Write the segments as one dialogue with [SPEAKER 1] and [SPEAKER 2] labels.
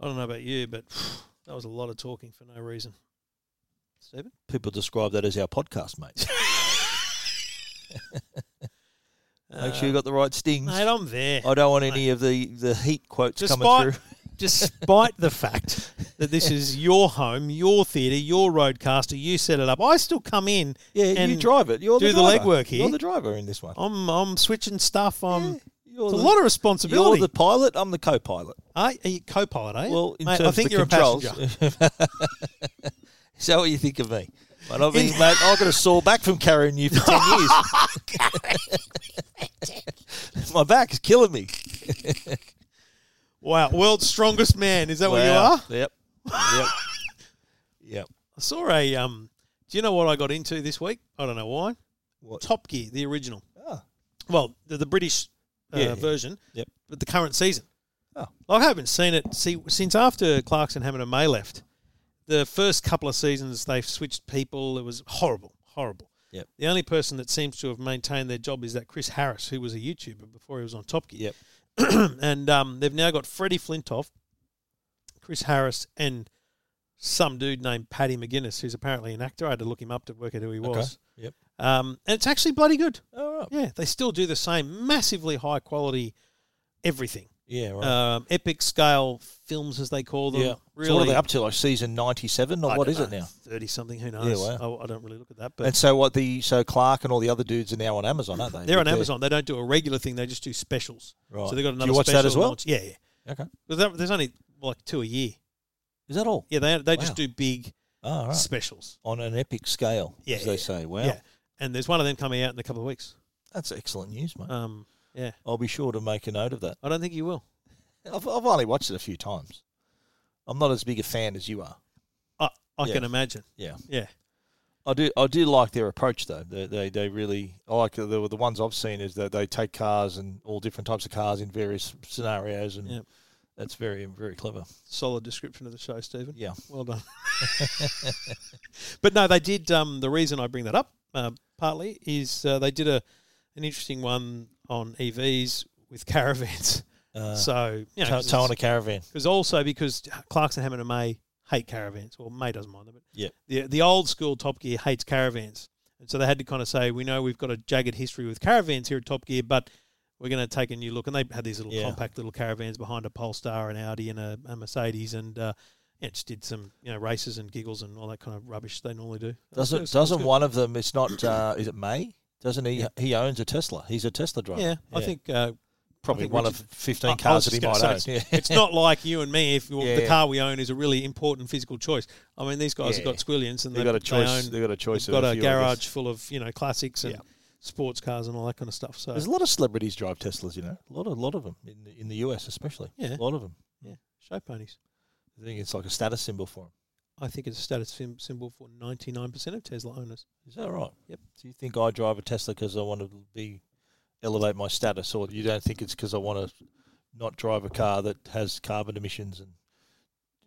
[SPEAKER 1] I don't know about you, but that was a lot of talking for no reason. Stephen?
[SPEAKER 2] People describe that as our podcast, mate. Make sure you got the right stings.
[SPEAKER 1] Uh, Mate, I'm there.
[SPEAKER 2] I don't want any of the, the heat quotes coming
[SPEAKER 1] Despite-
[SPEAKER 2] through.
[SPEAKER 1] Despite the fact that this is your home, your theatre, your roadcaster, you set it up. I still come in.
[SPEAKER 2] Yeah, you
[SPEAKER 1] and
[SPEAKER 2] drive it. You're
[SPEAKER 1] do
[SPEAKER 2] the
[SPEAKER 1] the
[SPEAKER 2] driver.
[SPEAKER 1] legwork here.
[SPEAKER 2] You're the driver in this one.
[SPEAKER 1] I'm I'm switching stuff. I'm
[SPEAKER 2] Yeah, you're
[SPEAKER 1] it's a
[SPEAKER 2] the-
[SPEAKER 1] lot of
[SPEAKER 2] You're
[SPEAKER 1] responsibility.
[SPEAKER 2] the pilot. I'm the co-pilot.
[SPEAKER 1] Are you co-pilot, eh?
[SPEAKER 2] Well, in
[SPEAKER 1] Mate,
[SPEAKER 2] terms
[SPEAKER 1] I think
[SPEAKER 2] of the
[SPEAKER 1] you're
[SPEAKER 2] controls.
[SPEAKER 1] a passenger.
[SPEAKER 2] Is that what you think of me? Mate, I've been, mate, I've got a sore back from carrying you for 10 years. My back is killing me.
[SPEAKER 1] Wow, world's strongest man. Is that what you
[SPEAKER 2] Wow.
[SPEAKER 1] are?
[SPEAKER 2] Yep. Yep. yep.
[SPEAKER 1] I saw a um. Do you know what I got into this week? I don't know why.
[SPEAKER 2] What?
[SPEAKER 1] Top Gear, the original.
[SPEAKER 2] Ah.
[SPEAKER 1] Well, the, the British uh,
[SPEAKER 2] Yeah, yeah.
[SPEAKER 1] version.
[SPEAKER 2] Yep.
[SPEAKER 1] But the current season.
[SPEAKER 2] Oh.
[SPEAKER 1] I haven't seen it see, since after Clarkson, Hammond, and May left. The first couple of seasons, they switched people. It was horrible, horrible.
[SPEAKER 2] Yep.
[SPEAKER 1] The only person that seems to have maintained their job is that Chris Harris, who was a YouTuber before he was on Top Gear.
[SPEAKER 2] Yep.
[SPEAKER 1] and um, they've now got Freddie Flintoff, Chris Harris, and some dude named Paddy McGuinness, who's apparently an actor. I had to look him up to work out who he was.
[SPEAKER 2] Yep.
[SPEAKER 1] Um, and it's actually bloody good.
[SPEAKER 2] All right.
[SPEAKER 1] Yeah, they still do the same massively high quality everything.
[SPEAKER 2] Yeah, right.
[SPEAKER 1] Um, epic scale films, as they call them.
[SPEAKER 2] yeah.
[SPEAKER 1] Really.
[SPEAKER 2] So what are they up to? Like season 97 or
[SPEAKER 1] I
[SPEAKER 2] what
[SPEAKER 1] don't
[SPEAKER 2] is it
[SPEAKER 1] know,
[SPEAKER 2] now?
[SPEAKER 1] 30 something, who knows?
[SPEAKER 2] wow.
[SPEAKER 1] I, I don't really look at that. But
[SPEAKER 2] And so what the so Clark and all the other dudes are now on Amazon, aren't they?
[SPEAKER 1] they're on
[SPEAKER 2] With their-
[SPEAKER 1] Amazon. They don't do a regular thing, they just do specials.
[SPEAKER 2] Right.
[SPEAKER 1] So they've got
[SPEAKER 2] Do
[SPEAKER 1] another
[SPEAKER 2] you watch that
[SPEAKER 1] special
[SPEAKER 2] as well?
[SPEAKER 1] launch. Yeah, yeah.
[SPEAKER 2] Okay.
[SPEAKER 1] But that, there's only like two a year.
[SPEAKER 2] Is that all?
[SPEAKER 1] Yeah, they, they
[SPEAKER 2] Wow.
[SPEAKER 1] just do big
[SPEAKER 2] Oh, all right.
[SPEAKER 1] specials.
[SPEAKER 2] On an epic scale,
[SPEAKER 1] Yeah,
[SPEAKER 2] as they
[SPEAKER 1] yeah,
[SPEAKER 2] say. Wow.
[SPEAKER 1] Yeah. And there's one of them coming out in a couple of weeks.
[SPEAKER 2] That's excellent news, mate.
[SPEAKER 1] Um, yeah.
[SPEAKER 2] I'll be sure to make a note of that.
[SPEAKER 1] I don't think you will.
[SPEAKER 2] I've, I've only watched it a few times. I'm not as big a fan as you are.
[SPEAKER 1] I, I
[SPEAKER 2] Yeah.
[SPEAKER 1] can imagine.
[SPEAKER 2] Yeah,
[SPEAKER 1] Yeah.
[SPEAKER 2] I do. I do like their approach though. They they, they really I like the the ones I've seen is that they take cars and all different types of cars in various scenarios, and
[SPEAKER 1] Yep.
[SPEAKER 2] that's very very clever.
[SPEAKER 1] Solid description of the show, Stephen.
[SPEAKER 2] Yeah.
[SPEAKER 1] Well done. but no, they did. Um, the reason I bring that up uh, partly is uh, they did a an interesting one on EVs with caravans.
[SPEAKER 2] Uh,
[SPEAKER 1] so, you know,
[SPEAKER 2] tow,
[SPEAKER 1] 'cause
[SPEAKER 2] tow on a caravan.
[SPEAKER 1] Because also because Clarkson, Hammond, and May hate caravans. Well, May doesn't mind them, but
[SPEAKER 2] Yep.
[SPEAKER 1] the the old school Top Gear hates caravans, and so they had to kind of say, we know we've got a jagged history with caravans here at Top Gear, but we're going to take a new look. And they had these little
[SPEAKER 2] Yeah.
[SPEAKER 1] compact little caravans behind a Polestar, an Audi, and a, a Mercedes, and uh, yeah, just did some you know races and giggles and all that kind of rubbish they normally do.
[SPEAKER 2] Doesn't
[SPEAKER 1] It's- it's
[SPEAKER 2] doesn't
[SPEAKER 1] good.
[SPEAKER 2] one of them? It's not. Uh, is it May? Doesn't he?
[SPEAKER 1] Yeah.
[SPEAKER 2] He owns a Tesla. He's a Tesla driver.
[SPEAKER 1] Yeah, I think uh,
[SPEAKER 2] probably
[SPEAKER 1] think
[SPEAKER 2] one
[SPEAKER 1] Richard-
[SPEAKER 2] of fifteen
[SPEAKER 1] I- I was
[SPEAKER 2] cars that he
[SPEAKER 1] just
[SPEAKER 2] might
[SPEAKER 1] gonna
[SPEAKER 2] own.
[SPEAKER 1] say,
[SPEAKER 2] Yeah.
[SPEAKER 1] it's not like you and me. If you-
[SPEAKER 2] Yeah,
[SPEAKER 1] the
[SPEAKER 2] yeah.
[SPEAKER 1] car we own is a really important physical choice, I mean these guys have
[SPEAKER 2] Yeah.
[SPEAKER 1] got squillions and
[SPEAKER 2] They've got a
[SPEAKER 1] They
[SPEAKER 2] choice.
[SPEAKER 1] own,
[SPEAKER 2] They've got a choice.
[SPEAKER 1] We've got
[SPEAKER 2] of
[SPEAKER 1] a
[SPEAKER 2] few, I guess.
[SPEAKER 1] garage uh, full of you know classics and
[SPEAKER 2] Yeah.
[SPEAKER 1] sports cars and all that kind of stuff. So
[SPEAKER 2] There's a lot of celebrities drive Teslas, you know. A lot of lot of them in the, in the US, especially.
[SPEAKER 1] Yeah.
[SPEAKER 2] a lot of them.
[SPEAKER 1] show ponies.
[SPEAKER 2] I think it's like a status symbol for them.
[SPEAKER 1] I think it's a status sym- symbol for 99% of Tesla owners.
[SPEAKER 2] Is that right?
[SPEAKER 1] Yep.
[SPEAKER 2] Do you think I drive a Tesla because I want to be elevate my status, or you don't think it's because I want to not drive a car that has carbon emissions and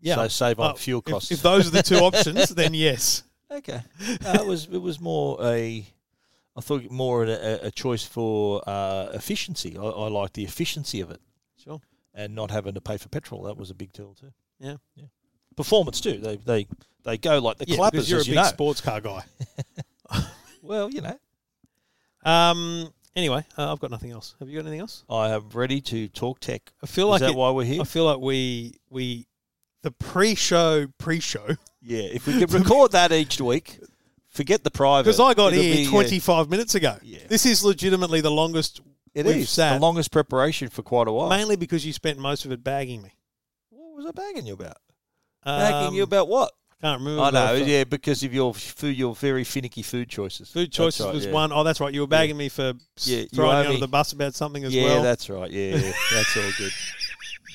[SPEAKER 1] Yeah.
[SPEAKER 2] sa- save on
[SPEAKER 1] Uh,
[SPEAKER 2] fuel
[SPEAKER 1] if-
[SPEAKER 2] costs?
[SPEAKER 1] If, those are the two options, then yes.
[SPEAKER 2] okay, No, it was it was more a. I thought more a, a- a choice for uh, efficiency. I, I like the efficiency of it.
[SPEAKER 1] Sure.
[SPEAKER 2] and not having to pay for petrol. That was a big deal too.
[SPEAKER 1] Yeah.
[SPEAKER 2] yeah. Performance too. They they they go like the
[SPEAKER 1] Yeah,
[SPEAKER 2] clappers.
[SPEAKER 1] because you're a
[SPEAKER 2] as
[SPEAKER 1] big
[SPEAKER 2] you know.
[SPEAKER 1] sports car guy.
[SPEAKER 2] well, you know,
[SPEAKER 1] Um. Anyway, uh, I've got nothing else. Have you got anything else?
[SPEAKER 2] I am ready to talk tech.
[SPEAKER 1] I feel like
[SPEAKER 2] Is that
[SPEAKER 1] it-
[SPEAKER 2] why we're here?
[SPEAKER 1] I feel like we we the pre-show pre-show
[SPEAKER 2] yeah. If we could record that each week, forget the private.
[SPEAKER 1] because I got
[SPEAKER 2] It'll
[SPEAKER 1] here
[SPEAKER 2] be, uh,
[SPEAKER 1] 25 minutes ago.
[SPEAKER 2] Yeah.
[SPEAKER 1] This is legitimately the longest,
[SPEAKER 2] It
[SPEAKER 1] we've
[SPEAKER 2] is
[SPEAKER 1] sat.
[SPEAKER 2] the longest preparation for quite a while.
[SPEAKER 1] mainly because you spent most of it bagging me.
[SPEAKER 2] what was I bagging you about? Bagging you
[SPEAKER 1] Um,
[SPEAKER 2] about what?
[SPEAKER 1] Can't remember.
[SPEAKER 2] I know.
[SPEAKER 1] what
[SPEAKER 2] Yeah, because of your food, your very finicky food choices.
[SPEAKER 1] Food
[SPEAKER 2] That's
[SPEAKER 1] choices
[SPEAKER 2] right,
[SPEAKER 1] was
[SPEAKER 2] yeah.
[SPEAKER 1] one oh that's right. You were bagging me for s-
[SPEAKER 2] Yeah, you
[SPEAKER 1] throwing me
[SPEAKER 2] owe
[SPEAKER 1] under
[SPEAKER 2] me.
[SPEAKER 1] the bus about something as
[SPEAKER 2] yeah,
[SPEAKER 1] well.
[SPEAKER 2] that's right. Yeah, yeah. that's all good.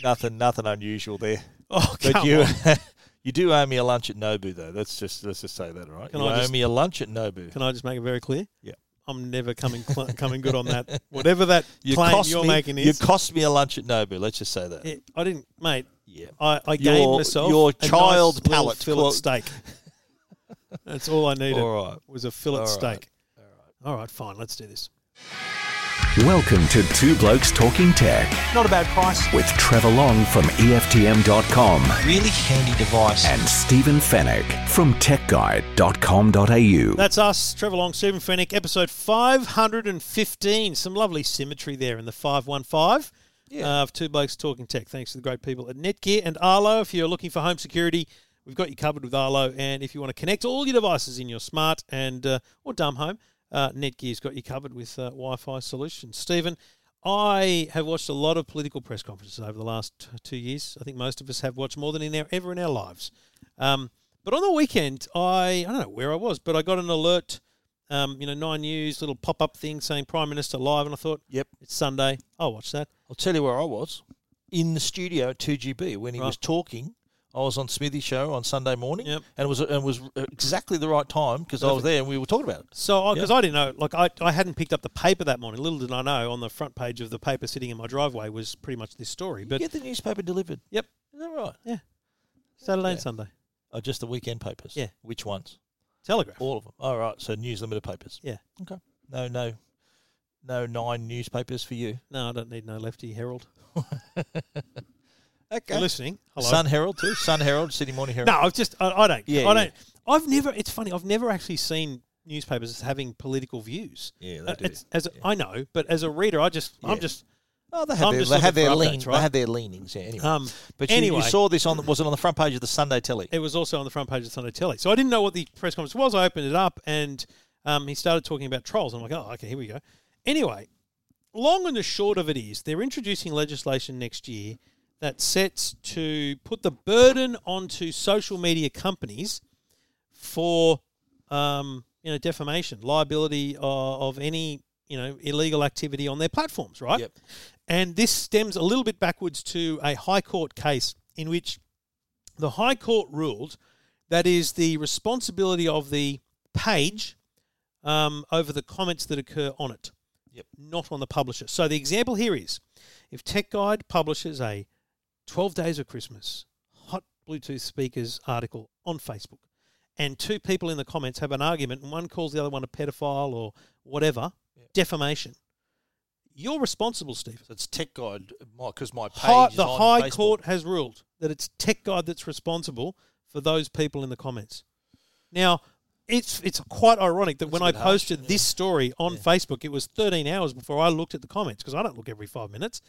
[SPEAKER 2] Nothing, nothing unusual there.
[SPEAKER 1] oh,
[SPEAKER 2] But
[SPEAKER 1] come
[SPEAKER 2] you,
[SPEAKER 1] on.
[SPEAKER 2] you do owe me a lunch at Nobu though. Let's just let's just say that, all right?
[SPEAKER 1] Can
[SPEAKER 2] you
[SPEAKER 1] I
[SPEAKER 2] owe
[SPEAKER 1] just-
[SPEAKER 2] me a lunch at Nobu.
[SPEAKER 1] Can I just make it very clear?
[SPEAKER 2] Yeah.
[SPEAKER 1] I'm never coming cl- coming good on that. Whatever that
[SPEAKER 2] You
[SPEAKER 1] claim
[SPEAKER 2] cost
[SPEAKER 1] you're
[SPEAKER 2] me,
[SPEAKER 1] making
[SPEAKER 2] you
[SPEAKER 1] is,
[SPEAKER 2] cost me a lunch at Nobu. Let's just say that.
[SPEAKER 1] Yeah, I didn't, mate.
[SPEAKER 2] Yeah.
[SPEAKER 1] I, I gave
[SPEAKER 2] Your-
[SPEAKER 1] myself
[SPEAKER 2] your
[SPEAKER 1] a
[SPEAKER 2] child
[SPEAKER 1] nice little
[SPEAKER 2] palate
[SPEAKER 1] fillet
[SPEAKER 2] quote.
[SPEAKER 1] steak. That's all I needed
[SPEAKER 2] All right.
[SPEAKER 1] was a fillet
[SPEAKER 2] All right.
[SPEAKER 1] steak. All right. fine. Let's do this.
[SPEAKER 3] Welcome to Two Blokes Talking Tech
[SPEAKER 4] Not a bad price.
[SPEAKER 3] with Trevor Long from E EFTM.com
[SPEAKER 4] Really handy device.
[SPEAKER 3] and Stephen Fennec from TechGuide.com.au.
[SPEAKER 1] That's us, Trevor Long, Stephen Fennick, episode 515. Some lovely symmetry there in the 515 uh, of Two Blokes Talking Tech. Thanks to the great people at Netgear and Arlo. If you're looking for home security, we've got you covered with Arlo. And if you want to connect all your devices in your smart and uh, or dumb home, uh, Netgear's got you covered with uh, Wi Fi solutions. Stephen, I have watched a lot of political press conferences over the last t- two years. I think most of us have watched more than in our, ever in our lives. Um, but on the weekend, I I don't know where I was, but I got an alert, um, you know, Nine News little pop up thing saying Prime Minister live, and I thought,
[SPEAKER 2] Yep.
[SPEAKER 1] it's Sunday. I'll watch that.
[SPEAKER 2] I'll tell you where I was in the studio at 2GB when he
[SPEAKER 1] Right.
[SPEAKER 2] was talking. I was on Smithy's show on Sunday morning,
[SPEAKER 1] Yep.
[SPEAKER 2] and it was and it was exactly the right time because I was there and we were talking about it.
[SPEAKER 1] So because I didn't know, like I, I hadn't picked up the paper that morning. Little did I know, on the front page of the paper sitting in my driveway was pretty much this story. But
[SPEAKER 2] Get the newspaper delivered.
[SPEAKER 1] yep,
[SPEAKER 2] Is that right?
[SPEAKER 1] Saturday and
[SPEAKER 2] Yeah.
[SPEAKER 1] Sunday,
[SPEAKER 2] Oh, just the weekend papers.
[SPEAKER 1] Yeah.
[SPEAKER 2] Which ones?
[SPEAKER 1] Telegraph.
[SPEAKER 2] All of them. All right. So news limited papers.
[SPEAKER 1] Yeah.
[SPEAKER 2] Okay. No, no, no nine newspapers for you.
[SPEAKER 1] No, I don't need no lefty Herald.
[SPEAKER 2] Okay.
[SPEAKER 1] You're listening? Hello.
[SPEAKER 2] Sun Herald too. Sun Herald, Sydney Morning Herald.
[SPEAKER 1] No, I've just I, I don't.
[SPEAKER 2] Yeah,
[SPEAKER 1] I
[SPEAKER 2] yeah.
[SPEAKER 1] don't. I've never. It's funny. I've never actually seen newspapers as having political views.
[SPEAKER 2] Yeah, they
[SPEAKER 1] Uh,
[SPEAKER 2] do.
[SPEAKER 1] it's, as a I know, but as a reader, I just I'm
[SPEAKER 2] Yeah.
[SPEAKER 1] just
[SPEAKER 2] Oh, they have
[SPEAKER 1] I'm
[SPEAKER 2] their,
[SPEAKER 1] just
[SPEAKER 2] they
[SPEAKER 1] looking
[SPEAKER 2] have their
[SPEAKER 1] for
[SPEAKER 2] lean,
[SPEAKER 1] updates, right?
[SPEAKER 2] they have their leanings. Yeah. Anyway.
[SPEAKER 1] um.
[SPEAKER 2] but you,
[SPEAKER 1] anyway,
[SPEAKER 2] you saw this on the, was it on the front page of the Sunday Telly?
[SPEAKER 1] it was also on the front page of Sunday Telly, so I didn't know what the press conference was. I opened it up and um, he started talking about trolls. I'm like, oh, okay, here we go. Anyway, long and the short of it is, they're introducing legislation next year that sets to put the burden onto social media companies for um, you know defamation, liability uh, of any you know illegal activity on their platforms, right?
[SPEAKER 2] Yep.
[SPEAKER 1] And this stems a little bit backwards to a high court case in which the high court ruled that is the responsibility of the page um, over the comments that occur on it,
[SPEAKER 2] Yep.
[SPEAKER 1] not on the publisher. So the example here is if Tech Guide publishes a 12 Days of Christmas hot Bluetooth speakers article on Facebook, and two people in the comments have an argument, and one calls the other one a pedophile or whatever, defamation, you're responsible, Steve.
[SPEAKER 2] So it's Tech Guide, because my, page
[SPEAKER 1] Hi-
[SPEAKER 2] is
[SPEAKER 1] the
[SPEAKER 2] on
[SPEAKER 1] High
[SPEAKER 2] Facebook.
[SPEAKER 1] Court has ruled that it's Tech Guide that's responsible for those people in the comments. Now, it's it's quite ironic that when
[SPEAKER 2] a
[SPEAKER 1] I
[SPEAKER 2] bit harsh,
[SPEAKER 1] posted
[SPEAKER 2] yeah.
[SPEAKER 1] this story on Facebook, it was 13 hours before I looked at the comments because I don't look every five minutes.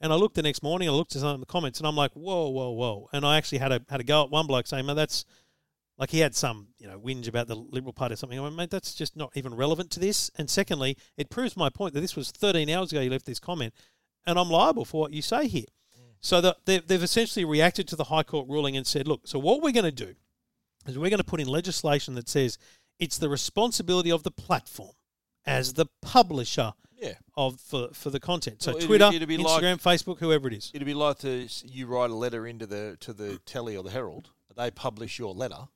[SPEAKER 1] And I looked the next morning, I looked at some of the comments, and I'm like, whoa, whoa, whoa. And I actually had a had a go at one bloke saying, "Man, that's like he had some you know whinge about the Liberal Party or something. I went, mate, that's just not even relevant to this. And secondly, it proves my point that this was 13 hours ago you left this comment, and I'm liable for what you say here. So the, they- they've essentially reacted to the High Court ruling and said, look, so what we're going to do is we're going to put in legislation that says it's the responsibility of the platform as the publisher
[SPEAKER 2] Yeah.
[SPEAKER 1] of for, for the content. So
[SPEAKER 2] Well, it'd-
[SPEAKER 1] Twitter,
[SPEAKER 2] it'd be like-
[SPEAKER 1] Instagram, Facebook, whoever it is.
[SPEAKER 2] It'd be like the, you write a letter into the to the Telly or the Herald. They publish your letter,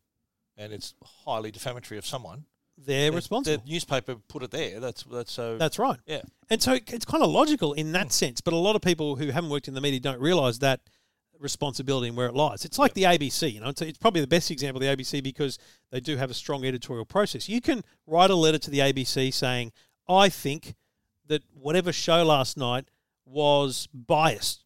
[SPEAKER 2] and it's highly defamatory of someone.
[SPEAKER 1] They're
[SPEAKER 2] The-
[SPEAKER 1] responsible.
[SPEAKER 2] The newspaper put it there. That's that's so.
[SPEAKER 1] That's right.
[SPEAKER 2] yeah.
[SPEAKER 1] And so it- it's kind of logical in that sense, but a lot of people who haven't worked in the media don't realise that responsibility and where it lies. It's like the ABC, you know. It's, it's probably the best example of the ABC because they do have a strong editorial process. You can write a letter to the ABC saying, "I think that whatever show last night was biased."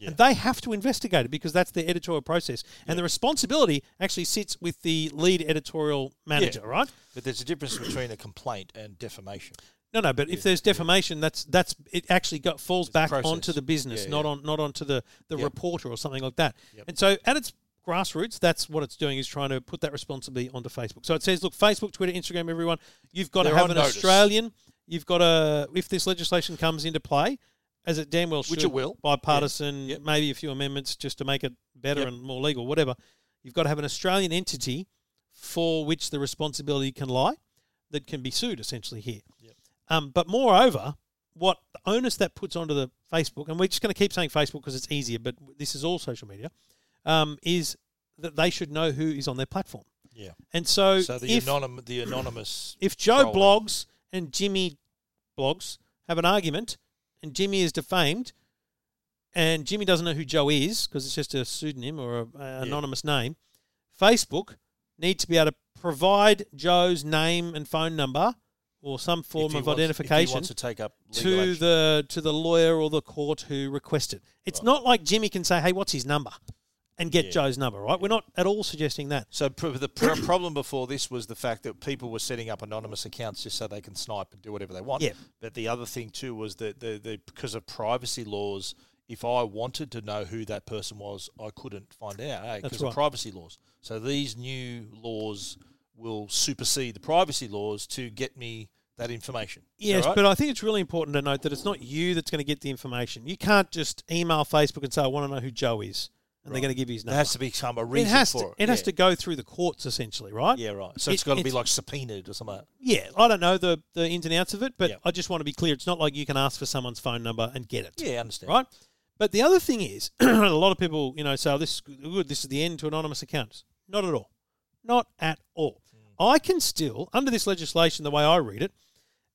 [SPEAKER 2] Yeah.
[SPEAKER 1] And they have to investigate it because that's their editorial process. And the responsibility actually sits with the lead editorial manager, right?
[SPEAKER 2] But there's a difference between a complaint and defamation.
[SPEAKER 1] No, no, but if there's defamation, that's that's it actually got falls back
[SPEAKER 2] process.
[SPEAKER 1] onto the business,
[SPEAKER 2] Yeah,
[SPEAKER 1] not
[SPEAKER 2] yeah.
[SPEAKER 1] on not onto the the
[SPEAKER 2] Yep.
[SPEAKER 1] reporter or something like that.
[SPEAKER 2] Yep.
[SPEAKER 1] And so at its grassroots, that's what it's doing is trying to put that responsibility onto Facebook. So it says, look, Facebook, Twitter, Instagram, everyone, you've got
[SPEAKER 2] They're
[SPEAKER 1] to have
[SPEAKER 2] on
[SPEAKER 1] an
[SPEAKER 2] notice.
[SPEAKER 1] Australian. You've got to if this legislation comes into play, as it damn well should,
[SPEAKER 2] Which it will.
[SPEAKER 1] bipartisan,
[SPEAKER 2] Yep.
[SPEAKER 1] maybe a few amendments just to make it better
[SPEAKER 2] Yep.
[SPEAKER 1] and more legal, whatever. You've got to have an Australian entity for which the responsibility can lie, that can be sued essentially here. Um, but moreover, what the onus that puts onto the Facebook, and we're just going to keep saying Facebook because it's easier, but this is all social media, um, is that they should know who is on their platform.
[SPEAKER 2] Yeah.
[SPEAKER 1] And so,
[SPEAKER 2] So the
[SPEAKER 1] if,
[SPEAKER 2] anonym, the anonymous.
[SPEAKER 1] if Joe
[SPEAKER 2] trolling.
[SPEAKER 1] blogs and Jimmy blogs have an argument and Jimmy is defamed and Jimmy doesn't know who Joe is because it's just a pseudonym or an anonymous name, Facebook need to be able to provide Joe's name and phone number or some
[SPEAKER 2] If
[SPEAKER 1] form
[SPEAKER 2] he
[SPEAKER 1] of
[SPEAKER 2] wants- If he
[SPEAKER 1] identification
[SPEAKER 2] wants to take up legal
[SPEAKER 1] to
[SPEAKER 2] action.
[SPEAKER 1] the to the lawyer or the court who request it. It's not like Jimmy can say, "Hey, what's his number?" and get
[SPEAKER 2] Yeah.
[SPEAKER 1] Joe's number. Right? We're not at all suggesting that.
[SPEAKER 2] So pr- the pr- problem before this was the fact that people were setting up anonymous accounts just so they can snipe and do whatever they want.
[SPEAKER 1] Yeah.
[SPEAKER 2] But the other thing too was that the, the because of privacy laws, if I wanted to know who that person was, I couldn't find out eh, because
[SPEAKER 1] right.
[SPEAKER 2] of privacy laws. So these new laws will supersede the privacy laws to get me that information. Is that
[SPEAKER 1] Yes,
[SPEAKER 2] right?
[SPEAKER 1] but I think it's really important to note that it's not you that's going to get the information. You can't just email Facebook and say, "I want to know who Joe is," and they're going to give you his
[SPEAKER 2] there
[SPEAKER 1] number.
[SPEAKER 2] has to become a
[SPEAKER 1] it
[SPEAKER 2] reason
[SPEAKER 1] has
[SPEAKER 2] for
[SPEAKER 1] to.
[SPEAKER 2] it.
[SPEAKER 1] It has
[SPEAKER 2] yeah.
[SPEAKER 1] to go through the courts essentially, right?
[SPEAKER 2] Yeah, right. So
[SPEAKER 1] It-
[SPEAKER 2] it's got to be
[SPEAKER 1] it's-
[SPEAKER 2] like subpoenaed or something. Like that.
[SPEAKER 1] Yeah, I don't know the the ins and outs of it, but
[SPEAKER 2] Yeah.
[SPEAKER 1] I just want to be clear. It's not like you can ask for someone's phone number and get it.
[SPEAKER 2] Yeah, I understand.
[SPEAKER 1] right? But the other thing is, a lot of people, you know, say oh, this is good. This is the end to anonymous accounts. Not at all. Not at all.
[SPEAKER 2] Hmm.
[SPEAKER 1] I can still, under this legislation, the way I read it,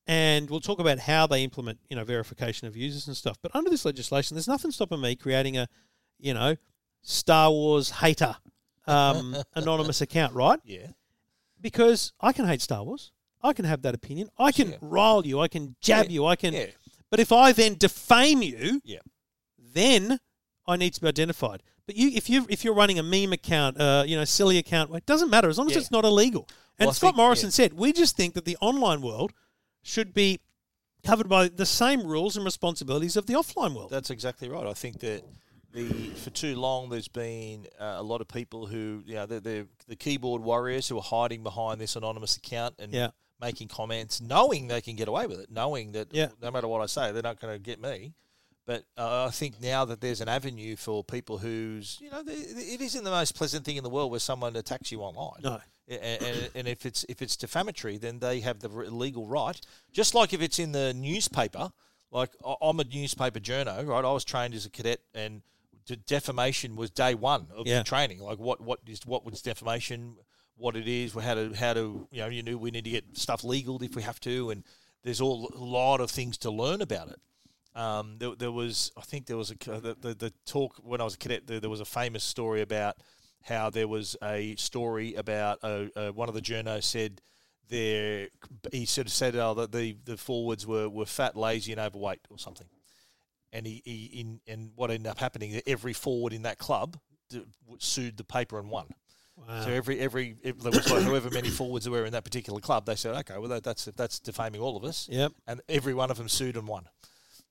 [SPEAKER 1] and we'll talk about how they implement, you know, verification of users and stuff. But under this legislation, there's nothing stopping me creating a, you know, Star Wars hater um, anonymous account, right?
[SPEAKER 2] Yeah.
[SPEAKER 1] Because I can hate Star Wars. I can have that opinion. I can rile you. I can jab
[SPEAKER 2] Yeah.
[SPEAKER 1] you. I can.
[SPEAKER 2] Yeah.
[SPEAKER 1] But if I then defame you,
[SPEAKER 2] Yeah.
[SPEAKER 1] then I need to be identified. But you, if you if you're running a meme account, uh, you know, silly account, it doesn't matter as long as
[SPEAKER 2] Yeah.
[SPEAKER 1] it's not illegal. And
[SPEAKER 2] Well, I
[SPEAKER 1] Scott
[SPEAKER 2] think-
[SPEAKER 1] Morrison
[SPEAKER 2] yeah.
[SPEAKER 1] said, we just think that the online world should be covered by the same rules and responsibilities of the offline world.
[SPEAKER 2] That's exactly right. I think that the for too long there's been uh, a lot of people who you know they're, they're the keyboard warriors who are hiding behind this anonymous account and
[SPEAKER 1] Yeah.
[SPEAKER 2] making comments, knowing they can get away with it, knowing that
[SPEAKER 1] Yeah.
[SPEAKER 2] no matter what I say, they're not going to get me. But uh, I think now that there's an avenue for people who's you know they, it isn't the most pleasant thing in the world where someone attacks you online.
[SPEAKER 1] No.
[SPEAKER 2] A- a- and, and if it's if it's defamatory, then they have the r- legal right. Just like if it's in the newspaper, like I- I'm a newspaper journo, right? I was trained as a cadet, and de- defamation was day one of
[SPEAKER 1] Yeah.
[SPEAKER 2] the training. Like what what is what was defamation, what it is, how to how to you know you knew we need to get stuff legal if we have to, and there's all a lot of things to learn about it. Um, there, there was, I think there was a uh, the, the, the talk when I was a cadet. There, there was a famous story about how there was a story about uh, uh, one of the journos said there he sort of said oh, that the the forwards were, were fat, lazy, and overweight or something. And he, he in and what ended up happening every forward in that club d- sued the paper and won. So every every if there was like however many forwards there were in that particular club, they said okay, well that, that's that's defaming all of us
[SPEAKER 1] Yep.
[SPEAKER 2] and every one of them sued and won.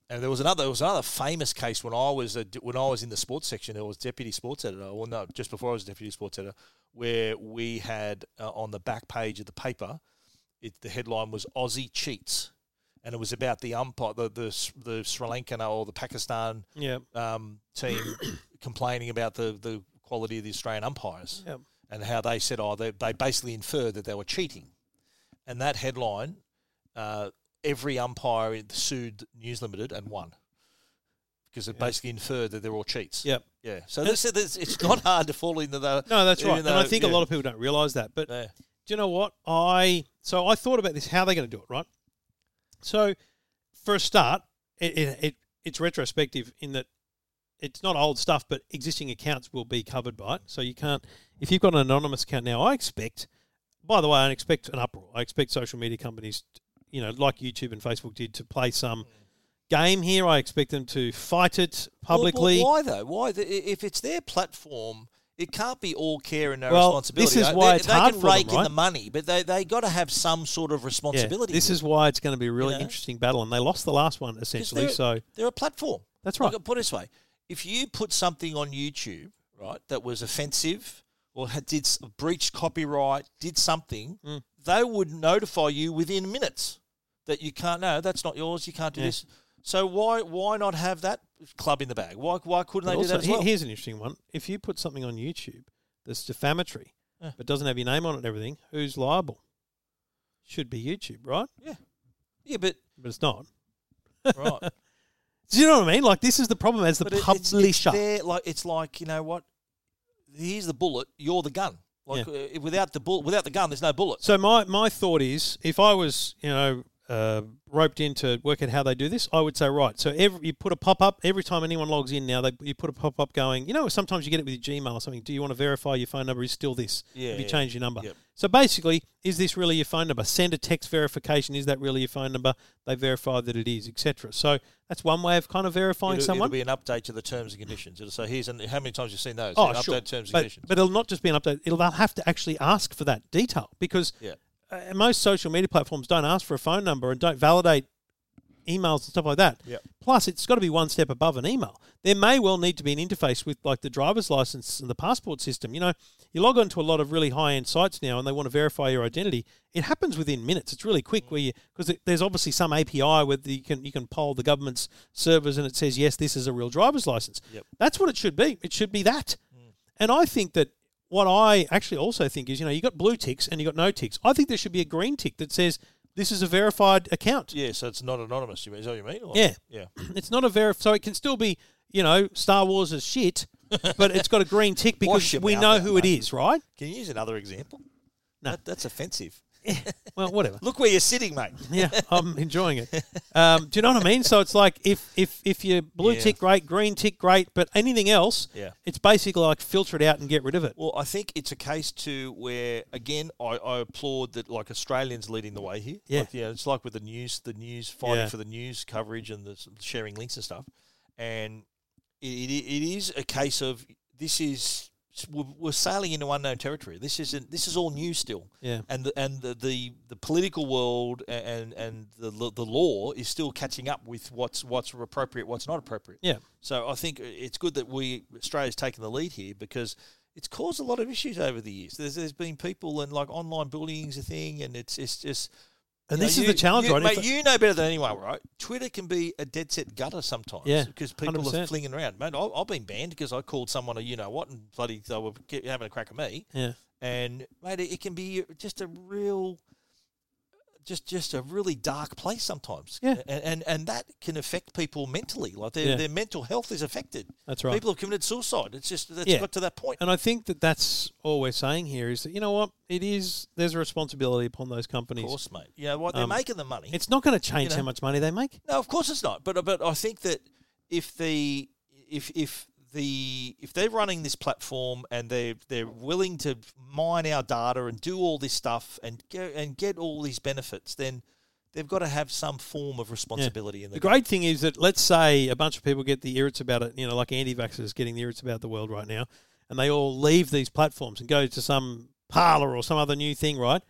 [SPEAKER 2] And there was another there was another famous case when I was a, when I was in the sports section. There was deputy sports editor, or no, just before I was deputy sports editor, where we had uh, on the back page of the paper, it, the headline was Aussie cheats, and it was about the umpire, the the, S- the Sri Lankan or the Pakistan
[SPEAKER 1] Yeah.
[SPEAKER 2] um, team complaining about the the quality of the Australian umpires
[SPEAKER 1] Yep.
[SPEAKER 2] and how they said, oh, they, they basically inferred that they were cheating. And that headline, uh, every umpire sued News Limited and won because it basically inferred that they're all cheats.
[SPEAKER 1] Yep.
[SPEAKER 2] Yeah. So this, this, it's not hard to fall into the.
[SPEAKER 1] No, that's right.
[SPEAKER 2] even
[SPEAKER 1] and I
[SPEAKER 2] though-
[SPEAKER 1] think
[SPEAKER 2] yeah.
[SPEAKER 1] a lot of people don't realise that. But
[SPEAKER 2] Yeah.
[SPEAKER 1] do you know what I? So I thought about this. How they're going to do it, right? So for a start, it, it, it it's retrospective in that it's not old stuff, but existing accounts will be covered by it. So you can't if you've got an anonymous account now. I expect. By the way, I expect an uproar. I expect social media companies, you know, like YouTube and Facebook did, to play
[SPEAKER 2] Hmm.
[SPEAKER 1] some game here. I expect them to fight it
[SPEAKER 2] Well, well,
[SPEAKER 1] publicly.
[SPEAKER 2] why though? Why the, i- if it's their platform? It can't be all care and no
[SPEAKER 1] Well,
[SPEAKER 2] responsibility.
[SPEAKER 1] this is
[SPEAKER 2] They-
[SPEAKER 1] why
[SPEAKER 2] they,
[SPEAKER 1] it's
[SPEAKER 2] they
[SPEAKER 1] hard
[SPEAKER 2] can
[SPEAKER 1] for them,
[SPEAKER 2] rake in
[SPEAKER 1] right?
[SPEAKER 2] the money, but they they got to have some sort of
[SPEAKER 1] Yeah,
[SPEAKER 2] responsibility.
[SPEAKER 1] this
[SPEAKER 2] here.
[SPEAKER 1] is why it's going to be a really
[SPEAKER 2] know?
[SPEAKER 1] interesting battle, and they lost the last one
[SPEAKER 2] Because
[SPEAKER 1] essentially.
[SPEAKER 2] they're,
[SPEAKER 1] So
[SPEAKER 2] they're a platform.
[SPEAKER 1] That's
[SPEAKER 2] Like,
[SPEAKER 1] right.
[SPEAKER 2] put it this way: if you put something on YouTube, right, that was offensive or had, did s- breached copyright, did something,
[SPEAKER 1] Mm.
[SPEAKER 2] they would notify you within minutes that you can't. No, that's not yours. You can't do
[SPEAKER 1] Yeah.
[SPEAKER 2] this. So why why not have that club in the bag? Why why couldn't
[SPEAKER 1] But
[SPEAKER 2] they do
[SPEAKER 1] also,
[SPEAKER 2] that as
[SPEAKER 1] he-
[SPEAKER 2] well?
[SPEAKER 1] Here's an interesting one. If you put something on YouTube that's defamatory
[SPEAKER 2] Yeah.
[SPEAKER 1] but doesn't have your name on it and everything, who's liable? Should be YouTube, right?
[SPEAKER 2] yeah, but
[SPEAKER 1] But it's not.
[SPEAKER 2] right.
[SPEAKER 1] Do you know what I mean? Like this is the problem as the
[SPEAKER 2] But it- it's-
[SPEAKER 1] publisher.
[SPEAKER 2] It's, their- like it's like you know what? Here's the bullet. You're the gun. Like uh, without the bullet, without the gun, there's no bullet.
[SPEAKER 1] so my, my thought is if I was, you know, uh, roped in to work out how they do this, I would say right. So every you put a pop up every time anyone logs in now. They you put a pop up going. You know, sometimes you get it with your Gmail or something. Do you want to verify your phone number is still this?
[SPEAKER 2] Yeah,
[SPEAKER 1] Have you
[SPEAKER 2] yeah.
[SPEAKER 1] changed your number?
[SPEAKER 2] Yep.
[SPEAKER 1] So basically, is this really your phone number? Send a text verification. Is that really your phone number? They verify that it is, etc. So that's one way of kind of verifying
[SPEAKER 2] It'll,
[SPEAKER 1] someone.
[SPEAKER 2] it'll be an update to the terms and conditions. It'll say here's an, how many times you've seen those.
[SPEAKER 1] Oh,
[SPEAKER 2] An
[SPEAKER 1] sure.
[SPEAKER 2] Update terms and
[SPEAKER 1] but,
[SPEAKER 2] conditions.
[SPEAKER 1] but it'll not just be an update. It'll they'll have to actually ask for that detail because
[SPEAKER 2] Yeah.
[SPEAKER 1] uh, most social media platforms don't ask for a phone number and don't validate emails and stuff like that.
[SPEAKER 2] Yep.
[SPEAKER 1] Plus, it's got to be one step above an email. There may well need to be an interface with like the driver's license and the passport system. You know, you log on to a lot of really high end sites now, and they want to verify your identity. It happens within minutes. It's really quick where you because there's obviously some API where the, you can you can poll the government's servers and it says yes, this is a real driver's license.
[SPEAKER 2] Yep.
[SPEAKER 1] That's what it should be. It should be that. And I think that what I actually also think is, you know, you got blue ticks and you got no ticks. I think there should be a green tick that says this is a verified account.
[SPEAKER 2] yeah, so it's not anonymous. You mean, is that what you mean? Or-
[SPEAKER 1] Yeah.
[SPEAKER 2] Yeah.
[SPEAKER 1] It's not a verif, so it can still be, you know, Star Wars is shit, but it's got a green tick
[SPEAKER 2] Wash
[SPEAKER 1] because
[SPEAKER 2] your
[SPEAKER 1] we
[SPEAKER 2] mouth
[SPEAKER 1] know
[SPEAKER 2] out,
[SPEAKER 1] who it
[SPEAKER 2] mate.
[SPEAKER 1] is, right?
[SPEAKER 2] Can you use another example?
[SPEAKER 1] No.
[SPEAKER 2] That, that's offensive.
[SPEAKER 1] Well, whatever.
[SPEAKER 2] Look where you're sitting, mate.
[SPEAKER 1] yeah, I'm enjoying it. Um, do you know what I mean? So it's like if if if you blue
[SPEAKER 2] Yeah.
[SPEAKER 1] tick great, green tick great, but anything else,
[SPEAKER 2] Yeah.
[SPEAKER 1] it's basically like filter it out and get rid of it.
[SPEAKER 2] Well, I think it's a case to where again I, I applaud that like Australians leading the way here.
[SPEAKER 1] Yeah.
[SPEAKER 2] Like, yeah. It's like with the news, the news fighting
[SPEAKER 1] Yeah.
[SPEAKER 2] for the news coverage and the s- sharing links and stuff, and it, it, it is a case of this is we're we're sailing into unknown territory. This isn't this is all new still.
[SPEAKER 1] Yeah.
[SPEAKER 2] And the, and the, the, the political world a- and and the l- the law is still catching up with what's what's appropriate, what's not appropriate.
[SPEAKER 1] Yeah.
[SPEAKER 2] So I think it's good that we Australia's taken the lead here because it's caused a lot of issues over the years. There's, there's been people and like online bullying's a thing, and it's it's just.
[SPEAKER 1] And
[SPEAKER 2] you
[SPEAKER 1] this
[SPEAKER 2] know,
[SPEAKER 1] is
[SPEAKER 2] you-
[SPEAKER 1] the challenge,
[SPEAKER 2] you,
[SPEAKER 1] right? If-
[SPEAKER 2] Mate, you know better than anyone, right? Twitter can be a dead set gutter sometimes,
[SPEAKER 1] Yeah,
[SPEAKER 2] because people are
[SPEAKER 1] 100%.
[SPEAKER 2] flinging around. Mate, I- I've been banned because I called someone a you know what, and bloody they were ge- having a crack at me,
[SPEAKER 1] yeah.
[SPEAKER 2] and mate, it it can be just a real, just just a really dark place sometimes.
[SPEAKER 1] Yeah.
[SPEAKER 2] and and, and that can affect people mentally. Like their
[SPEAKER 1] Yeah.
[SPEAKER 2] their mental health is affected.
[SPEAKER 1] That's right.
[SPEAKER 2] People have committed suicide. It's just that's
[SPEAKER 1] Yeah.
[SPEAKER 2] got to that point.
[SPEAKER 1] And I think that that's all we're saying here is that you know what it is. There's a responsibility upon those
[SPEAKER 2] Of
[SPEAKER 1] companies.
[SPEAKER 2] course, mate. You know what? They're
[SPEAKER 1] Um,
[SPEAKER 2] making the money.
[SPEAKER 1] It's not going to change
[SPEAKER 2] You know.
[SPEAKER 1] how much money they make.
[SPEAKER 2] No, of course it's not. But but I think that if the if if the if they're running this platform and they they're willing to mine our data and do all this stuff and go and get all these benefits, then they've got to have some form of responsibility in the,
[SPEAKER 1] The great thing is that let's say a bunch of people get the irrits about it, you know, like anti-vaxxers getting the irrits about the world right now, and they all leave these platforms and go to some parlor or some other new thing, right?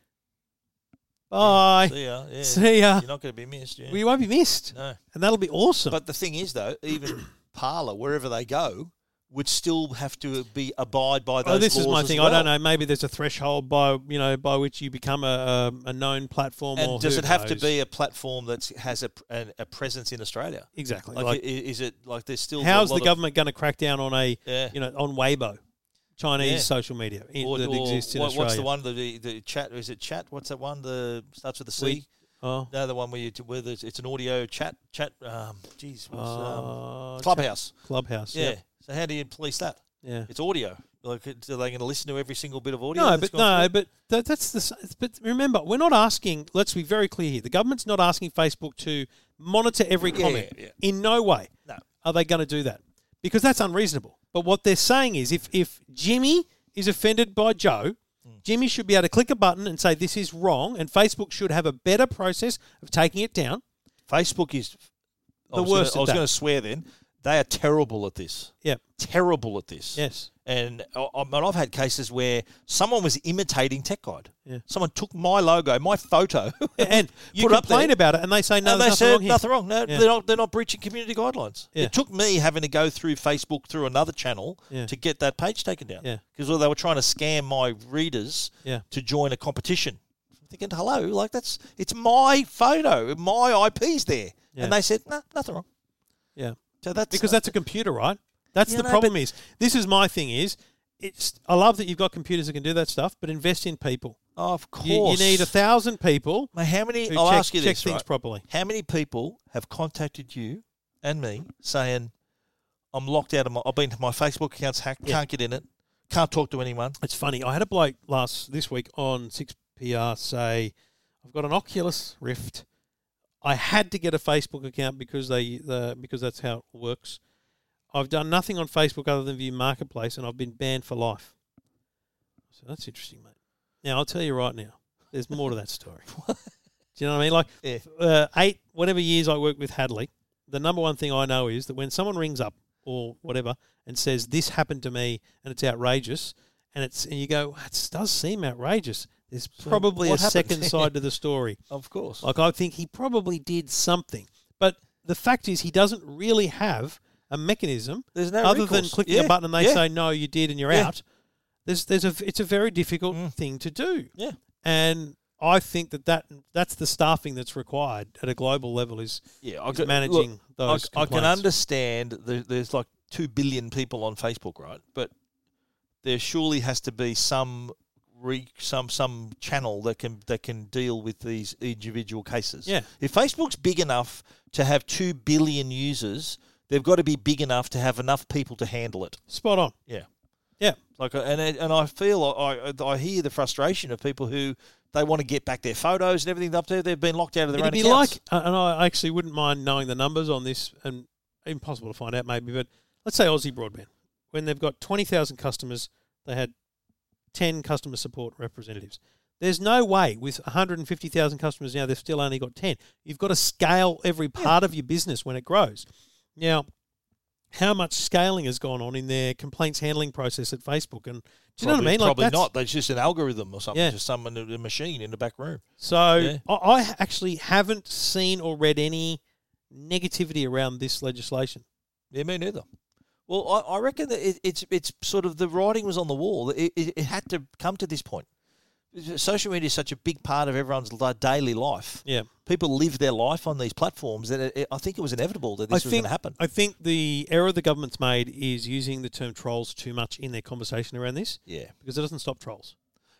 [SPEAKER 1] Bye.
[SPEAKER 2] See ya, yeah.
[SPEAKER 1] See ya.
[SPEAKER 2] You're not going to be missed. Yeah.
[SPEAKER 1] We won't be missed,
[SPEAKER 2] no.
[SPEAKER 1] and that'll be awesome.
[SPEAKER 2] But the thing is, though, even Parler, wherever they go, would still have to be abide by those.
[SPEAKER 1] Oh, this is
[SPEAKER 2] laws
[SPEAKER 1] my
[SPEAKER 2] as
[SPEAKER 1] thing.
[SPEAKER 2] well.
[SPEAKER 1] I don't know. Maybe there's a threshold by you know by which you become a a, a known platform. or
[SPEAKER 2] And does
[SPEAKER 1] who
[SPEAKER 2] it have to
[SPEAKER 1] knows?
[SPEAKER 2] be a platform that has a, an, a presence in Australia?
[SPEAKER 1] exactly?
[SPEAKER 2] Like,
[SPEAKER 1] Like,
[SPEAKER 2] i- is it like there's still a
[SPEAKER 1] how's
[SPEAKER 2] lot
[SPEAKER 1] the
[SPEAKER 2] of-
[SPEAKER 1] government going to crack down on a
[SPEAKER 2] Yeah.
[SPEAKER 1] you know on Weibo, Chinese
[SPEAKER 2] Yeah.
[SPEAKER 1] social media in, that exists in
[SPEAKER 2] what-
[SPEAKER 1] Australia?
[SPEAKER 2] What's the one the- the the chat? Is it chat? What's that one? The starts with the C.
[SPEAKER 1] We- Oh,
[SPEAKER 2] no, the one where you do- where there's, it's an audio chat chat. Um, geez, what's, um,
[SPEAKER 1] uh,
[SPEAKER 2] Clubhouse.
[SPEAKER 1] Clubhouse.
[SPEAKER 2] Yeah.
[SPEAKER 1] Yeah,
[SPEAKER 2] So how do you police that?
[SPEAKER 1] yeah.
[SPEAKER 2] It's audio. Like, it- are they going to listen to every single bit of audio?
[SPEAKER 1] No,
[SPEAKER 2] that's
[SPEAKER 1] but
[SPEAKER 2] gone through?
[SPEAKER 1] no, but that, that's the. s- But remember, we're not asking. Let's be very clear here. The government's not asking Facebook to monitor every
[SPEAKER 2] Yeah,
[SPEAKER 1] comment
[SPEAKER 2] yeah, yeah.
[SPEAKER 1] in no way.
[SPEAKER 2] No.
[SPEAKER 1] Are they going to do that? Because that's unreasonable. But what they're saying is, if if Jimmy is offended by Joe,
[SPEAKER 2] Hmm.
[SPEAKER 1] Jimmy should be able to click a button and say this is wrong, and Facebook should have a better process of taking it down.
[SPEAKER 2] Facebook is I
[SPEAKER 1] The
[SPEAKER 2] was
[SPEAKER 1] worst at
[SPEAKER 2] Gonna, I was
[SPEAKER 1] that.
[SPEAKER 2] going to swear. Then they are terrible at this.
[SPEAKER 1] Yeah.
[SPEAKER 2] Terrible at this.
[SPEAKER 1] Yes.
[SPEAKER 2] And I, I mean, I've had cases where someone was imitating Tech Guide.
[SPEAKER 1] Yeah.
[SPEAKER 2] Someone took my logo, my photo,
[SPEAKER 1] And you
[SPEAKER 2] put it up
[SPEAKER 1] complain
[SPEAKER 2] there.
[SPEAKER 1] about it, and they say no,
[SPEAKER 2] and they
[SPEAKER 1] there's nothing
[SPEAKER 2] said
[SPEAKER 1] wrong here.
[SPEAKER 2] nothing wrong. No,
[SPEAKER 1] Yeah.
[SPEAKER 2] they're not. They're not breaching community guidelines.
[SPEAKER 1] Yeah.
[SPEAKER 2] It took me having to go through Facebook through another channel
[SPEAKER 1] Yeah.
[SPEAKER 2] to get that page taken down.
[SPEAKER 1] Yeah.
[SPEAKER 2] Because well, they were trying to scam my readers.
[SPEAKER 1] Yeah.
[SPEAKER 2] To join a competition. I'm thinking, hello, like that's it's my photo, my IP's there,
[SPEAKER 1] Yeah.
[SPEAKER 2] and they said, no, nothing wrong.
[SPEAKER 1] Yeah.
[SPEAKER 2] So that's
[SPEAKER 1] because that's a computer, right? That's
[SPEAKER 2] Yeah,
[SPEAKER 1] the
[SPEAKER 2] no,
[SPEAKER 1] problem. Is this is my thing? Is it's I love that you've got computers that can do that stuff, but invest in people.
[SPEAKER 2] uh, Of course.
[SPEAKER 1] You, you need a thousand people
[SPEAKER 2] Mate, how many?
[SPEAKER 1] who
[SPEAKER 2] I'll
[SPEAKER 1] check,
[SPEAKER 2] ask you
[SPEAKER 1] check
[SPEAKER 2] this.
[SPEAKER 1] things
[SPEAKER 2] right?
[SPEAKER 1] properly.
[SPEAKER 2] How many people have contacted you and me saying, "I'm locked out of my. I've been my Facebook account's hacked.
[SPEAKER 1] Yeah.
[SPEAKER 2] Can't get in it. Can't talk to anyone."
[SPEAKER 1] It's funny. I had a bloke last this week on six PR say, "I've got an Oculus Rift, I had to get a Facebook account because they the, because that's how it works. I've done nothing on Facebook other than view Marketplace, and I've been banned for life. So that's interesting, mate. Now I'll tell you right now, there's more to that story. Do you know what I mean? Like
[SPEAKER 2] Yeah.
[SPEAKER 1] uh, eight whatever years I worked with Hadley, the number one thing I know is that when someone rings up or whatever and says this happened to me and it's outrageous, and it's and you go, it does seem outrageous. There's probably a
[SPEAKER 2] what happened?
[SPEAKER 1] second side to the story.
[SPEAKER 2] Of course.
[SPEAKER 1] Like I think he probably did something, but the fact is he doesn't really have a mechanism
[SPEAKER 2] There's no
[SPEAKER 1] other than
[SPEAKER 2] recourse.
[SPEAKER 1] clicking a
[SPEAKER 2] Yeah,
[SPEAKER 1] button and they
[SPEAKER 2] yeah.
[SPEAKER 1] say no, you did, and you're
[SPEAKER 2] Yeah. Mm.
[SPEAKER 1] out. There's there's a it's a very difficult thing to do,
[SPEAKER 2] yeah.
[SPEAKER 1] and I think that, that that's the staffing that's required at a global level is
[SPEAKER 2] Yeah.
[SPEAKER 1] is managing those.
[SPEAKER 2] I, I can
[SPEAKER 1] complaints.
[SPEAKER 2] understand the, there's like 2 billion people on Facebook, right? But there surely has to be some re, some some channel that can that can deal with these individual cases.
[SPEAKER 1] Yeah.
[SPEAKER 2] If Facebook's big enough to have 2 billion users, they've got to be big enough to have enough people to handle it.
[SPEAKER 1] Spot on.
[SPEAKER 2] Yeah.
[SPEAKER 1] Yeah.
[SPEAKER 2] Like, uh, and it- and I feel I I- I hear the frustration of people who they want to get back their photos and everything up there. They've been locked out of their
[SPEAKER 1] It'd be
[SPEAKER 2] own
[SPEAKER 1] like,
[SPEAKER 2] accounts.
[SPEAKER 1] uh, and I actually wouldn't mind knowing the numbers on this, and impossible to find out maybe, but let's say Aussie Broadband, when they've got 20,000 customers, they had 10 customer support representatives. There's no way with 150,000 customers now, they've still only got 10. You've got to scale every part of your business when it grows. Now, how much scaling has gone on in their complaints handling process at Facebook? And do you know what I mean? Like,
[SPEAKER 2] Probably
[SPEAKER 1] that's-
[SPEAKER 2] not. There's just an algorithm or something.
[SPEAKER 1] Yeah.
[SPEAKER 2] Just someone a machine in the back room.
[SPEAKER 1] So
[SPEAKER 2] Yeah.
[SPEAKER 1] I, I actually haven't seen or read any negativity around this legislation.
[SPEAKER 2] Yeah, me neither. Well, I, I reckon that it, it's it's sort of the writing was on the wall. It, it, it had to come to this point. Social media is such a big part of everyone's li- daily life.
[SPEAKER 1] Yeah,
[SPEAKER 2] People live their life on these platforms, that it, it- I think it was inevitable that
[SPEAKER 1] I
[SPEAKER 2] this was going
[SPEAKER 1] think
[SPEAKER 2] to happen.
[SPEAKER 1] I think the error the government's made is using the term trolls too much in their conversation around this
[SPEAKER 2] yeah.
[SPEAKER 1] because it doesn't stop trolls.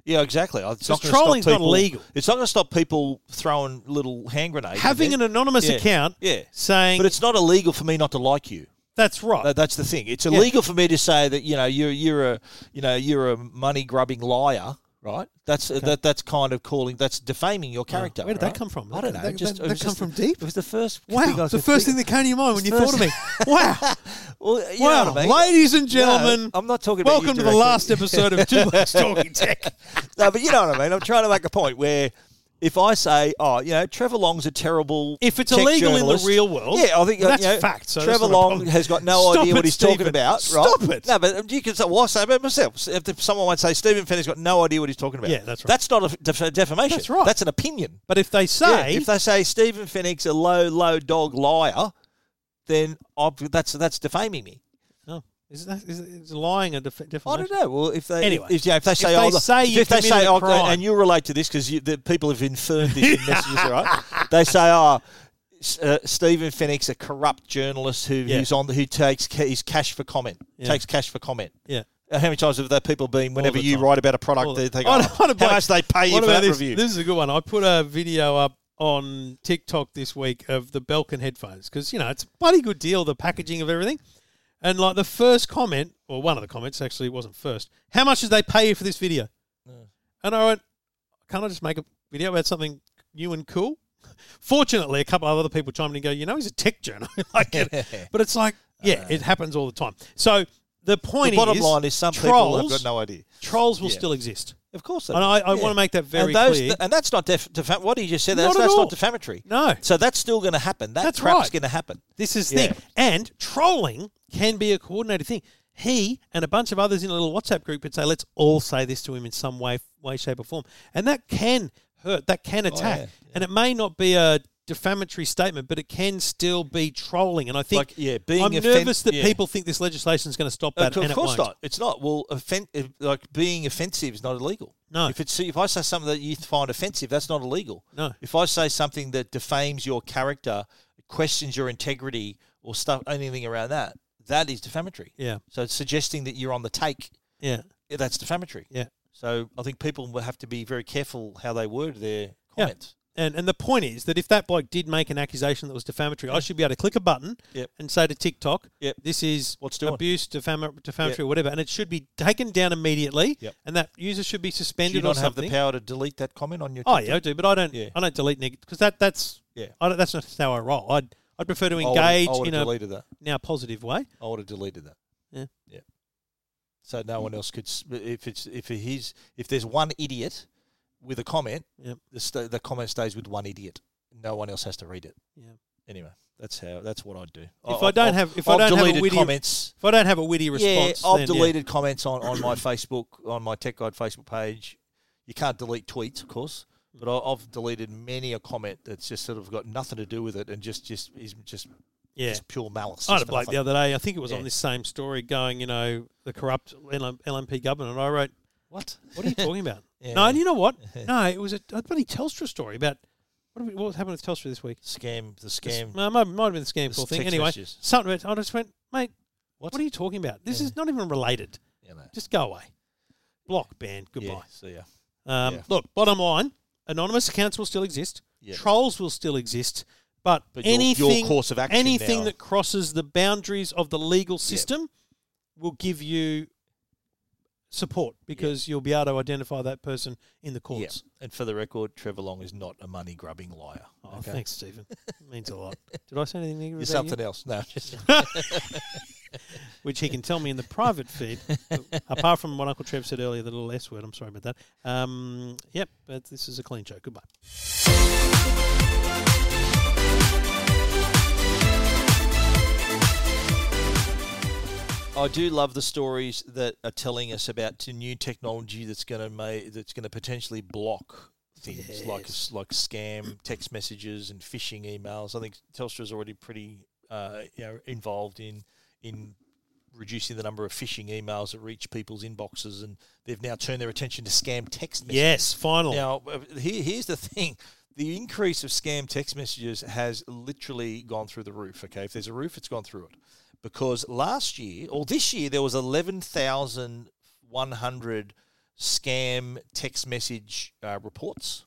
[SPEAKER 2] Yeah, exactly. It's
[SPEAKER 1] Because
[SPEAKER 2] not gonna stop
[SPEAKER 1] trolling's not
[SPEAKER 2] people-
[SPEAKER 1] legal.
[SPEAKER 2] It's not going to stop people throwing little hand grenades.
[SPEAKER 1] Having an anonymous
[SPEAKER 2] Yeah.
[SPEAKER 1] account,
[SPEAKER 2] Yeah.
[SPEAKER 1] saying
[SPEAKER 2] but it's not illegal for me not to like you.
[SPEAKER 1] that's right.
[SPEAKER 2] That- That's the thing. It's
[SPEAKER 1] Yeah.
[SPEAKER 2] illegal for me to say that you know you're you're a you know you're a money grubbing liar, right? That's that that's kind of calling that's defaming your character.
[SPEAKER 1] Oh, Where did that
[SPEAKER 2] right?
[SPEAKER 1] come from?
[SPEAKER 2] I don't know.
[SPEAKER 1] That-
[SPEAKER 2] It just,
[SPEAKER 1] that-
[SPEAKER 2] it
[SPEAKER 1] that
[SPEAKER 2] was
[SPEAKER 1] come
[SPEAKER 2] just-
[SPEAKER 1] from deep?
[SPEAKER 2] It was the first. thing I
[SPEAKER 1] wow,
[SPEAKER 2] was
[SPEAKER 1] the
[SPEAKER 2] gonna
[SPEAKER 1] first
[SPEAKER 2] think
[SPEAKER 1] thing that came to your mind when you
[SPEAKER 2] It's
[SPEAKER 1] thought of me. Wow.
[SPEAKER 2] of. Well, you know
[SPEAKER 1] Wow,
[SPEAKER 2] what I mean?
[SPEAKER 1] ladies and
[SPEAKER 2] No,
[SPEAKER 1] gentlemen,
[SPEAKER 2] I'm not talking. about you
[SPEAKER 1] Welcome to the
[SPEAKER 2] directly.
[SPEAKER 1] last episode of Two Blokes Talking Tech.
[SPEAKER 2] no, but you know what I mean. I'm trying to make a point where if I say, oh, you know, Trevor Long's a terrible.
[SPEAKER 1] If it's
[SPEAKER 2] tech
[SPEAKER 1] illegal in the
[SPEAKER 2] journalist-
[SPEAKER 1] real world,
[SPEAKER 2] yeah, I think
[SPEAKER 1] that's
[SPEAKER 2] you know,
[SPEAKER 1] fact, so that's not
[SPEAKER 2] Trevor
[SPEAKER 1] a
[SPEAKER 2] Long
[SPEAKER 1] problem.
[SPEAKER 2] has got no
[SPEAKER 1] Stop
[SPEAKER 2] idea
[SPEAKER 1] it,
[SPEAKER 2] what he's
[SPEAKER 1] Stephen.
[SPEAKER 2] talking about.
[SPEAKER 1] Stop
[SPEAKER 2] right?
[SPEAKER 1] it.
[SPEAKER 2] No, but you can say, well, I say about myself. So If someone might say Stephen Fenner's got no idea what he's talking about,
[SPEAKER 1] Yeah, that's right.
[SPEAKER 2] That's not a def- defamation.
[SPEAKER 1] That's right.
[SPEAKER 2] That's an opinion.
[SPEAKER 1] But if they
[SPEAKER 2] Yeah,
[SPEAKER 1] say
[SPEAKER 2] if they say Stephen Fennick's a low, low dog liar, then ob- that's that's defaming me.
[SPEAKER 1] Oh, is that is, is lying a def-
[SPEAKER 2] Oh, I
[SPEAKER 1] defamation?
[SPEAKER 2] don't know. Well, if they
[SPEAKER 1] Anyway.
[SPEAKER 2] if, yeah, if they say,
[SPEAKER 1] they
[SPEAKER 2] oh, the-
[SPEAKER 1] say you
[SPEAKER 2] if they say,
[SPEAKER 1] committed a
[SPEAKER 2] oh,
[SPEAKER 1] crime.
[SPEAKER 2] and you relate to this because the people have inferred this in messages, right? They say, oh, S- uh, Stephen Fennick's a corrupt journalist who,
[SPEAKER 1] Yeah.
[SPEAKER 2] who's on who takes ca- his cash for comment,
[SPEAKER 1] Yeah.
[SPEAKER 2] takes cash for comment.
[SPEAKER 1] Yeah.
[SPEAKER 2] Uh, How many times have that people been? Whenever
[SPEAKER 1] the
[SPEAKER 2] you
[SPEAKER 1] time.
[SPEAKER 2] write about a
[SPEAKER 1] All
[SPEAKER 2] product,
[SPEAKER 1] the-
[SPEAKER 2] they think,
[SPEAKER 1] Oh,
[SPEAKER 2] oh,
[SPEAKER 1] no, what about-
[SPEAKER 2] how much they pay you
[SPEAKER 1] What
[SPEAKER 2] for
[SPEAKER 1] about
[SPEAKER 2] that
[SPEAKER 1] this?
[SPEAKER 2] review?
[SPEAKER 1] This is a good one. I put a video up on TikTok this week of the Belkin headphones because you know it's a bloody good deal. The packaging of everything, and like the first comment or one of the comments actually it wasn't first. How much did they pay you for this video? And I went, can't I just make a video about something new and cool? Fortunately, a couple of other people chimed in and go, you know, he's a tech journal. I get it. But it's like, yeah, it happens all the time. So the point
[SPEAKER 2] the bottom
[SPEAKER 1] is,
[SPEAKER 2] line is some
[SPEAKER 1] trolls,
[SPEAKER 2] people have got no idea.
[SPEAKER 1] trolls will
[SPEAKER 2] Yeah.
[SPEAKER 1] still exist.
[SPEAKER 2] Of course,
[SPEAKER 1] And I- I wanna make that very
[SPEAKER 2] and those,
[SPEAKER 1] clear.
[SPEAKER 2] th- and that's not def- defam- what he just said.
[SPEAKER 1] Not
[SPEAKER 2] That's,
[SPEAKER 1] at
[SPEAKER 2] that's
[SPEAKER 1] all.
[SPEAKER 2] not defamatory.
[SPEAKER 1] No.
[SPEAKER 2] So that's still going to happen. That
[SPEAKER 1] That's
[SPEAKER 2] crap's
[SPEAKER 1] right.
[SPEAKER 2] going to happen.
[SPEAKER 1] This is the
[SPEAKER 2] Yeah.
[SPEAKER 1] thing. And trolling can be a coordinated thing. He and a bunch of others in a little WhatsApp group would say, let's all say this to him in some way, way, shape, or form. And that can hurt, that can attack.
[SPEAKER 2] Oh, yeah,
[SPEAKER 1] And it may not be a defamatory statement, but it can still be trolling. And I think
[SPEAKER 2] Like, yeah, being
[SPEAKER 1] I'm
[SPEAKER 2] offen-
[SPEAKER 1] nervous that
[SPEAKER 2] yeah.
[SPEAKER 1] people think this legislation is going to stop that.
[SPEAKER 2] Uh,
[SPEAKER 1] and
[SPEAKER 2] of course
[SPEAKER 1] it won't.
[SPEAKER 2] not. It's not. Well, offen- if- like being offensive is not illegal.
[SPEAKER 1] No.
[SPEAKER 2] If it's if I say something that you find offensive, that's not illegal.
[SPEAKER 1] No.
[SPEAKER 2] If I say something that defames your character, questions your integrity, or stuff anything around that, that is defamatory.
[SPEAKER 1] Yeah.
[SPEAKER 2] So it's suggesting that you're on the take.
[SPEAKER 1] Yeah.
[SPEAKER 2] yeah, That's defamatory.
[SPEAKER 1] Yeah.
[SPEAKER 2] So I think people will have to be very careful how they word their
[SPEAKER 1] Yeah.
[SPEAKER 2] comments.
[SPEAKER 1] And and the point is that if that bloke did make an accusation that was defamatory, I should be able to click a button
[SPEAKER 2] Yep.
[SPEAKER 1] and say to TikTok,
[SPEAKER 2] Yep.
[SPEAKER 1] this is
[SPEAKER 2] What's doing?
[SPEAKER 1] abuse, defam- defamatory, or whatever, and it should be taken down immediately,
[SPEAKER 2] Yep.
[SPEAKER 1] and that user should be
[SPEAKER 2] Do you
[SPEAKER 1] suspended or
[SPEAKER 2] not have
[SPEAKER 1] something.
[SPEAKER 2] the power to delete that comment on your?
[SPEAKER 1] oh
[SPEAKER 2] TikTok?
[SPEAKER 1] yeah, I do, but I don't.
[SPEAKER 2] Yeah.
[SPEAKER 1] I don't delete negative because that that's
[SPEAKER 2] Yeah.
[SPEAKER 1] I don't, that's not how I roll. I'd I'd prefer to
[SPEAKER 2] I would've- I
[SPEAKER 1] engage
[SPEAKER 2] would've
[SPEAKER 1] in a
[SPEAKER 2] deleted that.
[SPEAKER 1] now positive way.
[SPEAKER 2] I would have deleted that.
[SPEAKER 1] Yeah. Mm.
[SPEAKER 2] Yeah. So no one else could. s- If it's if his if there's one idiot with a comment,
[SPEAKER 1] Yep.
[SPEAKER 2] the sta the comment stays with one idiot. No one else has to read it.
[SPEAKER 1] Yeah.
[SPEAKER 2] Anyway, that's how that's what I'd do. If
[SPEAKER 1] I don't have- if I don't have a
[SPEAKER 2] deleted
[SPEAKER 1] witty
[SPEAKER 2] comments,
[SPEAKER 1] If I don't have a witty response,
[SPEAKER 2] yeah, I've
[SPEAKER 1] then,
[SPEAKER 2] deleted comments on, on my Facebook on my Tech Guide Facebook page. You can't delete tweets, of course, but I, I've deleted many a comment that's just sort of got nothing to do with it and just just is just
[SPEAKER 1] Yeah.
[SPEAKER 2] just pure malice.
[SPEAKER 1] I had
[SPEAKER 2] just
[SPEAKER 1] a bloke
[SPEAKER 2] nothing.
[SPEAKER 1] the other day. I think it was on
[SPEAKER 2] Yeah.
[SPEAKER 1] this same story going, you know, the corrupt LM, LMP government. And I wrote,
[SPEAKER 2] What?
[SPEAKER 1] "What are you talking about?"
[SPEAKER 2] Yeah.
[SPEAKER 1] No, and you know what? No, it was a, a bloody Telstra story about what, did we, what happened with Telstra this week.
[SPEAKER 2] scam the
[SPEAKER 1] This-
[SPEAKER 2] scam.
[SPEAKER 1] no, it might, might have been the scam
[SPEAKER 2] This
[SPEAKER 1] call thing.
[SPEAKER 2] text
[SPEAKER 1] Anyway,
[SPEAKER 2] messages.
[SPEAKER 1] something. about- I just went, mate.
[SPEAKER 2] What?
[SPEAKER 1] What are you talking about? This is not even related.
[SPEAKER 2] You know,
[SPEAKER 1] Just go away. Block, ban,
[SPEAKER 2] yeah,
[SPEAKER 1] goodbye.
[SPEAKER 2] see ya.
[SPEAKER 1] Um,
[SPEAKER 2] yeah.
[SPEAKER 1] Look, bottom line, anonymous accounts will still exist.
[SPEAKER 2] Yeah.
[SPEAKER 1] Trolls will still exist. But,
[SPEAKER 2] But your- your
[SPEAKER 1] anything,
[SPEAKER 2] course of action
[SPEAKER 1] anything
[SPEAKER 2] now-
[SPEAKER 1] that crosses the boundaries of the legal system will give you support because you'll be able to identify that person in the
[SPEAKER 2] Yeah.
[SPEAKER 1] courts.
[SPEAKER 2] And for the record, Trevor Long is not a money grubbing liar.
[SPEAKER 1] Oh, thanks, Stephen. It means a lot. Did I say anything negative?
[SPEAKER 2] You're
[SPEAKER 1] about you?
[SPEAKER 2] something else. No.
[SPEAKER 1] which he can tell me in the private feed. apart from what Uncle Trev said earlier, the little S word. I'm sorry about that. Um, yep, but this is a clean show. Goodbye.
[SPEAKER 2] I do love the stories that are telling us about t- new technology that's going to make that's going to potentially block things like s- like scam text messages and phishing emails. I think Telstra's already pretty uh, you know, involved in in reducing the number of phishing emails that reach people's inboxes, and they've now turned their attention to scam text messages.
[SPEAKER 1] Yes, final.
[SPEAKER 2] Now, uh, here, here's the thing. The increase of scam text messages has literally gone through the roof. Okay, if there's a roof, it's gone through it. Because last year or this year, there was eleven thousand one hundred scam text message uh, reports.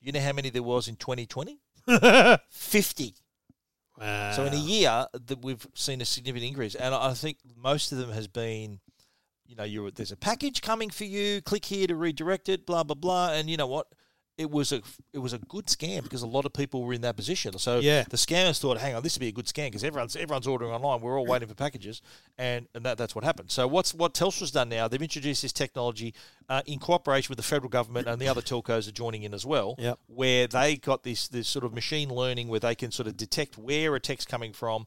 [SPEAKER 2] You know how many there was in 2020? Fifty.
[SPEAKER 1] Wow.
[SPEAKER 2] So in a year that we've seen a significant increase, and I I think most of them has been, you know, you're there's a package coming for you. Click here to redirect it. Blah blah blah. And you know what? It was a it was a good scam because a lot of people were in that position. So
[SPEAKER 1] Yeah.
[SPEAKER 2] the scammers thought, hang on, this would be a good scam because everyone's everyone's ordering online. We're all waiting for packages, and and that, that's what happened. So what's what Telstra's done now? They've introduced this technology uh, in cooperation with the federal government, and the other telcos are joining in as well
[SPEAKER 1] Yep.
[SPEAKER 2] where they got this this sort of machine learning where they can sort of detect where a text coming from,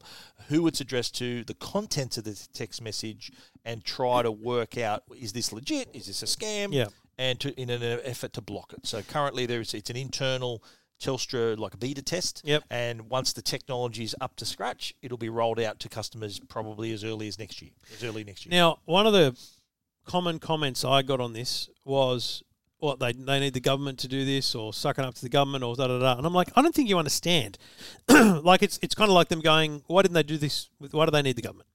[SPEAKER 2] who it's addressed to, the content of the text message, and try to work out is this legit, is this a scam,
[SPEAKER 1] Yeah.
[SPEAKER 2] and to, in an effort to block it. So currently there is it's an internal Telstra like beta test,
[SPEAKER 1] Yep.
[SPEAKER 2] and once the technology is up to scratch, it'll be rolled out to customers probably as early as next year, as early next year.
[SPEAKER 1] Now, one of the common comments I got on this was, "What they they need the government to do this, or sucking up to the government, or da da da." And I'm like, I don't think you understand. like it's it's kind of like them going, "Why didn't they do this? With why do they need the government?"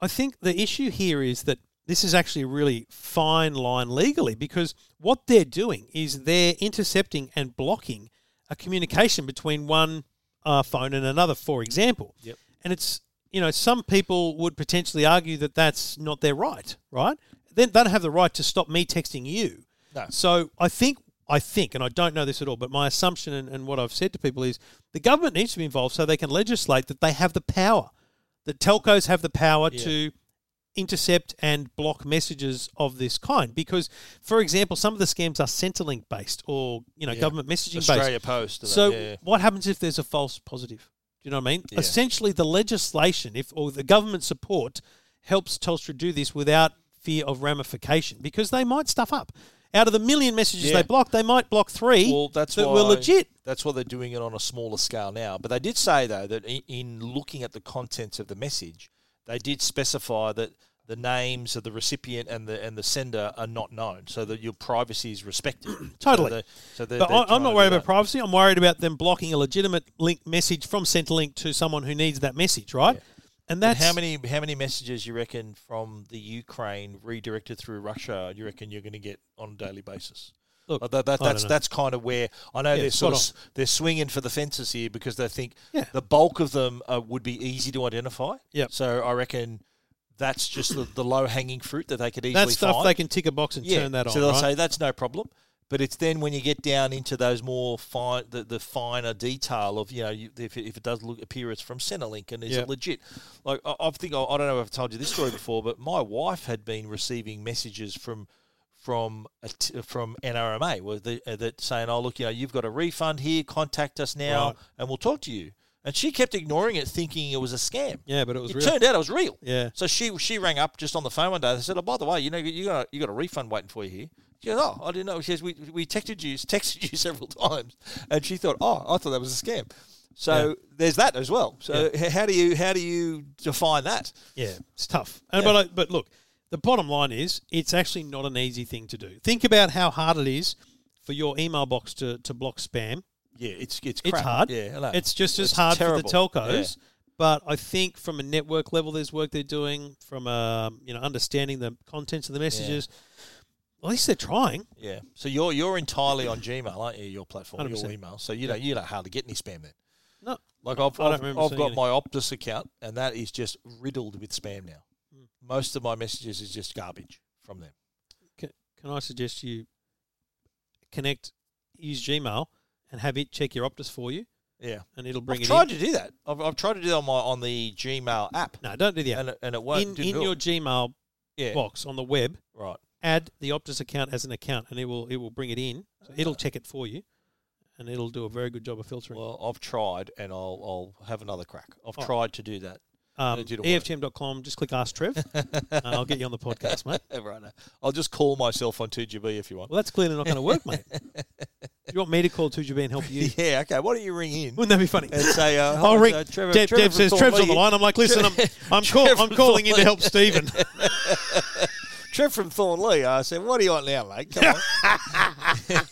[SPEAKER 1] I think the issue here is that this is actually a really fine line legally because what they're doing is they're intercepting and blocking a communication between one uh, phone and another, for example.
[SPEAKER 2] Yep.
[SPEAKER 1] And it's, you know, some people would potentially argue that that's not their right, right? Then they don't have the right to stop me texting you.
[SPEAKER 2] No.
[SPEAKER 1] So I think, I think, and I don't know this at all, but my assumption and, and what I've said to people is the government needs to be involved so they can legislate that they have the power, that telcos have the power to intercept and block messages of this kind. Because, for example, some of the scams are Centrelink based or, you know, government messaging based.
[SPEAKER 2] Australia Post.
[SPEAKER 1] So
[SPEAKER 2] yeah, yeah.
[SPEAKER 1] what happens if there's a false positive? Do you know what I mean? Essentially, the legislation, if or the government support, helps Telstra do this without fear of ramification because they might stuff up. Out of the million messages
[SPEAKER 2] Yeah.
[SPEAKER 1] they block, they might block three
[SPEAKER 2] Well, that's
[SPEAKER 1] that
[SPEAKER 2] why,
[SPEAKER 1] were legit.
[SPEAKER 2] That's why they're doing it on a smaller scale now. But they did say though that in, in looking at the contents of the message, they did specify that the names of the recipient and the and the sender are not known, so that your privacy is respected.
[SPEAKER 1] Totally.
[SPEAKER 2] So, they- so they're,
[SPEAKER 1] But
[SPEAKER 2] they're
[SPEAKER 1] I,
[SPEAKER 2] trying
[SPEAKER 1] I'm
[SPEAKER 2] to
[SPEAKER 1] not
[SPEAKER 2] do
[SPEAKER 1] worried
[SPEAKER 2] that.
[SPEAKER 1] about privacy. I'm worried about them blocking a legitimate link message from Centrelink to someone who needs that message, right? And
[SPEAKER 2] But
[SPEAKER 1] that's
[SPEAKER 2] How many how many messages you reckon from the Ukraine redirected through Russia? You reckon you're going to get on a daily basis?
[SPEAKER 1] Look,
[SPEAKER 2] Like that, that,
[SPEAKER 1] I don't
[SPEAKER 2] that's
[SPEAKER 1] know.
[SPEAKER 2] that's kind of where I know
[SPEAKER 1] Yeah,
[SPEAKER 2] they're sort of
[SPEAKER 1] spot
[SPEAKER 2] s- they're swinging for the fences here because they think
[SPEAKER 1] Yeah.
[SPEAKER 2] the bulk of them uh, would be easy to identify.
[SPEAKER 1] Yep.
[SPEAKER 2] So I reckon that's just the, the low hanging fruit that they could easily
[SPEAKER 1] that stuff
[SPEAKER 2] find.
[SPEAKER 1] they can tick a box and turn that on.
[SPEAKER 2] So they'll
[SPEAKER 1] right?
[SPEAKER 2] say that's no problem. But it's then when you get down into those more fine, the, the finer detail of you know you, if, it- if it does look appear it's from Centrelink and is
[SPEAKER 1] Yeah.
[SPEAKER 2] it legit? Like I, I think I, I don't know if I've told you this story before, but my wife had been receiving messages from from a t- from NRMA where the, uh, that saying, "Oh look, you know you've got a refund here. Contact us now,
[SPEAKER 1] Right.
[SPEAKER 2] and we'll talk to you." And she kept ignoring it, thinking it was a scam.
[SPEAKER 1] Yeah, but it was
[SPEAKER 2] It
[SPEAKER 1] real.
[SPEAKER 2] turned out it was real.
[SPEAKER 1] Yeah.
[SPEAKER 2] So she she rang up just on the phone one day. They said, "Oh, by the way, you know you got you got a refund waiting for you here." She goes, "Oh, I didn't know." She says, "We we texted you texted you several times," and she thought, "Oh, I thought that was a scam." So there's that as well. So h- how do you how do you define that?
[SPEAKER 1] Yeah, it's tough. And
[SPEAKER 2] Yeah.
[SPEAKER 1] but I, but look, the bottom line is it's actually not an easy thing to do. Think about how hard it is for your email box to, to block spam.
[SPEAKER 2] Yeah, it's it's
[SPEAKER 1] It's hard.
[SPEAKER 2] Yeah, I know.
[SPEAKER 1] It's just as
[SPEAKER 2] It's
[SPEAKER 1] hard
[SPEAKER 2] terrible.
[SPEAKER 1] for the telcos. But I think from a network level, there's work they're doing from um, you know understanding the contents of the messages. At least they're trying.
[SPEAKER 2] Yeah. So you're you're entirely on Gmail, aren't you? Your platform, your
[SPEAKER 1] 100%.
[SPEAKER 2] email. So you don't you don't hardly get any spam then.
[SPEAKER 1] No,
[SPEAKER 2] Like I've
[SPEAKER 1] I don't
[SPEAKER 2] I've,
[SPEAKER 1] remember
[SPEAKER 2] I've
[SPEAKER 1] seeing
[SPEAKER 2] got
[SPEAKER 1] any.
[SPEAKER 2] my Optus account, and that is just riddled with spam now.
[SPEAKER 1] Hmm.
[SPEAKER 2] Most of my messages is just garbage from them.
[SPEAKER 1] can, can I suggest you connect, use Gmail, and have it check your Optus for you,
[SPEAKER 2] Yeah.
[SPEAKER 1] and it'll bring
[SPEAKER 2] I've
[SPEAKER 1] it
[SPEAKER 2] tried
[SPEAKER 1] in.
[SPEAKER 2] to do that. I've, I've tried to do that on my on the Gmail app,
[SPEAKER 1] No, don't do the app.
[SPEAKER 2] and it, and it won't.
[SPEAKER 1] in
[SPEAKER 2] didn't
[SPEAKER 1] in
[SPEAKER 2] do
[SPEAKER 1] your
[SPEAKER 2] it.
[SPEAKER 1] Gmail
[SPEAKER 2] yeah,
[SPEAKER 1] box on the web,
[SPEAKER 2] right.
[SPEAKER 1] add the Optus account as an account, and it will it will bring it in. So it'll check it for you, and it'll do a very good job of filtering.
[SPEAKER 2] Well, I've tried, and I'll I'll have another crack. I've
[SPEAKER 1] Oh.
[SPEAKER 2] tried to do that.
[SPEAKER 1] um,
[SPEAKER 2] it didn't work.
[SPEAKER 1] EFTM.com, just click Ask Trev, and I'll get you on the podcast, mate.
[SPEAKER 2] Yeah, right. now. I'll just call myself on 2GB if you want.
[SPEAKER 1] Well, that's clearly not going to work, mate. You want me to call 2GB and help you?
[SPEAKER 2] Yeah. Okay. Why don't you ring in
[SPEAKER 1] Wouldn't that be funny?
[SPEAKER 2] and say, uh,
[SPEAKER 1] I'll
[SPEAKER 2] hi,
[SPEAKER 1] ring.
[SPEAKER 2] uh, Trevor,
[SPEAKER 1] Dev,
[SPEAKER 2] Trevor
[SPEAKER 1] Dev
[SPEAKER 2] from
[SPEAKER 1] says Trev's on the
[SPEAKER 2] Thornlea-
[SPEAKER 1] line. I'm like, listen, I'm I'm, call,
[SPEAKER 2] Trevor
[SPEAKER 1] I'm calling in to
[SPEAKER 2] Thornlea.
[SPEAKER 1] help Stephen.
[SPEAKER 2] Trev from Thornlea. I said, what do you want now, mate? Come on.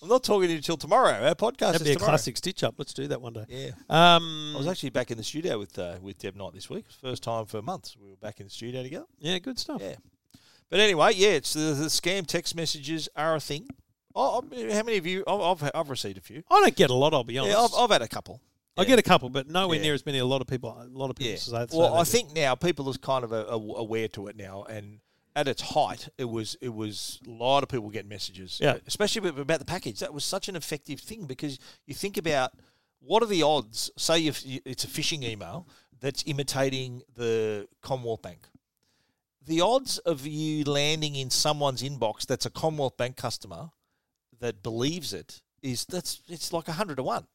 [SPEAKER 2] I'm not talking to you till tomorrow. Our podcast
[SPEAKER 1] That'd
[SPEAKER 2] is
[SPEAKER 1] be a
[SPEAKER 2] tomorrow.
[SPEAKER 1] classic stitch up. Let's do that one day.
[SPEAKER 2] Yeah. I was
[SPEAKER 1] Um,
[SPEAKER 2] actually back in the studio with uh, with Deb Knight this week. First time for months. We were back in the studio together.
[SPEAKER 1] yeah, good stuff.
[SPEAKER 2] Yeah. But anyway, yeah, it's the, the scam text messages are a thing. Oh, I- how many of you? I've, I've, I've received a few.
[SPEAKER 1] I don't get a lot. I'll be honest.
[SPEAKER 2] Yeah, I've, I've had a couple.
[SPEAKER 1] I get a couple, but nowhere
[SPEAKER 2] Yeah.
[SPEAKER 1] near as many. A lot of people. A lot of people
[SPEAKER 2] Yeah.
[SPEAKER 1] say say
[SPEAKER 2] well,
[SPEAKER 1] they
[SPEAKER 2] I
[SPEAKER 1] do.
[SPEAKER 2] think now people are kind of a, a- aware to it now, and at its height, it was it was a lot of people getting messages.
[SPEAKER 1] Yeah.
[SPEAKER 2] Especially with- about the package. That was such an effective thing because you think about what are the odds? Say if you- it's a phishing email that's imitating the Commonwealth Bank. The odds of you landing in someone's inbox that's a Commonwealth Bank customer that believes it is that's it's like hundred to one.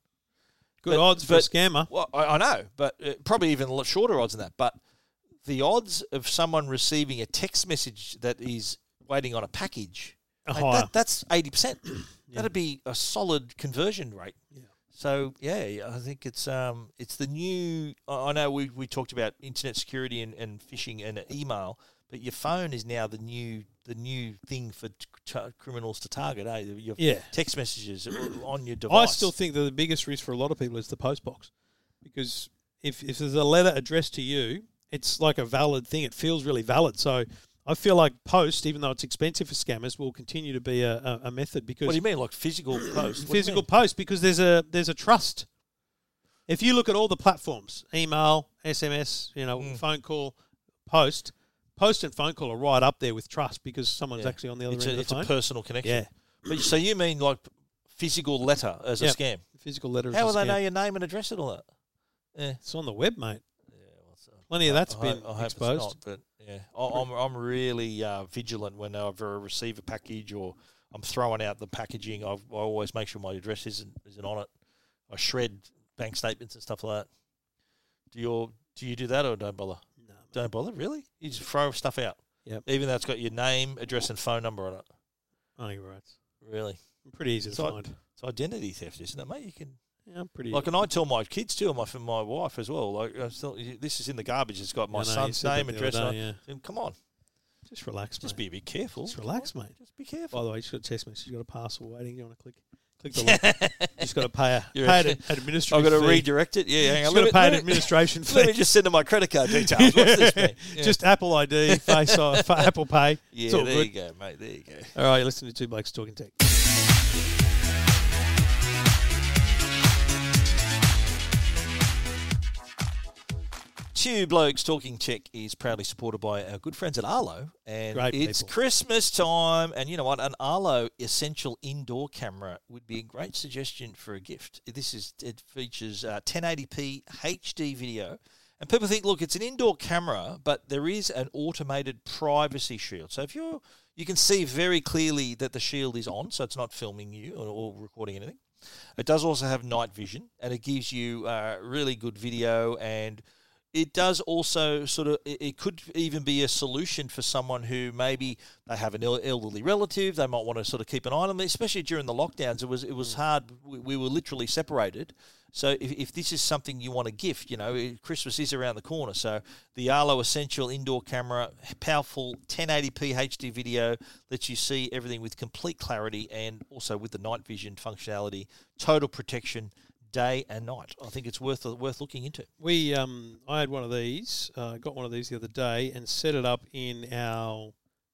[SPEAKER 1] Good
[SPEAKER 2] But-
[SPEAKER 1] odds for a
[SPEAKER 2] but-
[SPEAKER 1] scammer.
[SPEAKER 2] Well, I, I know, but uh, probably even a lot shorter odds than that. But the odds of someone receiving a text message that is waiting on a package,
[SPEAKER 1] Are
[SPEAKER 2] mate,
[SPEAKER 1] higher.
[SPEAKER 2] that, that's eighty percent. That'd be a solid conversion rate.
[SPEAKER 1] Yeah.
[SPEAKER 2] So yeah, I think it's um it's the new. I I know we we talked about internet security and, and phishing and email, but your phone is now the new the new thing for t- t- criminals to target. Eh? Your
[SPEAKER 1] Yeah.
[SPEAKER 2] text messages on your
[SPEAKER 1] I
[SPEAKER 2] device.
[SPEAKER 1] still think that the biggest risk for a lot of people is the post box, because if if there's a letter addressed to you, it's like a valid thing. It feels really valid. So I feel like post, even though it's expensive for scammers, will continue to be a, a, a method because
[SPEAKER 2] What do you mean, like physical post? What do you
[SPEAKER 1] physical
[SPEAKER 2] mean?
[SPEAKER 1] post because there's a there's a trust. If you look at all the platforms, email, SMS, you know,
[SPEAKER 2] Hmm.
[SPEAKER 1] phone call, post, post and phone call are right up there with trust because someone's
[SPEAKER 2] Yeah.
[SPEAKER 1] actually on the other
[SPEAKER 2] it's
[SPEAKER 1] end of
[SPEAKER 2] a,
[SPEAKER 1] the
[SPEAKER 2] it's
[SPEAKER 1] phone.
[SPEAKER 2] a personal connection.
[SPEAKER 1] Yeah.
[SPEAKER 2] But so you mean like physical letter as
[SPEAKER 1] Yeah.
[SPEAKER 2] a scam?
[SPEAKER 1] Physical letter. is
[SPEAKER 2] How
[SPEAKER 1] a
[SPEAKER 2] will they
[SPEAKER 1] scam.
[SPEAKER 2] know your name and address and all that?
[SPEAKER 1] It's on the web, mate.
[SPEAKER 2] Yeah, well, so-
[SPEAKER 1] Plenty of that's
[SPEAKER 2] I
[SPEAKER 1] been
[SPEAKER 2] hope- I hope it's
[SPEAKER 1] exposed.
[SPEAKER 2] not, but yeah, I, I'm I'm really uh, vigilant when I receive a package or I'm throwing out the packaging. I've, I always make sure my address isn't isn't on it. I shred bank statements and stuff like that. Do your do you do that or don't bother?
[SPEAKER 1] No, mate.
[SPEAKER 2] Don't bother, really. You just throw stuff out.
[SPEAKER 1] Yep.
[SPEAKER 2] Even though it's got your name, address, and phone number on it.
[SPEAKER 1] I think you're right.
[SPEAKER 2] Really.
[SPEAKER 1] Pretty easy to
[SPEAKER 2] So I-
[SPEAKER 1] find.
[SPEAKER 2] It's identity theft, isn't it, mate? You can
[SPEAKER 1] Yeah, I'm pretty.
[SPEAKER 2] like, and I tell my kids too, and my my wife as well. Like, I still, this is in the garbage. It's got my
[SPEAKER 1] I know, you
[SPEAKER 2] son's
[SPEAKER 1] said that
[SPEAKER 2] name,
[SPEAKER 1] the other
[SPEAKER 2] address.
[SPEAKER 1] day,
[SPEAKER 2] and I-
[SPEAKER 1] yeah.
[SPEAKER 2] then Come on,
[SPEAKER 1] Just relax,
[SPEAKER 2] just
[SPEAKER 1] mate.
[SPEAKER 2] be a bit careful.
[SPEAKER 1] Just relax, mate.
[SPEAKER 2] Just be
[SPEAKER 1] By
[SPEAKER 2] careful.
[SPEAKER 1] the way, you just got a text message. You got a parcel waiting. You want to click? Click the link. you just got to pay a
[SPEAKER 2] You're
[SPEAKER 1] pay
[SPEAKER 2] a-
[SPEAKER 1] an administrative.
[SPEAKER 2] I've got to
[SPEAKER 1] fee.
[SPEAKER 2] redirect it. Yeah, hang
[SPEAKER 1] Just
[SPEAKER 2] on.
[SPEAKER 1] got to
[SPEAKER 2] me-
[SPEAKER 1] pay an
[SPEAKER 2] me-
[SPEAKER 1] administration
[SPEAKER 2] Let
[SPEAKER 1] fee.
[SPEAKER 2] me just send in my credit card details. What's this mean? Yeah,
[SPEAKER 1] Just Apple ID, Face I- Fa- Apple Pay.
[SPEAKER 2] yeah,
[SPEAKER 1] it's all
[SPEAKER 2] there
[SPEAKER 1] good.
[SPEAKER 2] you go, mate. There you go.
[SPEAKER 1] All right, you're listening to Two Blokes Talking Tech.
[SPEAKER 2] Two Blokes Talking Tech is proudly supported by our good friends at Arlo. And
[SPEAKER 1] Great
[SPEAKER 2] it's
[SPEAKER 1] people.
[SPEAKER 2] Christmas time. And you know what? An Arlo Essential Indoor Camera would be a great suggestion for a gift. This is It features uh, 1080p HD video. And people think, look, it's an indoor camera, but there is an automated privacy shield. So if you're, you can see very clearly that the shield is on, so it's not filming you or, or recording anything. It does also have night vision, and it gives you uh, really good video. And it does also sort of it it could even be a solution for someone who maybe they have an el- elderly relative. They might want to sort of keep an eye on them, especially during the lockdowns. It was it was hard. We, we were literally separated. So if, if this is something you want to gift, you know, it- Christmas is around the corner. So the Arlo Essential indoor camera, powerful 1080p HD video, lets you see everything with complete clarity and also with the night vision functionality, total protection day and night. I think it's worth worth looking into.
[SPEAKER 1] We, um, I had one of these, uh, got one of these the other day, and set it up in our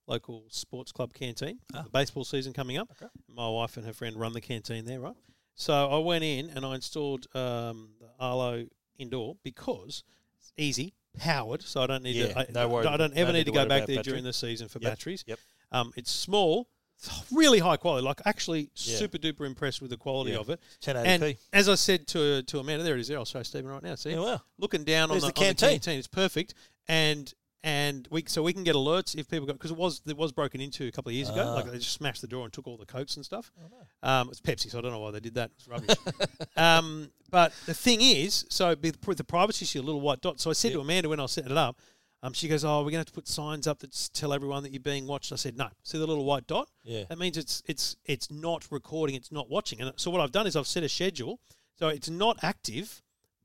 [SPEAKER 1] local sports club canteen.
[SPEAKER 2] Ah.
[SPEAKER 1] The baseball season coming up. My wife and her friend run the canteen there, right? So I went in and I installed um, the Arlo indoor because it's easy, powered, so I don't need
[SPEAKER 2] Yeah,
[SPEAKER 1] to. I,
[SPEAKER 2] no worry-
[SPEAKER 1] I don't
[SPEAKER 2] no
[SPEAKER 1] ever
[SPEAKER 2] need
[SPEAKER 1] need to
[SPEAKER 2] to
[SPEAKER 1] go
[SPEAKER 2] worry
[SPEAKER 1] back
[SPEAKER 2] about
[SPEAKER 1] there
[SPEAKER 2] battery.
[SPEAKER 1] during the season for
[SPEAKER 2] Yep,
[SPEAKER 1] batteries.
[SPEAKER 2] yep.
[SPEAKER 1] Um, it's small, it's really high quality. Like actually,
[SPEAKER 2] Yeah.
[SPEAKER 1] super duper impressed with the quality
[SPEAKER 2] Yeah.
[SPEAKER 1] of it.
[SPEAKER 2] 1080p.
[SPEAKER 1] And as I said to to Amanda, there it is. There, I'll show Stephen right now. See,
[SPEAKER 2] Yeah, wow.
[SPEAKER 1] looking down on
[SPEAKER 2] There's
[SPEAKER 1] the,
[SPEAKER 2] the
[SPEAKER 1] on the
[SPEAKER 2] canteen.
[SPEAKER 1] canteen, it's perfect. And and we so we can get alerts if people got because it was it was broken into a couple of years ago.
[SPEAKER 2] Ah. Oh,
[SPEAKER 1] Like they just smashed the door and took all the cokes and stuff. Um, it's Pepsi, so I don't know why they did that. It's rubbish. um, but the thing is, so with with the privacy shield, little white dot. So I said to Amanda when I was setting it up, um, she goes, "Oh, we're gonna have to put signs up that s- tell everyone that you're being watched." I said, "No, see the little white dot."
[SPEAKER 2] Yeah.
[SPEAKER 1] That means it's it's it's not recording, it's not watching. And so what I've done is I've set a schedule, so it's not active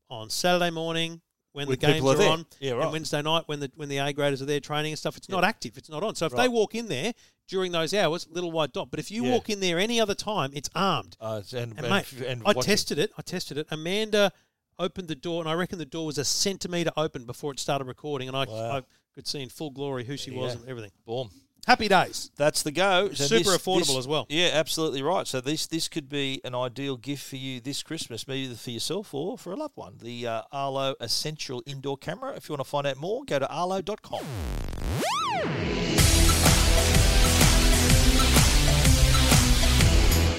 [SPEAKER 1] on Saturday morning when
[SPEAKER 2] When
[SPEAKER 1] the games
[SPEAKER 2] people are
[SPEAKER 1] are,
[SPEAKER 2] there.
[SPEAKER 1] on,
[SPEAKER 2] Yeah,
[SPEAKER 1] and
[SPEAKER 2] right.
[SPEAKER 1] Wednesday night when the when the A graders are there training and stuff. It's not active, it's not on. So if they
[SPEAKER 2] Right.
[SPEAKER 1] walk in there during those hours, little white dot. But if you
[SPEAKER 2] Yeah.
[SPEAKER 1] walk in there any other time, it's armed.
[SPEAKER 2] Uh, and,
[SPEAKER 1] And, mate,
[SPEAKER 2] and, and
[SPEAKER 1] I
[SPEAKER 2] watching.
[SPEAKER 1] tested it. I tested it. Amanda opened the door, and I reckon the door was a centimeter open before it started recording, and I,
[SPEAKER 2] Wow.
[SPEAKER 1] I could see in full glory who she was
[SPEAKER 2] Yeah.
[SPEAKER 1] and everything.
[SPEAKER 2] Boom.
[SPEAKER 1] Happy days.
[SPEAKER 2] That's the go.
[SPEAKER 1] Super affordable as well.
[SPEAKER 2] Yeah, absolutely right. So this this could be an ideal gift for you this Christmas, maybe either for yourself or for a loved one. The uh, Arlo Essential Indoor Camera. If you want to find out more, go to arlo.com.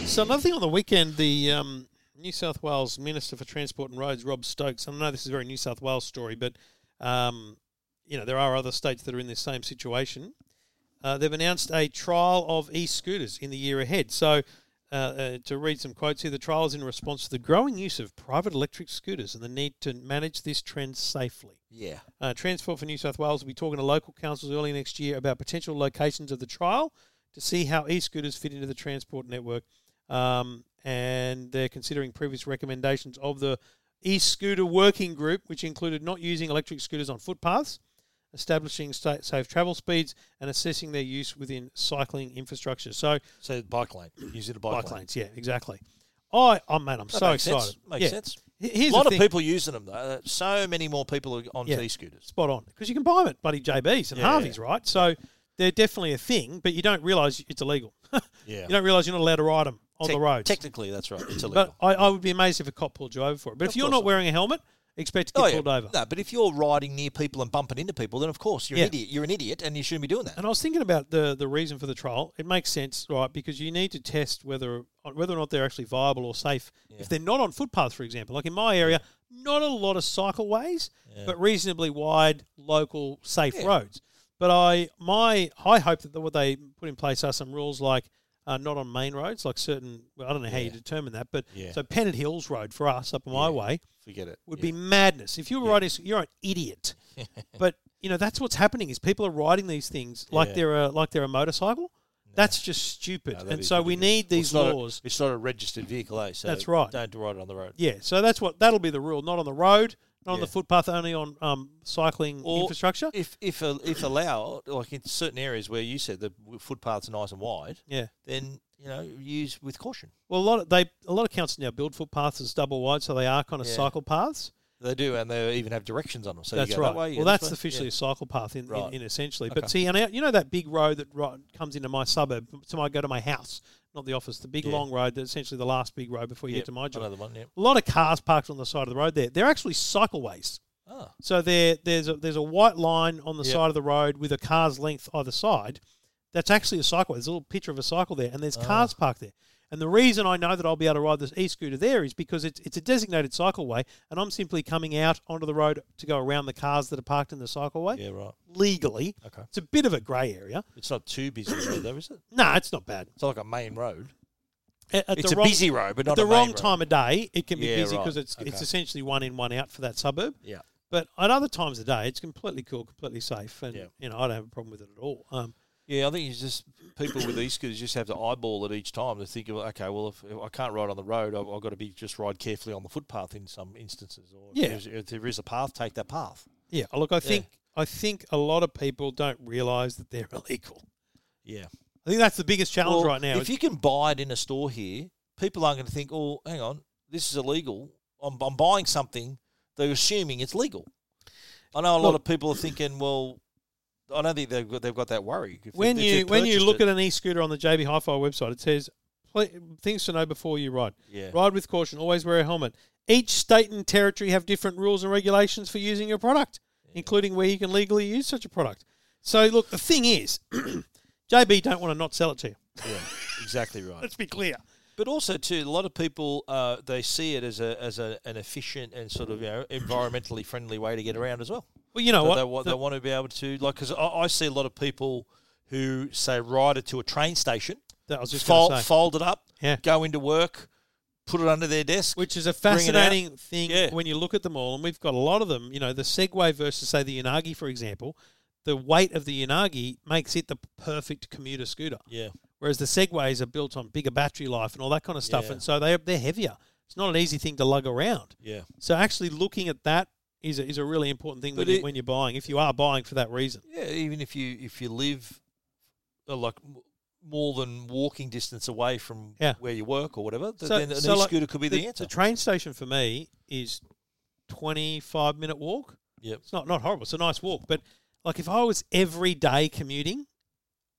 [SPEAKER 1] So another thing on the weekend, the um, New South Wales Minister for Transport and Roads, Rob Stokes. and I know this is a very New South Wales story, but um, you know there are other states that are in this same situation. Uh, they've announced a trial of e-scooters in the year ahead. So. Uh, uh, to read some quotes here, the trial is in response to the growing use of private electric scooters and the need to manage this trend safely.
[SPEAKER 2] Yeah.
[SPEAKER 1] Uh, Transport for New South Wales will be talking to local councils early next year about potential locations of the trial to see how e-scooters fit into the transport network. Um, and they're considering previous recommendations of the e-scooter working group, which included not using electric scooters on footpaths, establishing sta- safe travel speeds, and assessing their use within cycling infrastructure. So
[SPEAKER 2] So bike lane. Use it a bike,
[SPEAKER 1] bike
[SPEAKER 2] lane.
[SPEAKER 1] lanes, yeah, exactly. I, oh man, I'm
[SPEAKER 2] That
[SPEAKER 1] so
[SPEAKER 2] makes
[SPEAKER 1] excited.
[SPEAKER 2] Sense. Makes
[SPEAKER 1] Yeah.
[SPEAKER 2] sense.
[SPEAKER 1] He- Here's
[SPEAKER 2] a lot
[SPEAKER 1] the
[SPEAKER 2] of
[SPEAKER 1] thing.
[SPEAKER 2] people using them though. Uh, So many more people are on
[SPEAKER 1] Yeah.
[SPEAKER 2] e-scooters.
[SPEAKER 1] spot on because you can buy them at bloody JBs and
[SPEAKER 2] Yeah,
[SPEAKER 1] Harveys,
[SPEAKER 2] yeah.
[SPEAKER 1] right? So they're definitely a thing, but you don't realise it's illegal.
[SPEAKER 2] Yeah.
[SPEAKER 1] you don't realise you're not allowed to ride them on the
[SPEAKER 2] Tec-
[SPEAKER 1] roads.
[SPEAKER 2] Technically, that's right. It's illegal.
[SPEAKER 1] but I, I would be amazed if a cop pulled you over for it. But if
[SPEAKER 2] Of
[SPEAKER 1] you're
[SPEAKER 2] course
[SPEAKER 1] not
[SPEAKER 2] not.
[SPEAKER 1] wearing a helmet, expect to get pulled over.
[SPEAKER 2] Oh, No, but if you're riding near people and bumping into people, then of course you're
[SPEAKER 1] Yeah.
[SPEAKER 2] an idiot. You're an idiot, and you shouldn't be doing that.
[SPEAKER 1] And I was thinking about the the reason for the trial. It makes sense, right? Because you need to test whether uh, whether or not they're actually viable or safe. If they're not on footpaths, for example, like in my area, not a lot of cycleways, but reasonably wide, local, safe roads. But I my I hope that what they put in place are some rules like. Uh, not on main roads, like certain. Well, I don't know how you determine that, but
[SPEAKER 2] Yeah.
[SPEAKER 1] so Pennant Hills Road for us up my way,
[SPEAKER 2] Forget it.
[SPEAKER 1] would be madness. If you were riding, you're an idiot. but you know that's what's happening is people are riding these things like
[SPEAKER 2] Yeah.
[SPEAKER 1] they're a like they're a motorcycle. That's just stupid.
[SPEAKER 2] No, that
[SPEAKER 1] and
[SPEAKER 2] is
[SPEAKER 1] so we
[SPEAKER 2] ridiculous.
[SPEAKER 1] need
[SPEAKER 2] Well,
[SPEAKER 1] these
[SPEAKER 2] it's not a-
[SPEAKER 1] laws.
[SPEAKER 2] it's not a registered vehicle, eh? So
[SPEAKER 1] That's right.
[SPEAKER 2] Don't ride it on the road.
[SPEAKER 1] yeah. So that's what that'll be the rule. Not on the road. Not on the
[SPEAKER 2] Yeah.
[SPEAKER 1] footpath. Only on um, cycling
[SPEAKER 2] Or
[SPEAKER 1] infrastructure.
[SPEAKER 2] If if a- if allowed, like in certain areas where you said the w- footpaths are nice and wide,
[SPEAKER 1] yeah.
[SPEAKER 2] then you know use with caution.
[SPEAKER 1] Well, a lot of they a lot of councils now build footpaths as double wide, so they are kind of
[SPEAKER 2] Yeah.
[SPEAKER 1] cycle paths.
[SPEAKER 2] They do, and they even have directions on them. So you
[SPEAKER 1] that's
[SPEAKER 2] go
[SPEAKER 1] right.
[SPEAKER 2] That way, you
[SPEAKER 1] well,
[SPEAKER 2] go this
[SPEAKER 1] that's
[SPEAKER 2] way.
[SPEAKER 1] officially
[SPEAKER 2] Yeah.
[SPEAKER 1] a cycle path in,
[SPEAKER 2] Right.
[SPEAKER 1] in, in essentially. But see, and out- you know that big road that ri comes into my suburb. So I go to my house, not the office. The big
[SPEAKER 2] Yeah.
[SPEAKER 1] long road that's essentially the last big road before you
[SPEAKER 2] Yeah,
[SPEAKER 1] get to my job.
[SPEAKER 2] Another one. Yeah.
[SPEAKER 1] A lot of cars parked on the side of the road there. They're actually cycleways.
[SPEAKER 2] Oh.
[SPEAKER 1] So there, there's a, there's a white line on the
[SPEAKER 2] Yep.
[SPEAKER 1] side of the road with a car's length either side. That's actually a cycle. There's a little picture of a cycle there, and
[SPEAKER 2] Ah.
[SPEAKER 1] there's cars parked there. And the reason I know that I'll be able to ride this e-scooter there is because it's it's a designated cycleway, and I'm simply coming out onto the road to go around the cars that are parked in the cycleway
[SPEAKER 2] Yeah, right.
[SPEAKER 1] legally.
[SPEAKER 2] Okay.
[SPEAKER 1] It's a bit of a grey area.
[SPEAKER 2] It's not too busy there, though, is it?
[SPEAKER 1] No, it's not bad.
[SPEAKER 2] It's not like a main road.
[SPEAKER 1] At, at
[SPEAKER 2] It's
[SPEAKER 1] the
[SPEAKER 2] a
[SPEAKER 1] wrong,
[SPEAKER 2] busy road, but
[SPEAKER 1] at
[SPEAKER 2] not
[SPEAKER 1] the
[SPEAKER 2] a main
[SPEAKER 1] wrong
[SPEAKER 2] road.
[SPEAKER 1] time of day. It can be
[SPEAKER 2] Yeah,
[SPEAKER 1] busy
[SPEAKER 2] right.
[SPEAKER 1] because it's it's
[SPEAKER 2] Okay.
[SPEAKER 1] essentially one in one out for that suburb.
[SPEAKER 2] Yeah.
[SPEAKER 1] But at other times of the day, it's completely cool, completely safe, and
[SPEAKER 2] Yeah.
[SPEAKER 1] you know I don't have a problem with it at all. Um,
[SPEAKER 2] Yeah, I think it's just people with e-scooters just have to eyeball it each time to think, well, okay, well, if, if I can't ride on the road, I've, I've got to be just ride carefully on the footpath in some instances. Or if
[SPEAKER 1] Yeah.
[SPEAKER 2] there's- if there is a path, take that path.
[SPEAKER 1] yeah, look, I think I think a lot of people don't realise that they're illegal.
[SPEAKER 2] Yeah.
[SPEAKER 1] I think that's the biggest challenge
[SPEAKER 2] Well,
[SPEAKER 1] right now.
[SPEAKER 2] If you can buy it in a store here, people aren't going to think, oh, hang on, this is illegal. I'm, I'm buying something. They're assuming it's legal. I know a lot
[SPEAKER 1] Look-
[SPEAKER 2] of people are thinking, well, I don't think they've got, they've got that worry. If-
[SPEAKER 1] when
[SPEAKER 2] if
[SPEAKER 1] you
[SPEAKER 2] they've
[SPEAKER 1] when you
[SPEAKER 2] purchased
[SPEAKER 1] look at an e-scooter on the JB Hi-Fi website, it says "Pla- things to know before you ride.
[SPEAKER 2] Yeah.
[SPEAKER 1] Ride with caution. Always wear a helmet. Each state and territory have different rules and regulations for using your product, including where you can legally use such a product. So look, the thing is, JB don't want to not sell it to you.
[SPEAKER 2] Yeah, exactly right.
[SPEAKER 1] Let's be clear.
[SPEAKER 2] But also too, a lot of people uh, they see it as a as a, an efficient and sort of you know environmentally friendly way to get around as well.
[SPEAKER 1] Well, you know
[SPEAKER 2] So
[SPEAKER 1] what?
[SPEAKER 2] they, wa-
[SPEAKER 1] The-
[SPEAKER 2] they want to be able to like because I, I see a lot of people who say ride it to a train station,
[SPEAKER 1] that I was just
[SPEAKER 2] fold,
[SPEAKER 1] gonna say.
[SPEAKER 2] fold it up,
[SPEAKER 1] Yeah.
[SPEAKER 2] go into work, put it under their desk.
[SPEAKER 1] Which is a
[SPEAKER 2] bring it out.
[SPEAKER 1] fascinating thing
[SPEAKER 2] Yeah.
[SPEAKER 1] when you look at them all, and we've got a lot of them. You know, the Segway versus, say, the Unagi, for example, the weight of the Unagi makes it the perfect commuter scooter,
[SPEAKER 2] yeah,
[SPEAKER 1] whereas the Segways are built on bigger battery life and all that kind of stuff,
[SPEAKER 2] Yeah.
[SPEAKER 1] and so they they're heavier. It's not an easy thing to lug around.
[SPEAKER 2] yeah.
[SPEAKER 1] So actually, looking at that is a, is a really important thing when,
[SPEAKER 2] But
[SPEAKER 1] you,
[SPEAKER 2] it-
[SPEAKER 1] when you're buying, if you are buying for that reason.
[SPEAKER 2] Yeah, even if you if you live uh, like m- more than walking distance away from
[SPEAKER 1] Yeah.
[SPEAKER 2] where you work or whatever, th-
[SPEAKER 1] So-
[SPEAKER 2] then an
[SPEAKER 1] so, like,
[SPEAKER 2] e-scooter could be the, answer.
[SPEAKER 1] The train station for me is 25 minute walk.
[SPEAKER 2] Yep.
[SPEAKER 1] It's not, not horrible. It's a nice walk. But like if I was every day commuting,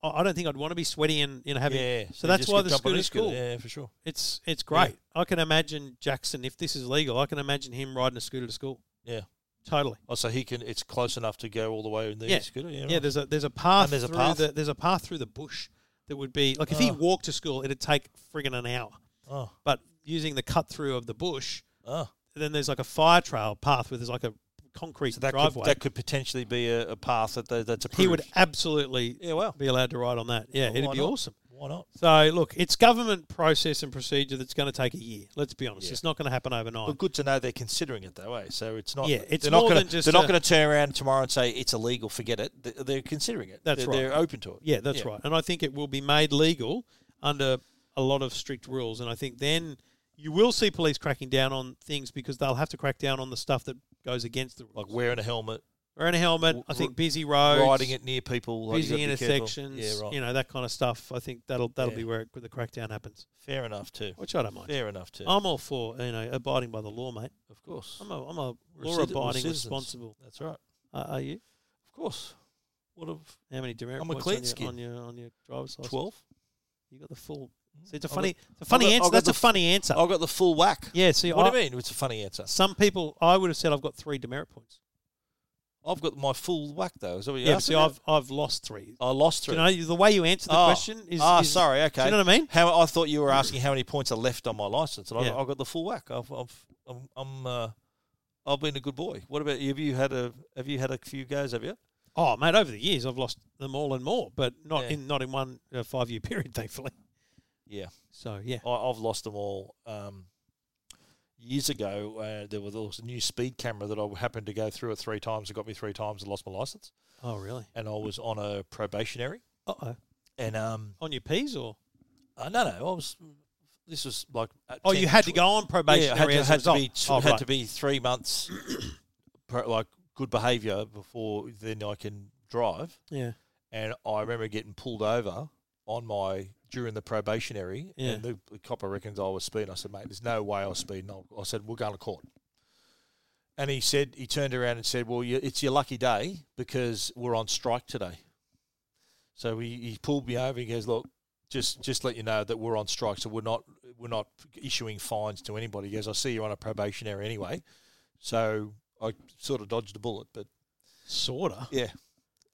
[SPEAKER 1] I I don't think I'd want to be sweaty and you know having.
[SPEAKER 2] yeah,
[SPEAKER 1] so
[SPEAKER 2] you
[SPEAKER 1] that's
[SPEAKER 2] just
[SPEAKER 1] why
[SPEAKER 2] could
[SPEAKER 1] the
[SPEAKER 2] jump on an
[SPEAKER 1] scooter's
[SPEAKER 2] e-scooter.
[SPEAKER 1] cool.
[SPEAKER 2] Yeah, for sure.
[SPEAKER 1] It's it's great. I can imagine Jackson if this is legal. I can imagine him riding a scooter to school.
[SPEAKER 2] Yeah.
[SPEAKER 1] Totally.
[SPEAKER 2] Oh, so he can. It's close enough to go all the way in the
[SPEAKER 1] Yeah.
[SPEAKER 2] scooter. Yeah,
[SPEAKER 1] Yeah.
[SPEAKER 2] right.
[SPEAKER 1] there's a there's a path.
[SPEAKER 2] And there's a
[SPEAKER 1] through
[SPEAKER 2] path?
[SPEAKER 1] The, there's a path through the bush that would be like if he
[SPEAKER 2] Oh.
[SPEAKER 1] walked to school, it'd take friggin' an hour.
[SPEAKER 2] Oh,
[SPEAKER 1] But using the cut through of the bush,
[SPEAKER 2] oh.
[SPEAKER 1] then there's like a fire trail path where there's like a concrete
[SPEAKER 2] So that
[SPEAKER 1] driveway.
[SPEAKER 2] could, that could potentially be a, a path that they, that's approved.
[SPEAKER 1] he would absolutely
[SPEAKER 2] Yeah, well,
[SPEAKER 1] be allowed to ride on that. Yeah,
[SPEAKER 2] Well,
[SPEAKER 1] it'd
[SPEAKER 2] why
[SPEAKER 1] be
[SPEAKER 2] not?
[SPEAKER 1] awesome.
[SPEAKER 2] why not?
[SPEAKER 1] So look, it's government process and procedure that's going to take a year. Let's be honest,
[SPEAKER 2] Yeah.
[SPEAKER 1] it's not going to happen overnight.
[SPEAKER 2] Well, good to know they're considering it that way. So it's not.
[SPEAKER 1] Yeah, it's
[SPEAKER 2] they're not
[SPEAKER 1] more
[SPEAKER 2] gonna,
[SPEAKER 1] than just
[SPEAKER 2] They're not
[SPEAKER 1] a-
[SPEAKER 2] going to turn around tomorrow and say it's illegal. Forget it. Th- They're considering it.
[SPEAKER 1] That's
[SPEAKER 2] they're,
[SPEAKER 1] right.
[SPEAKER 2] They're open to it.
[SPEAKER 1] yeah, that's
[SPEAKER 2] Yeah.
[SPEAKER 1] right. And I think it will be made legal under a lot of strict rules. And I think then you will see police cracking down on things because they'll have to crack down on the stuff that goes against the rules.
[SPEAKER 2] Like wearing a helmet,
[SPEAKER 1] Wearing a helmet, I think busy roads,
[SPEAKER 2] riding it near people, like you
[SPEAKER 1] busy
[SPEAKER 2] gotta be careful.
[SPEAKER 1] intersections,
[SPEAKER 2] Yeah, right.
[SPEAKER 1] you know that kind of stuff. I think that'll that'll
[SPEAKER 2] Yeah.
[SPEAKER 1] be where it, the crackdown happens,
[SPEAKER 2] Fair enough too.
[SPEAKER 1] which I don't mind.
[SPEAKER 2] Fair enough too.
[SPEAKER 1] I'm all for you know abiding by the law, mate.
[SPEAKER 2] of course.
[SPEAKER 1] I'm a I'm a
[SPEAKER 2] We're
[SPEAKER 1] law
[SPEAKER 2] citi- we're
[SPEAKER 1] abiding,
[SPEAKER 2] citizens.
[SPEAKER 1] responsible.
[SPEAKER 2] That's right.
[SPEAKER 1] Uh, are you?
[SPEAKER 2] Of course. What of
[SPEAKER 1] How many demerit
[SPEAKER 2] I'm a
[SPEAKER 1] points
[SPEAKER 2] clean
[SPEAKER 1] on, your,
[SPEAKER 2] skin.
[SPEAKER 1] on your on your driver's license?
[SPEAKER 2] twelve? Mm.
[SPEAKER 1] You got the full. See, it's a
[SPEAKER 2] I've
[SPEAKER 1] funny,
[SPEAKER 2] got-
[SPEAKER 1] it's a funny
[SPEAKER 2] I've got-
[SPEAKER 1] answer.
[SPEAKER 2] I've got
[SPEAKER 1] That's
[SPEAKER 2] the
[SPEAKER 1] a funny answer.
[SPEAKER 2] I got the full whack.
[SPEAKER 1] yeah. See,
[SPEAKER 2] What
[SPEAKER 1] I,
[SPEAKER 2] do you mean? It's a funny answer.
[SPEAKER 1] Some people, I would have said I've got three demerit points.
[SPEAKER 2] I've got my full whack though. Is that what you're
[SPEAKER 1] Yeah. but
[SPEAKER 2] asking
[SPEAKER 1] see,
[SPEAKER 2] me?
[SPEAKER 1] I've I've lost three.
[SPEAKER 2] I lost
[SPEAKER 1] Do
[SPEAKER 2] three.
[SPEAKER 1] you know the way you answer the
[SPEAKER 2] Oh.
[SPEAKER 1] question is?
[SPEAKER 2] Ah,
[SPEAKER 1] is-
[SPEAKER 2] sorry. Okay.
[SPEAKER 1] Do you know what I mean?
[SPEAKER 2] How I thought you were asking how many points are left on my license, and
[SPEAKER 1] Yeah.
[SPEAKER 2] I, I got the full whack. I've, I've, I'm, I'm uh, I've been a good boy. What about you? Have you had a Have you had a few goes? Have you?
[SPEAKER 1] Oh, mate, over the years I've lost them all and more, but not
[SPEAKER 2] Yeah.
[SPEAKER 1] in not in one uh, five year period, thankfully.
[SPEAKER 2] Yeah,
[SPEAKER 1] So yeah.
[SPEAKER 2] I, I've lost them all. Um, years ago, uh, there was there was a new speed camera that I happened to go through it three times. It got me three times. and lost my license,
[SPEAKER 1] Oh really?
[SPEAKER 2] and I was on a probationary.
[SPEAKER 1] Uh oh.
[SPEAKER 2] And um,
[SPEAKER 1] On your peas or?
[SPEAKER 2] uh, no, no, I was. This was like at
[SPEAKER 1] Oh,
[SPEAKER 2] 10,
[SPEAKER 1] you had to go on probation.
[SPEAKER 2] Yeah, had to, had to be t-
[SPEAKER 1] oh,
[SPEAKER 2] had
[SPEAKER 1] right.
[SPEAKER 2] to be three months, per, like good behaviour before then I can drive.
[SPEAKER 1] Yeah.
[SPEAKER 2] And I remember getting pulled over on my during the probationary,
[SPEAKER 1] Yeah.
[SPEAKER 2] and the, the copper reckons I was speeding. I said, "Mate, there's no way I was speeding." I, I said, "We're going to court." And he said he turned around and said, "Well, you, it's your lucky day because we're on strike today." So he, he pulled me over. He goes, "Look, just just let you know that we're on strike, so we're not we're not issuing fines to anybody. He goes, I see you're on a probationary anyway, so I sort of dodged a bullet, but
[SPEAKER 1] Sorta.
[SPEAKER 2] yeah.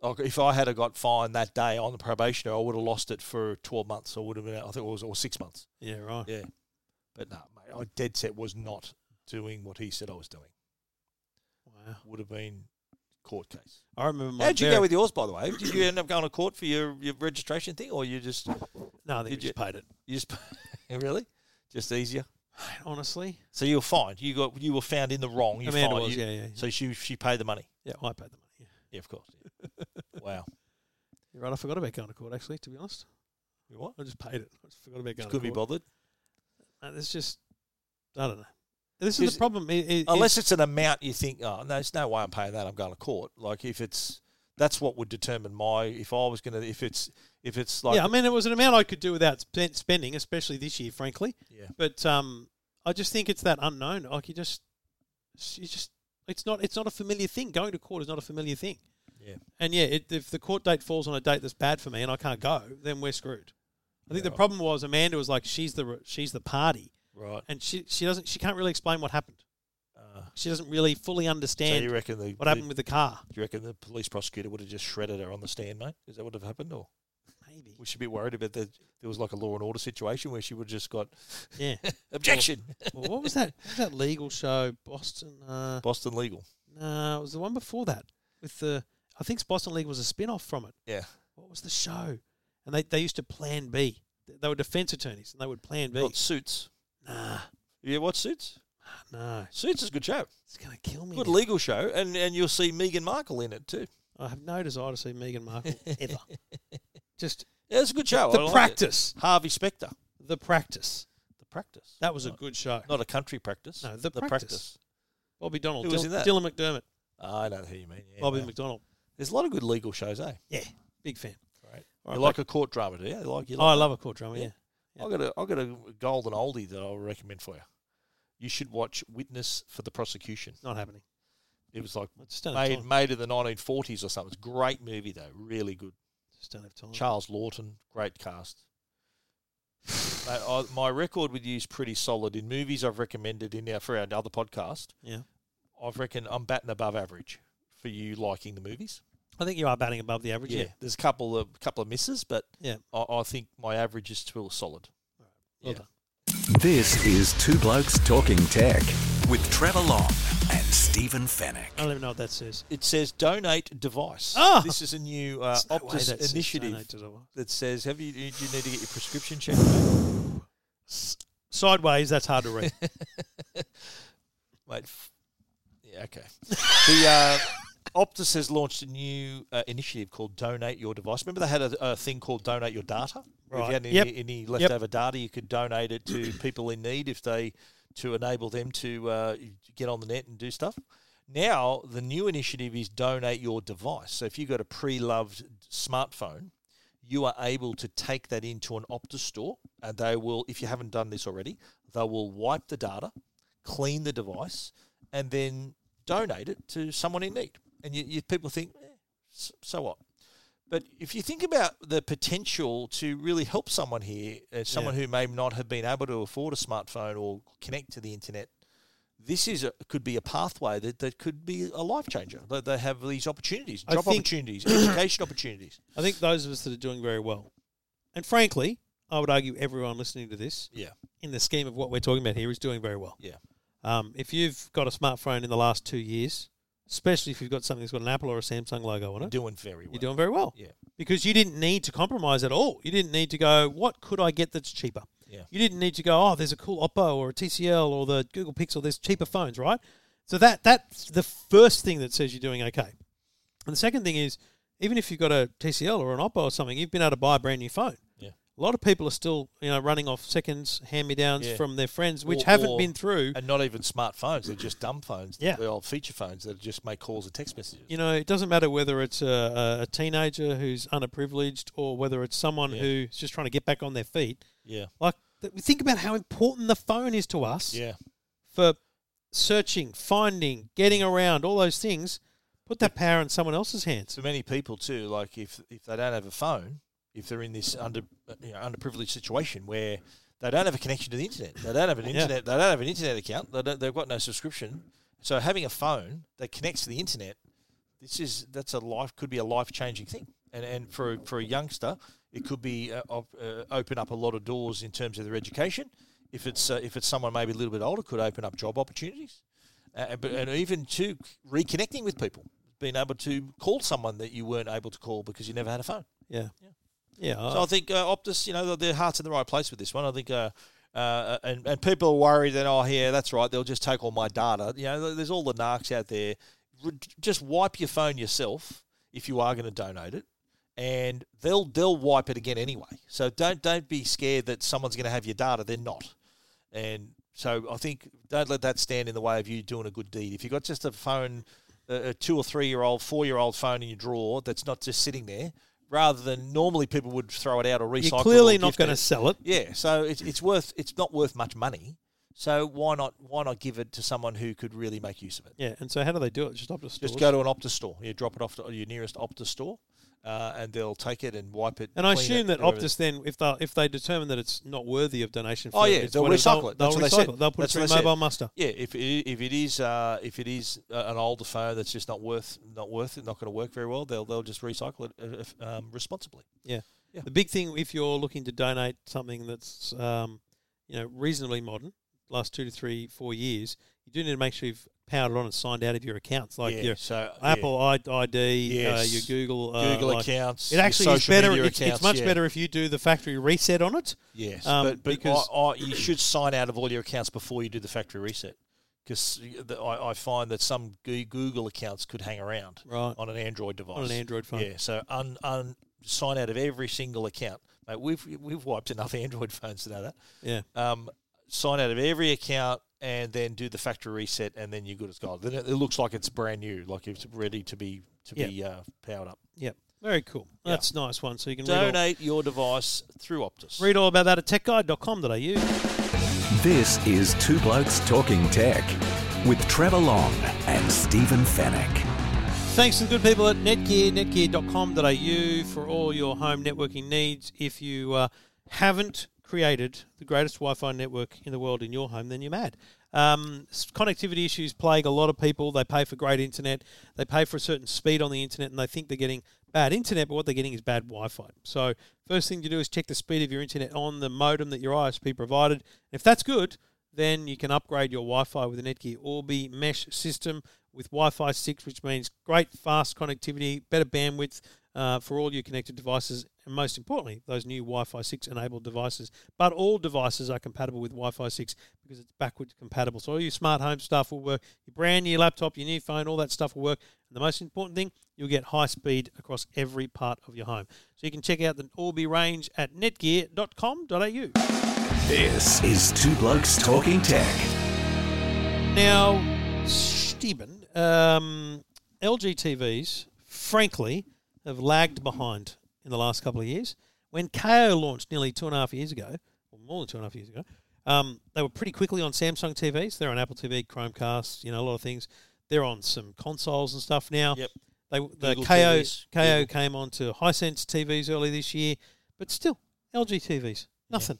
[SPEAKER 2] Like, If I had have got fined that day on the probationer, I would have lost it for twelve months. I would have been, out- I think it was, or six months.
[SPEAKER 1] Yeah, right.
[SPEAKER 2] Yeah, but no, mate, I dead set was not doing what he said I was doing.
[SPEAKER 1] Wow.
[SPEAKER 2] Would have been court case.
[SPEAKER 1] I remember my
[SPEAKER 2] How'd you
[SPEAKER 1] very-
[SPEAKER 2] go with yours, by the way? Did you end up going to court for your, your registration thing, or you just
[SPEAKER 1] No, they
[SPEAKER 2] Did
[SPEAKER 1] just paid it.
[SPEAKER 2] you just really just easier?
[SPEAKER 1] Mate, honestly.
[SPEAKER 2] So you were fined. You got you were found in the wrong. You
[SPEAKER 1] Amanda
[SPEAKER 2] fined.
[SPEAKER 1] was,
[SPEAKER 2] You-
[SPEAKER 1] yeah, yeah, yeah.
[SPEAKER 2] So she she paid the money.
[SPEAKER 1] Yeah, I paid the money. Yeah.
[SPEAKER 2] Yeah, of course. wow.
[SPEAKER 1] You're right, I forgot about going to court actually, to be honest.
[SPEAKER 2] You what?
[SPEAKER 1] I just paid it. I just forgot about going
[SPEAKER 2] Could
[SPEAKER 1] to
[SPEAKER 2] be
[SPEAKER 1] court.
[SPEAKER 2] bothered
[SPEAKER 1] And it's just I don't know. This is
[SPEAKER 2] Is-
[SPEAKER 1] the problem. It, it,
[SPEAKER 2] unless it's an amount you think. Oh, no, there's no way I'm paying that. I'm going to court. Like if it's that's what would determine my if I was gonna if it's if it's like
[SPEAKER 1] yeah, I mean, it was an amount I could do without spen- spending, especially this year, frankly.
[SPEAKER 2] Yeah.
[SPEAKER 1] But um, I just think it's that unknown. Like you just, you just, it's not, it's not a familiar thing. Going to court is not a familiar thing.
[SPEAKER 2] Yeah.
[SPEAKER 1] And yeah, it, if the court date falls on a date that's bad for me and I can't go, then we're screwed. I think
[SPEAKER 2] Yeah,
[SPEAKER 1] the
[SPEAKER 2] right.
[SPEAKER 1] problem was Amanda was like she's the re- she's the party,
[SPEAKER 2] right.
[SPEAKER 1] and she she doesn't she can't really explain what happened.
[SPEAKER 2] Uh,
[SPEAKER 1] She doesn't really fully
[SPEAKER 2] so
[SPEAKER 1] understand
[SPEAKER 2] you reckon the
[SPEAKER 1] what happened with the car.
[SPEAKER 2] Do you reckon the police prosecutor would have just shredded her on the stand, mate? Is that what would have happened, or
[SPEAKER 1] Maybe.
[SPEAKER 2] would she be worried about that? There was like a law and order situation where she would have just got
[SPEAKER 1] Yeah.
[SPEAKER 2] objection.
[SPEAKER 1] well, what was that? What was that legal show? Boston. Uh,
[SPEAKER 2] Boston legal.
[SPEAKER 1] No, it was the one before that with the. I think Boston League was a spin off from it.
[SPEAKER 2] Yeah,
[SPEAKER 1] What was the show? And they, they used to Plan B. They were defense attorneys and they would Plan B.
[SPEAKER 2] got suits.
[SPEAKER 1] Nah,
[SPEAKER 2] Yeah, watch suits.
[SPEAKER 1] no,
[SPEAKER 2] Suits is a good show,
[SPEAKER 1] it's going to kill me.
[SPEAKER 2] good
[SPEAKER 1] now.
[SPEAKER 2] legal show, and and you'll see Meghan Markle in it too.
[SPEAKER 1] I have no desire to see Meghan Markle ever. Just
[SPEAKER 2] Yeah, it's a good show. Oh, I
[SPEAKER 1] the
[SPEAKER 2] like it.
[SPEAKER 1] practice,
[SPEAKER 2] Harvey Specter.
[SPEAKER 1] the practice.
[SPEAKER 2] The practice.
[SPEAKER 1] That was a good show.
[SPEAKER 2] Not a country practice.
[SPEAKER 1] No, The Practice. Bobby Donald,
[SPEAKER 2] Who was
[SPEAKER 1] Dylan,
[SPEAKER 2] in that?
[SPEAKER 1] Dylan McDermott,
[SPEAKER 2] I know who you mean. Yeah,
[SPEAKER 1] Bobby
[SPEAKER 2] wow.
[SPEAKER 1] McDonald.
[SPEAKER 2] There's a lot of good legal shows, eh?
[SPEAKER 1] Yeah, big fan.
[SPEAKER 2] Right.
[SPEAKER 1] All
[SPEAKER 2] you
[SPEAKER 1] right,
[SPEAKER 2] like a court drama, do you? You Like, you
[SPEAKER 1] Oh, I love a court drama.
[SPEAKER 2] Yeah.
[SPEAKER 1] Yeah,
[SPEAKER 2] I got a I got a golden oldie that I'll recommend for you. You should watch Witness for the Prosecution.
[SPEAKER 1] not happening.
[SPEAKER 2] It was like
[SPEAKER 1] I just don't have
[SPEAKER 2] made
[SPEAKER 1] time.
[SPEAKER 2] made in the nineteen forties or something. It's a great movie though, really good.
[SPEAKER 1] Just don't have time.
[SPEAKER 2] Charles Lawton, great cast. Mate, I, my record with you is pretty solid in movies I've recommended in our for our other podcast.
[SPEAKER 1] Yeah,
[SPEAKER 2] I've reckon I'm batting above average for you liking the movies.
[SPEAKER 1] I think you are batting above the average. Yeah,
[SPEAKER 2] there's a couple of couple of misses, but
[SPEAKER 1] yeah.
[SPEAKER 2] I, I think my average is still solid.
[SPEAKER 1] Well
[SPEAKER 2] Yeah.
[SPEAKER 1] done.
[SPEAKER 3] This is Two Blokes Talking Tech with Trevor Long and Stephen Fennec.
[SPEAKER 1] I don't even know what that says.
[SPEAKER 2] It says donate device.
[SPEAKER 1] Ah!
[SPEAKER 2] This is a new uh,
[SPEAKER 1] There's no way
[SPEAKER 2] Optus
[SPEAKER 1] that says
[SPEAKER 2] initiative
[SPEAKER 1] donate to someone.
[SPEAKER 2] that says, "Have you? You you need to get your prescription checked." mate."
[SPEAKER 1] Sideways, that's hard to read.
[SPEAKER 2] Wait, f- yeah, okay. the uh, Optus has launched a new uh, initiative called Donate Your Device. Remember they had a, a thing called Donate Your Data. If
[SPEAKER 1] Right.
[SPEAKER 2] you had any,
[SPEAKER 1] Yep.
[SPEAKER 2] any leftover data, you could donate it to people in need if they to enable them to uh, get on the net and do stuff. Now the new initiative is Donate Your Device. So if you've got a pre-loved smartphone, you are able to take that into an Optus store, and they will, if you haven't done this already, they will wipe the data, clean the device, and then donate it to someone in need. And you, you people think, eh, s- so what? But if you think about the potential to really help someone here, uh, someone who may not have been able to afford a smartphone or connect to the internet, this is a, could be a pathway that, that could be a life changer. They, they have these opportunities,
[SPEAKER 1] I
[SPEAKER 2] job
[SPEAKER 1] think-
[SPEAKER 2] opportunities, education opportunities.
[SPEAKER 1] I think those of us that are doing very well, and frankly, I would argue everyone listening to this,
[SPEAKER 2] Yeah,
[SPEAKER 1] in the scheme of what we're talking about here, is doing very well.
[SPEAKER 2] yeah.
[SPEAKER 1] Um, if you've got a smartphone in the last two years, especially if you've got something that's got an Apple or a Samsung logo on it,
[SPEAKER 2] doing very well.
[SPEAKER 1] you're doing very well.
[SPEAKER 2] Yeah.
[SPEAKER 1] Because you didn't need to compromise at all. You didn't need to go, what could I get that's cheaper?
[SPEAKER 2] Yeah.
[SPEAKER 1] You didn't need to go, oh, there's a cool Oppo or a TCL or the Google Pixel. There's cheaper phones, right? So that that's the first thing that says you're doing okay. And the second thing is, even if you've got a TCL or an Oppo or something, you've been able to buy a brand new phone.
[SPEAKER 2] Yeah.
[SPEAKER 1] A lot of people are still, you know, running off seconds, hand me downs
[SPEAKER 2] Yeah.
[SPEAKER 1] from their friends, which
[SPEAKER 2] Or-
[SPEAKER 1] haven't
[SPEAKER 2] or-
[SPEAKER 1] been through.
[SPEAKER 2] And not even smartphones; they're just dumb phones.
[SPEAKER 1] Yeah.
[SPEAKER 2] the old feature phones that just make calls and text messages.
[SPEAKER 1] you know, it doesn't matter whether it's a, a- a teenager who's underprivileged or whether it's someone
[SPEAKER 2] Yeah.
[SPEAKER 1] who's just trying to get back on their feet.
[SPEAKER 2] Yeah,
[SPEAKER 1] Like, th- we think about how important the phone is to us
[SPEAKER 2] yeah.
[SPEAKER 1] for searching, finding, getting around, all those things. Put that power in someone else's hands.
[SPEAKER 2] So many people too, like if if they don't have a phone, if they're in this under you know, underprivileged situation where they don't have a connection to the internet, they don't have an
[SPEAKER 1] Yeah.
[SPEAKER 2] internet, they don't have an internet account, they don't, they've got no subscription. So having a phone that connects to the internet, this is that's a life could be a life changing thing, and and for for a youngster, it could be uh, op- uh, open up a lot of doors in terms of their education. If it's uh, if it's someone maybe a little bit older, could open up job opportunities, uh, but, and even to reconnecting with people, being able to call someone that you weren't able to call because you never had a phone.
[SPEAKER 1] Yeah. Yeah.
[SPEAKER 2] So I think uh, Optus, you know, their heart's in the right place with this one. I think, uh, uh, and and people are worried that oh yeah, that's right, they'll just take all my data. You know, there's all the narcs out there. Re- Just wipe your phone yourself if you are going to donate it, and they'll they'll wipe it again anyway. So don't don't be scared that someone's going to have your data. They're not. And so I think don't let that stand in the way of you doing a good deed. If you've got just a phone, a a two or three year old, four year old phone in your drawer that's not just sitting there, rather than normally people would throw it out or recycle.
[SPEAKER 1] You're
[SPEAKER 2] it
[SPEAKER 1] clearly
[SPEAKER 2] or
[SPEAKER 1] not
[SPEAKER 2] gift
[SPEAKER 1] going to
[SPEAKER 2] it.
[SPEAKER 1] sell it.
[SPEAKER 2] Yeah, so it's it's worth it's not worth much money. So why not why not give it to someone who could really make use of it?
[SPEAKER 1] Yeah. And so how do they do it? Just Optus stores?
[SPEAKER 2] Just go to an Optus store. You drop it off to your nearest Optus store, uh, and they'll take it and wipe it.
[SPEAKER 1] And I
[SPEAKER 2] clean
[SPEAKER 1] assume
[SPEAKER 2] it,
[SPEAKER 1] that
[SPEAKER 2] whatever.
[SPEAKER 1] Optus then, if they if they determine that it's not worthy of donation,
[SPEAKER 2] Oh
[SPEAKER 1] for
[SPEAKER 2] yeah,
[SPEAKER 1] its
[SPEAKER 2] they'll
[SPEAKER 1] whatever,
[SPEAKER 2] recycle it.
[SPEAKER 1] They'll, they'll
[SPEAKER 2] That's what they
[SPEAKER 1] recycle
[SPEAKER 2] said.
[SPEAKER 1] it. They'll put
[SPEAKER 2] That's
[SPEAKER 1] it through
[SPEAKER 2] what they said.
[SPEAKER 1] mobile muster.
[SPEAKER 2] Yeah, if it, if it is uh, if it is uh, an older phone that's just not worth not worth it, not going to work very well, they'll they'll just recycle it uh, if, um, responsibly.
[SPEAKER 1] Yeah.
[SPEAKER 2] Yeah.
[SPEAKER 1] The big thing, if you're looking to donate something that's, um, you know, reasonably modern, last two to three, four years, you do need to make sure you've powered it on and signed out of your accounts, like
[SPEAKER 2] yeah,
[SPEAKER 1] your
[SPEAKER 2] so yeah.
[SPEAKER 1] Apple I- ID, uh,
[SPEAKER 2] Yes.
[SPEAKER 1] your Google, uh,
[SPEAKER 2] Google
[SPEAKER 1] like-
[SPEAKER 2] accounts,
[SPEAKER 1] It
[SPEAKER 2] your
[SPEAKER 1] actually is
[SPEAKER 2] social
[SPEAKER 1] better.
[SPEAKER 2] media
[SPEAKER 1] It's, it's
[SPEAKER 2] accounts,
[SPEAKER 1] much
[SPEAKER 2] yeah.
[SPEAKER 1] better if you do the factory reset on it.
[SPEAKER 2] Yes,
[SPEAKER 1] Um,
[SPEAKER 2] but, but
[SPEAKER 1] because-
[SPEAKER 2] I, I, you should sign out of all your accounts before you do the factory reset, because I, I find that some Goo- Google accounts could hang around
[SPEAKER 1] Right.
[SPEAKER 2] on an Android device.
[SPEAKER 1] On an Android phone.
[SPEAKER 2] yeah. So un, un, sign out of every single account. Mate, we've we've wiped enough Android phones to know that.
[SPEAKER 1] Yeah.
[SPEAKER 2] Um, sign out of every account and then do the factory reset, and then you're good as gold. Then it, it looks like it's brand new, like it's ready to be to
[SPEAKER 1] Yeah.
[SPEAKER 2] be uh, powered up.
[SPEAKER 1] Yep. Very cool.
[SPEAKER 2] Yeah.
[SPEAKER 1] That's a nice one. So you can read all,
[SPEAKER 2] Donate your device through Optus.
[SPEAKER 1] read all about that at techguide.com.au.
[SPEAKER 3] This is Two Blokes Talking Tech with Trevor Long and Stephen Fennec.
[SPEAKER 1] Thanks to the good people at Netgear, netgear.com.au for all your home networking needs. If you uh, haven't created the greatest Wi Fi network in the world in your home, then you're mad. Um, s- connectivity issues plague a lot of people. They pay for great internet, they pay for a certain speed on the internet, and they think they're getting bad internet, but what they're getting is bad Wi Fi. So, first thing to do is check the speed of your internet on the modem that your ISP provided. If that's good, then you can upgrade your Wi-Fi with a Netgear Orbi mesh system with Wi-Fi 6, which means great fast connectivity, better bandwidth uh, for all your connected devices, and most importantly, those new Wi-Fi 6 enabled devices. But all devices are compatible with Wi-Fi 6 because it's backwards compatible. So all your smart home stuff will work, your brand new laptop, your new phone, all that stuff will work. And the most important thing, you'll get high speed across every part of your home. So you can check out the Orbi range at netgear.com.au.
[SPEAKER 3] This is Two Blokes Talking Tech.
[SPEAKER 1] Now, Stephen, um, LG TVs, frankly, have lagged behind in the last couple of years. When KO launched nearly two and a half years ago, or more than two and a half years ago, um, they were pretty quickly on Samsung TVs. They're on Apple TV, Chromecast, you know, a lot of things. They're on some consoles and stuff now.
[SPEAKER 2] Yep.
[SPEAKER 1] They, the
[SPEAKER 2] Google
[SPEAKER 1] KO,
[SPEAKER 2] TVs.
[SPEAKER 1] KO came on to Hisense TVs early this year, but still, LG TVs, nothing.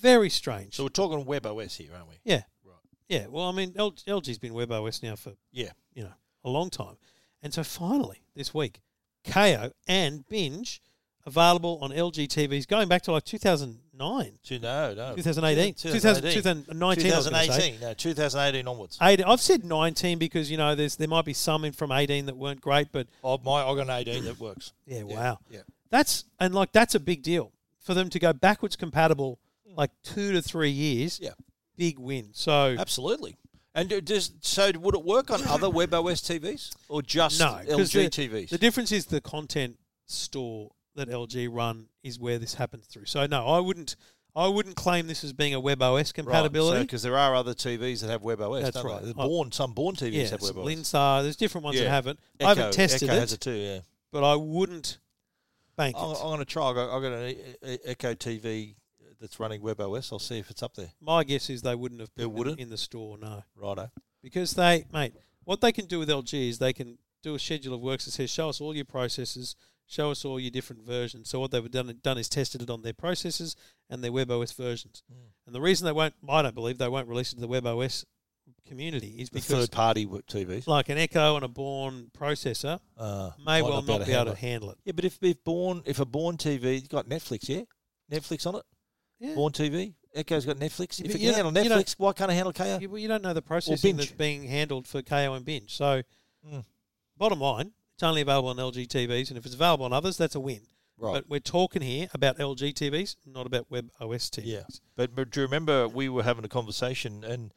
[SPEAKER 1] Very strange.
[SPEAKER 2] So we're talking WebOS here, aren't we?
[SPEAKER 1] yeah.
[SPEAKER 2] Right.
[SPEAKER 1] Yeah, well, I mean, L- LG's been WebOS now for
[SPEAKER 2] Yeah.
[SPEAKER 1] you know a long time, and so finally this week, KO and Binge available on LG TVs going back to like 2009,
[SPEAKER 2] Two, no, no.
[SPEAKER 1] 2018, 2019, I was gonna say.
[SPEAKER 2] 2018. No, 2018 onwards.
[SPEAKER 1] Eight, I've said 19 because you know there's there might be some in from 18 that weren't great, but
[SPEAKER 2] Oh, my, I got an 18 that works.
[SPEAKER 1] yeah, wow,
[SPEAKER 2] Yeah.
[SPEAKER 1] that's and like that's a big deal for them to go backwards compatible like two to three years.
[SPEAKER 2] Hmm. Yeah.
[SPEAKER 1] big win. So
[SPEAKER 2] Absolutely. And do- does so would it work on other WebOS TVs or just
[SPEAKER 1] No, 'cause
[SPEAKER 2] LG
[SPEAKER 1] the,
[SPEAKER 2] TVs?
[SPEAKER 1] The difference is the content store that LG run is where this happens through. So no, I wouldn't. I wouldn't claim this as being a WebOS compatibility.
[SPEAKER 2] because there are other TVs that have WebOS.
[SPEAKER 1] That's
[SPEAKER 2] don't
[SPEAKER 1] right.
[SPEAKER 2] They? The
[SPEAKER 1] Oh.
[SPEAKER 2] Born, some Born TVs
[SPEAKER 1] yeah,
[SPEAKER 2] have
[SPEAKER 1] some
[SPEAKER 2] WebOS.
[SPEAKER 1] Linsar. There's different ones that
[SPEAKER 2] Yeah.
[SPEAKER 1] have it.
[SPEAKER 2] Echo,
[SPEAKER 1] I haven't tested
[SPEAKER 2] Echo
[SPEAKER 1] it,
[SPEAKER 2] has Oh, it too. Yeah.
[SPEAKER 1] but I wouldn't bank
[SPEAKER 2] I'm,
[SPEAKER 1] it.
[SPEAKER 2] I'm going to try. I got, I got an E- E- Echo TV that's running WebOS. I'll see if it's up there.
[SPEAKER 1] My guess is they wouldn't have put
[SPEAKER 2] They
[SPEAKER 1] them
[SPEAKER 2] wouldn't?
[SPEAKER 1] in the store. No,
[SPEAKER 2] Righto.
[SPEAKER 1] because they, mate, what they can do with LG is they can do a schedule of works that says, show us all your processes, show us all your different versions. So what they've done done is tested it on their
[SPEAKER 2] Hmm.
[SPEAKER 1] processes and their WebOS versions. And the reason they won't, I don't believe they won't release it to the WebOS community is
[SPEAKER 2] The
[SPEAKER 1] because
[SPEAKER 2] third party w- TVs
[SPEAKER 1] like an Echo and a Born processor
[SPEAKER 2] uh,
[SPEAKER 1] may
[SPEAKER 2] might
[SPEAKER 1] well
[SPEAKER 2] not
[SPEAKER 1] not be able to
[SPEAKER 2] handle it.
[SPEAKER 1] handle it.
[SPEAKER 2] Yeah, but if if born if a born TV you got Netflix, yeah, Netflix on it.
[SPEAKER 1] Yeah.
[SPEAKER 2] Born TV, Echo's got Netflix.
[SPEAKER 1] but
[SPEAKER 2] If it
[SPEAKER 1] you
[SPEAKER 2] can handle
[SPEAKER 1] don't- you don't-
[SPEAKER 2] Netflix, why can't it handle KO?
[SPEAKER 1] You, well, you don't know the processing that's being handled for KO and Binge. So,
[SPEAKER 2] Mm.
[SPEAKER 1] bottom line, it's only available on LG TVs, and if it's available on others, that's a win.
[SPEAKER 2] Right.
[SPEAKER 1] But we're talking here about LG TVs, not about Web OS TVs.
[SPEAKER 2] Yeah, but, but do you remember we were having a conversation and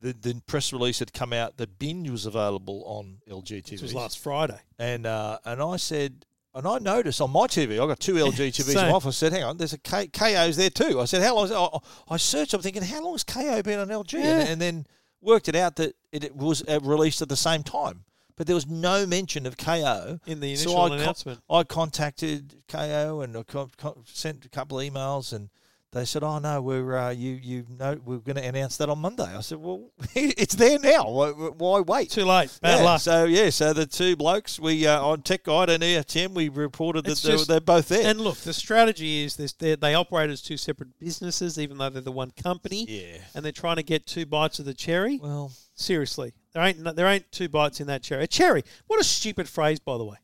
[SPEAKER 2] the, the press release had come out that Binge was available on LG TV.
[SPEAKER 1] This was last Friday.
[SPEAKER 2] and uh, and I said, and I noticed on my TV, I got two LG TVs in
[SPEAKER 1] Same.
[SPEAKER 2] my office. I said, hang on, there's a K- KO's there too. I said, how long? Is it? I, I searched. I'm thinking, how long has KO been on LG?
[SPEAKER 1] Yeah.
[SPEAKER 2] And, and then worked it out that it, it was uh, released at the same time, but there was no mention of KO
[SPEAKER 1] In the
[SPEAKER 2] So
[SPEAKER 1] initial
[SPEAKER 2] I co-
[SPEAKER 1] announcement.
[SPEAKER 2] I contacted KO and I co- co- sent a couple of emails and. They said, "Oh no, we're uh, you you know we're going to announce that on Monday." I said, "Well, it's there now. Why, why wait?"
[SPEAKER 1] Too late. Bad
[SPEAKER 2] yeah,
[SPEAKER 1] luck.
[SPEAKER 2] So yeah, so the two blokes we uh, on Tech Guide and EFTM, we reported that
[SPEAKER 1] It's
[SPEAKER 2] they're,
[SPEAKER 1] just-
[SPEAKER 2] they're both there.
[SPEAKER 1] and look, the strategy is this: they they operate as two separate businesses, even though they're the one company.
[SPEAKER 2] yeah.
[SPEAKER 1] And they're trying to get two bites of the cherry.
[SPEAKER 2] Well,
[SPEAKER 1] Seriously, there ain't no- there ain't two bites in that cherry. A cherry. What a stupid phrase, by the way.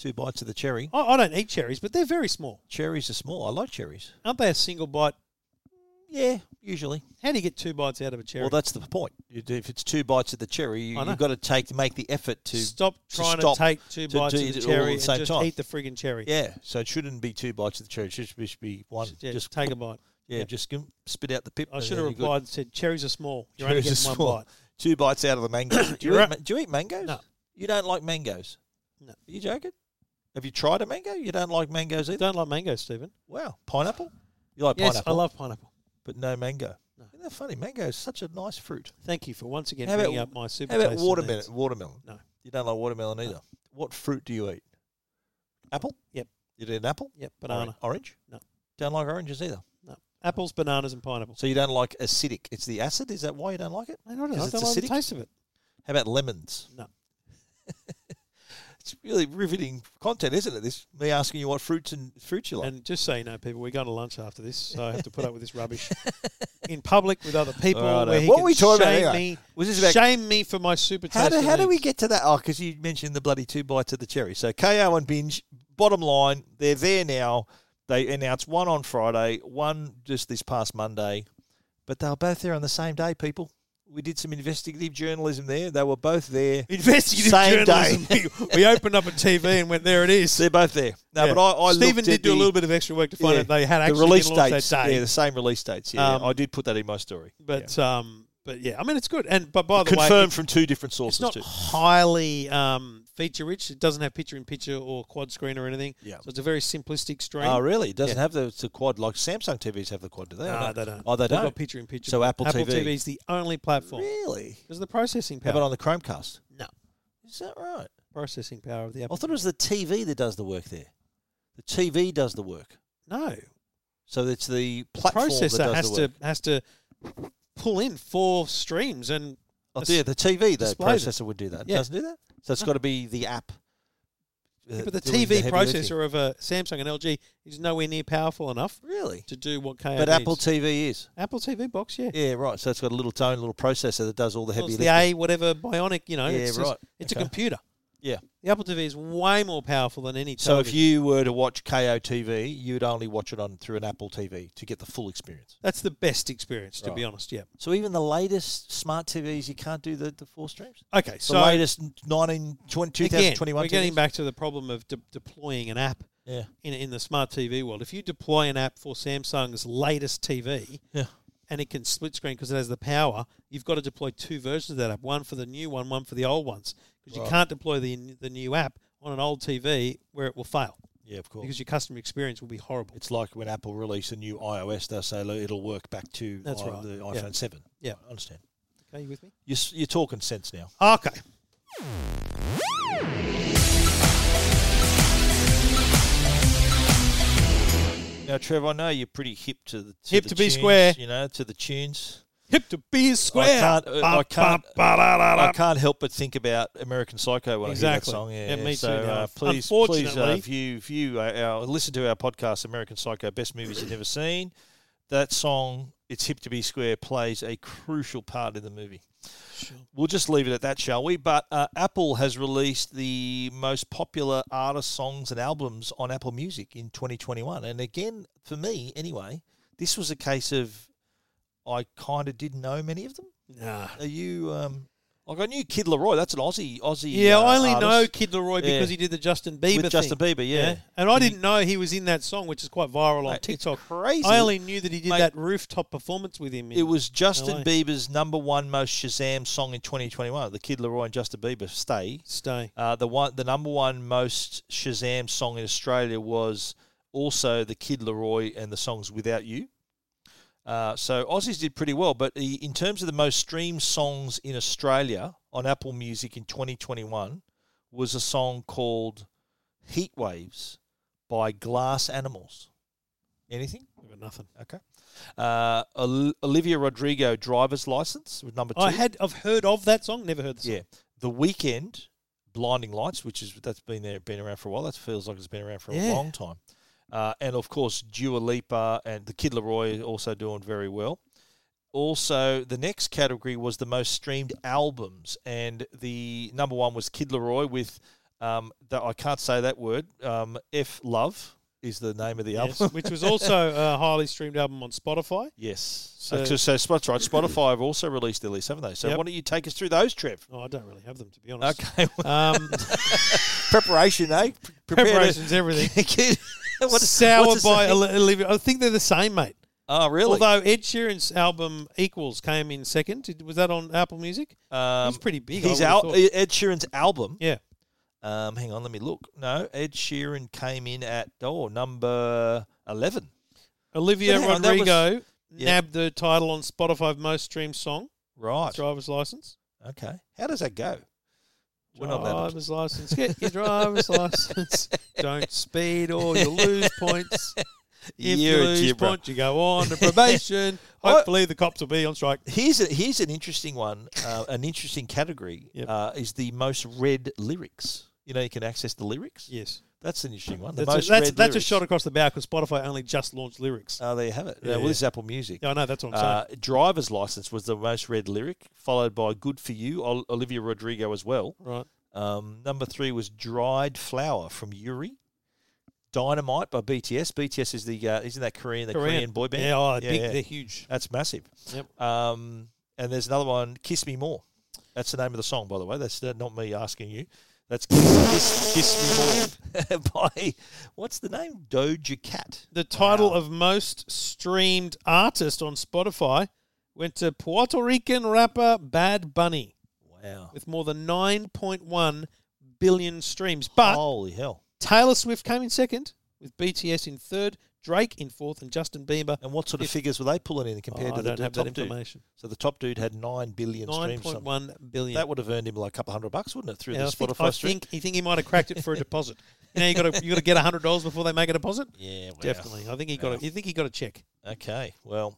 [SPEAKER 2] two bites of the cherry.
[SPEAKER 1] I, I don't eat cherries, but they're very small.
[SPEAKER 2] Cherries are small. I like cherries.
[SPEAKER 1] Aren't they a single bite?
[SPEAKER 2] Yeah, usually.
[SPEAKER 1] How do you get two bites out of a cherry?
[SPEAKER 2] Well, that's the point. You do- If it's two bites of the cherry, you,
[SPEAKER 1] I know.
[SPEAKER 2] you've got to take make the effort to
[SPEAKER 1] stop
[SPEAKER 2] to
[SPEAKER 1] trying to,
[SPEAKER 2] stop
[SPEAKER 1] take two
[SPEAKER 2] to
[SPEAKER 1] bites
[SPEAKER 2] do
[SPEAKER 1] of the
[SPEAKER 2] it all at
[SPEAKER 1] cherry
[SPEAKER 2] the
[SPEAKER 1] and
[SPEAKER 2] same
[SPEAKER 1] just
[SPEAKER 2] time.
[SPEAKER 1] eat the friggin' cherry.
[SPEAKER 2] Yeah, so it shouldn't be two bites of the cherry. It should should just be one.
[SPEAKER 1] Just, yeah,
[SPEAKER 2] just
[SPEAKER 1] take a bite.
[SPEAKER 2] yeah, just give 'em- spit out the pip.
[SPEAKER 1] I
[SPEAKER 2] and
[SPEAKER 1] should
[SPEAKER 2] then
[SPEAKER 1] have
[SPEAKER 2] you've got
[SPEAKER 1] replied and said cherries are small. You're only
[SPEAKER 2] cherries
[SPEAKER 1] getting
[SPEAKER 2] are
[SPEAKER 1] one
[SPEAKER 2] small.
[SPEAKER 1] bite.
[SPEAKER 2] Two bites out of the mango. do you
[SPEAKER 1] You're
[SPEAKER 2] eat,
[SPEAKER 1] right.
[SPEAKER 2] ma- do you eat mangoes?
[SPEAKER 1] No.
[SPEAKER 2] You don't like mangoes.
[SPEAKER 1] No.
[SPEAKER 2] Are you joking? Have you tried a mango? You don't like mangoes either.
[SPEAKER 1] Don't like mangoes, Stephen.
[SPEAKER 2] Wow, pineapple. You like
[SPEAKER 1] Yes,
[SPEAKER 2] pineapple,
[SPEAKER 1] I love pineapple.
[SPEAKER 2] but no mango.
[SPEAKER 1] No.
[SPEAKER 2] Isn't that funny? Mango is such a nice fruit.
[SPEAKER 1] Thank you for once again
[SPEAKER 2] How about-
[SPEAKER 1] bringing up my super
[SPEAKER 2] How about
[SPEAKER 1] taste in
[SPEAKER 2] watermelon?
[SPEAKER 1] these.
[SPEAKER 2] Watermelon.
[SPEAKER 1] No.
[SPEAKER 2] you don't like watermelon either. What fruit do you eat? Apple.
[SPEAKER 1] Yep.
[SPEAKER 2] You eat an apple.
[SPEAKER 1] Yep, banana.
[SPEAKER 2] Ora- Orange.
[SPEAKER 1] No.
[SPEAKER 2] Don't like oranges either.
[SPEAKER 1] No. Apples, bananas, and pineapple.
[SPEAKER 2] So you don't like acidic. It's the acid. Is that why you don't like it?
[SPEAKER 1] I don't know. I
[SPEAKER 2] Because
[SPEAKER 1] don't
[SPEAKER 2] it's
[SPEAKER 1] like the
[SPEAKER 2] acidic?
[SPEAKER 1] taste of it.
[SPEAKER 2] How about lemons?
[SPEAKER 1] No.
[SPEAKER 2] It's really riveting content, isn't it? This me asking you what fruits and fruits you like.
[SPEAKER 1] And just so you know, people, we're going to lunch after this, so I have to put up with this rubbish in public with other people.
[SPEAKER 2] Righto.
[SPEAKER 1] Where he
[SPEAKER 2] What
[SPEAKER 1] can
[SPEAKER 2] were we talking about
[SPEAKER 1] shame
[SPEAKER 2] anyway?
[SPEAKER 1] Me,
[SPEAKER 2] Was this about-
[SPEAKER 1] shame me for my super
[SPEAKER 2] How
[SPEAKER 1] taste
[SPEAKER 2] do,
[SPEAKER 1] in
[SPEAKER 2] how do we
[SPEAKER 1] these.
[SPEAKER 2] get to that? Oh, because you mentioned the bloody two bites of the cherry. So KO and Binge, bottom line, they're there now. They announced one on Friday, one just this past Monday, but they were both there on the same day, people. We did some investigative journalism there. They were both there.
[SPEAKER 1] Investigative
[SPEAKER 2] Same
[SPEAKER 1] journalism.
[SPEAKER 2] day.
[SPEAKER 1] we, we opened up a TV and went, there it is.
[SPEAKER 2] They're both there. No,
[SPEAKER 1] Yeah.
[SPEAKER 2] but I, I
[SPEAKER 1] Stephen
[SPEAKER 2] looked
[SPEAKER 1] did
[SPEAKER 2] at
[SPEAKER 1] do a
[SPEAKER 2] the-
[SPEAKER 1] little bit of extra work to find
[SPEAKER 2] yeah,
[SPEAKER 1] out they had actually
[SPEAKER 2] the release
[SPEAKER 1] been launched
[SPEAKER 2] dates.
[SPEAKER 1] that day.
[SPEAKER 2] Yeah, the same release dates. Yeah,
[SPEAKER 1] Um,
[SPEAKER 2] I did put that in my story.
[SPEAKER 1] but um, but yeah, I mean it's good. And but by the
[SPEAKER 2] Confirmed
[SPEAKER 1] way, it-
[SPEAKER 2] from two different
[SPEAKER 1] it's
[SPEAKER 2] sources
[SPEAKER 1] not
[SPEAKER 2] too.
[SPEAKER 1] highly um, feature rich. It doesn't have picture in picture or quad screen or anything.
[SPEAKER 2] Yeah.
[SPEAKER 1] So it's a very simplistic stream.
[SPEAKER 2] Oh, really? It doesn't
[SPEAKER 1] Yeah.
[SPEAKER 2] have the, it's the quad like Samsung TVs have the quad, do they? or
[SPEAKER 1] No,
[SPEAKER 2] not?
[SPEAKER 1] they don't.
[SPEAKER 2] Oh, they
[SPEAKER 1] They've
[SPEAKER 2] don't.
[SPEAKER 1] got picture in picture.
[SPEAKER 2] So Apple
[SPEAKER 1] Apple
[SPEAKER 2] TV.
[SPEAKER 1] TV is the only platform
[SPEAKER 2] Really?
[SPEAKER 1] because of the processing
[SPEAKER 2] How about
[SPEAKER 1] power.
[SPEAKER 2] on the Chromecast?
[SPEAKER 1] No,
[SPEAKER 2] Is that right?
[SPEAKER 1] processing power of the
[SPEAKER 2] I
[SPEAKER 1] Apple.
[SPEAKER 2] thought it was the TV that does the work there. The TV does the work.
[SPEAKER 1] no,
[SPEAKER 2] So it's the platform that
[SPEAKER 1] processor
[SPEAKER 2] does
[SPEAKER 1] has
[SPEAKER 2] the
[SPEAKER 1] to
[SPEAKER 2] work.
[SPEAKER 1] has to pull in four streams and
[SPEAKER 2] Oh, yeah, the TV, the
[SPEAKER 1] displays it.
[SPEAKER 2] processor would do that.
[SPEAKER 1] Yeah.
[SPEAKER 2] Doesn't do that. So it's got to be the app. uh,
[SPEAKER 1] but the
[SPEAKER 2] doing
[SPEAKER 1] TV
[SPEAKER 2] heavy lifting.
[SPEAKER 1] processor of a Samsung and LG is nowhere near powerful enough
[SPEAKER 2] Really?
[SPEAKER 1] to do what KO
[SPEAKER 2] But
[SPEAKER 1] needs.
[SPEAKER 2] Apple TV is.
[SPEAKER 1] Apple TV box, yeah.
[SPEAKER 2] Yeah, right. So it's got a little tone, little processor that does all the
[SPEAKER 1] Well,
[SPEAKER 2] heavy
[SPEAKER 1] it's
[SPEAKER 2] lifting.
[SPEAKER 1] the A whatever bionic, you know.
[SPEAKER 2] Yeah,
[SPEAKER 1] it's just-
[SPEAKER 2] right.
[SPEAKER 1] it's
[SPEAKER 2] Okay.
[SPEAKER 1] a computer.
[SPEAKER 2] yeah.
[SPEAKER 1] The Apple TV is way more powerful than any.
[SPEAKER 2] So if
[SPEAKER 1] television.
[SPEAKER 2] you were to watch KO TV, you'd only watch it on through an Apple TV to get the full experience.
[SPEAKER 1] that's the best experience, to be
[SPEAKER 2] Right.
[SPEAKER 1] honest. Yeah.
[SPEAKER 2] So even the latest smart TVs, you can't do the, the four streams?
[SPEAKER 1] Okay,
[SPEAKER 2] The
[SPEAKER 1] so
[SPEAKER 2] latest 19, 20,
[SPEAKER 1] again,
[SPEAKER 2] 2021
[SPEAKER 1] we're getting
[SPEAKER 2] TVs?
[SPEAKER 1] back to the problem of de- deploying an app
[SPEAKER 2] Yeah.
[SPEAKER 1] in in the smart TV world. If you deploy an app for Samsung's latest TV,
[SPEAKER 2] Yeah.
[SPEAKER 1] and it can split screen because it has the power. You've got to deploy two versions of that app: one for the new one, one for the old ones, because you can't deploy the the new app on an old TV where it will fail
[SPEAKER 2] Yeah, of course.
[SPEAKER 1] because your customer experience will be horrible.
[SPEAKER 2] it's like when Apple release a new iOS, they'll say "Look, it'll work back to
[SPEAKER 1] That's
[SPEAKER 2] i-
[SPEAKER 1] right.
[SPEAKER 2] the
[SPEAKER 1] Yeah.
[SPEAKER 2] iPhone 7.
[SPEAKER 1] Yeah.
[SPEAKER 2] I understand.
[SPEAKER 1] Okay, you with me?
[SPEAKER 2] You're, s- you're talking sense now.
[SPEAKER 1] Okay.
[SPEAKER 2] Now, Trevor, I know you're pretty hip to the to
[SPEAKER 1] Hip
[SPEAKER 2] the
[SPEAKER 1] to be
[SPEAKER 2] tunes,
[SPEAKER 1] square.
[SPEAKER 2] You know, to the tunes.
[SPEAKER 1] Hip to be square.
[SPEAKER 2] can't- uh, I can't- I can't help but think about American Psycho when
[SPEAKER 1] Exactly.
[SPEAKER 2] I hear that song. Yeah,
[SPEAKER 1] Yeah, me
[SPEAKER 2] so,
[SPEAKER 1] too,
[SPEAKER 2] Uh,
[SPEAKER 1] Alf.
[SPEAKER 2] please, please, uh,
[SPEAKER 1] Unfortunately-
[SPEAKER 2] view, view uh, our listen to our podcast, American Psycho: Best Movies You've Never Seen. That song, "It's Hip to Be Square," plays a crucial part in the movie. We'll just leave it at that, shall we? But uh, Apple has released the most popular artist songs and albums on Apple Music in 2021. And again, for me anyway, this was a case of I kind of didn't know many of them.
[SPEAKER 1] Nah.
[SPEAKER 2] Are you um, like I knew Kid Leroy? That's an Aussie Aussie.
[SPEAKER 1] Yeah,
[SPEAKER 2] uh,
[SPEAKER 1] I only know
[SPEAKER 2] artist.
[SPEAKER 1] Kid Leroy
[SPEAKER 2] Yeah.
[SPEAKER 1] because he did the Justin Bieber
[SPEAKER 2] with Justin
[SPEAKER 1] thing.
[SPEAKER 2] Bieber. Yeah,
[SPEAKER 1] And I didn't know he was in that song, which is quite viral on
[SPEAKER 2] Mate, it's
[SPEAKER 1] TikTok.
[SPEAKER 2] crazy.
[SPEAKER 1] I only knew that he did
[SPEAKER 2] Mate,
[SPEAKER 1] that rooftop performance with him. in-
[SPEAKER 2] It was Justin
[SPEAKER 1] LA.
[SPEAKER 2] Bieber's number one most Shazam song in 2021. The Kid Leroy and Justin Bieber stay.
[SPEAKER 1] Stay.
[SPEAKER 2] Uh, the one, the number one most Shazam song in Australia was also the Kid Leroy and the songs "Without You." Uh, so Aussies did pretty well, but the, in terms of the most streamed songs in Australia on Apple Music in 2021, was a song called "Heat Waves" by Glass Animals. Anything?
[SPEAKER 1] I've got nothing.
[SPEAKER 2] Okay. Uh, Ol- Olivia Rodrigo, driver's license, with number two.
[SPEAKER 1] I had. I've heard of that song. Never heard the song.
[SPEAKER 2] Yeah, the weekend, blinding lights, which is that's been there, been around for a while. That feels like it's been around for
[SPEAKER 1] Yeah.
[SPEAKER 2] a long time. Uh, and of course, Dua Lipa and the Kid Leroy also doing very well. Also, the next category was the most streamed albums, and the number one was Kid Leroy with, um, the, I can't say that word. Um, F Love is the name of the
[SPEAKER 1] Yes,
[SPEAKER 2] album.
[SPEAKER 1] which was also a highly streamed album on Spotify.
[SPEAKER 2] Yes.
[SPEAKER 1] So-
[SPEAKER 2] So, so, so that's right. Spotify have also released their list, haven't they? So
[SPEAKER 1] Yep.
[SPEAKER 2] why don't you take us through those, Trev?
[SPEAKER 1] Oh, I don't really have them to be honest.
[SPEAKER 2] Okay.
[SPEAKER 1] Um,
[SPEAKER 2] Preparation, eh? P- prepare to-
[SPEAKER 1] preparations, everything.
[SPEAKER 2] What- what's
[SPEAKER 1] Sour
[SPEAKER 2] his
[SPEAKER 1] by
[SPEAKER 2] name?
[SPEAKER 1] Oli- Olivia. I think they're the same, mate.
[SPEAKER 2] Oh, really?
[SPEAKER 1] Although Ed Sheeran's album Equals came in second. Did- Was that on Apple Music?
[SPEAKER 2] um,
[SPEAKER 1] he's pretty big. I
[SPEAKER 2] His
[SPEAKER 1] would've
[SPEAKER 2] al-
[SPEAKER 1] thought.
[SPEAKER 2] Ed Sheeran's album.
[SPEAKER 1] Yeah.
[SPEAKER 2] Um, hang on, let me look. No, Ed Sheeran came in at oh number eleven.
[SPEAKER 1] Olivia
[SPEAKER 2] But hang on, that was-
[SPEAKER 1] Rodrigo
[SPEAKER 2] Yeah.
[SPEAKER 1] nabbed the title on Spotify of most streamed song,
[SPEAKER 2] Right.
[SPEAKER 1] driver's license.
[SPEAKER 2] Okay. How does that go? We're not allowed. To,
[SPEAKER 1] driver's license. Get your driver's license. Don't speed or you'll lose points. If you
[SPEAKER 2] You're a
[SPEAKER 1] lose
[SPEAKER 2] gibber.
[SPEAKER 1] points, you go on to probation.
[SPEAKER 2] I-
[SPEAKER 1] Hopefully, the cops will be on strike.
[SPEAKER 2] Here's a, here's an interesting one, uh, an interesting category
[SPEAKER 1] Yep.
[SPEAKER 2] uh, is the most read lyrics. You know, you can access the lyrics.
[SPEAKER 1] Yes,
[SPEAKER 2] That's an interesting one. The
[SPEAKER 1] that's,
[SPEAKER 2] most
[SPEAKER 1] a, that's,
[SPEAKER 2] read
[SPEAKER 1] that's a
[SPEAKER 2] lyrics.
[SPEAKER 1] shot across the bow because Spotify only just launched lyrics.
[SPEAKER 2] Oh, there you have it.
[SPEAKER 1] Yeah,
[SPEAKER 2] Yeah, well,
[SPEAKER 1] yeah.
[SPEAKER 2] this is Apple Music.
[SPEAKER 1] yeah, I know that's what I'm saying.
[SPEAKER 2] Uh, driver's license was the most read lyric, followed by "Good for You" Ol- Olivia Rodrigo as well.
[SPEAKER 1] Right.
[SPEAKER 2] Um, number three was "Dried Flower" from Yuri. "Dynamite" by BTS. BTS is the uh, isn't that Korean the Korean, boy band?
[SPEAKER 1] Yeah, oh, big,
[SPEAKER 2] yeah.
[SPEAKER 1] they're huge.
[SPEAKER 2] that's massive.
[SPEAKER 1] Yep.
[SPEAKER 2] Um, and there's another one, "Kiss Me More." That's the name of the song, by the way. That's uh, not me asking you. That's "Kiss, Kiss Me More" by what's the name? Doja Cat.
[SPEAKER 1] The title of most streamed artist on Spotify went to Puerto Rican rapper Bad Bunny
[SPEAKER 2] Wow.
[SPEAKER 1] with more than 9.1 billion streams. But
[SPEAKER 2] Holy hell!
[SPEAKER 1] Taylor Swift came in second, with BTS in third, Drake in fourth, and Justin Bieber.
[SPEAKER 2] And what sort of
[SPEAKER 1] If-
[SPEAKER 2] figures were they pulling in compared
[SPEAKER 1] Oh,
[SPEAKER 2] to
[SPEAKER 1] I
[SPEAKER 2] the
[SPEAKER 1] don't
[SPEAKER 2] d-
[SPEAKER 1] have that
[SPEAKER 2] top dude?
[SPEAKER 1] information.
[SPEAKER 2] So the top dude had nine billion
[SPEAKER 1] Nine
[SPEAKER 2] streams.
[SPEAKER 1] point
[SPEAKER 2] something.
[SPEAKER 1] one billion.
[SPEAKER 2] That would have earned him like a couple hundred bucks, wouldn't it? Through
[SPEAKER 1] Yeah, I
[SPEAKER 2] the
[SPEAKER 1] think,
[SPEAKER 2] Spotify
[SPEAKER 1] I
[SPEAKER 2] stream.
[SPEAKER 1] think, you think he might have cracked it for a deposit. You know, you got to you got to get hundred dollars before they make a deposit.
[SPEAKER 2] Yeah, wow.
[SPEAKER 1] Definitely, I think he got. A, you think he got a check?
[SPEAKER 2] Okay, well,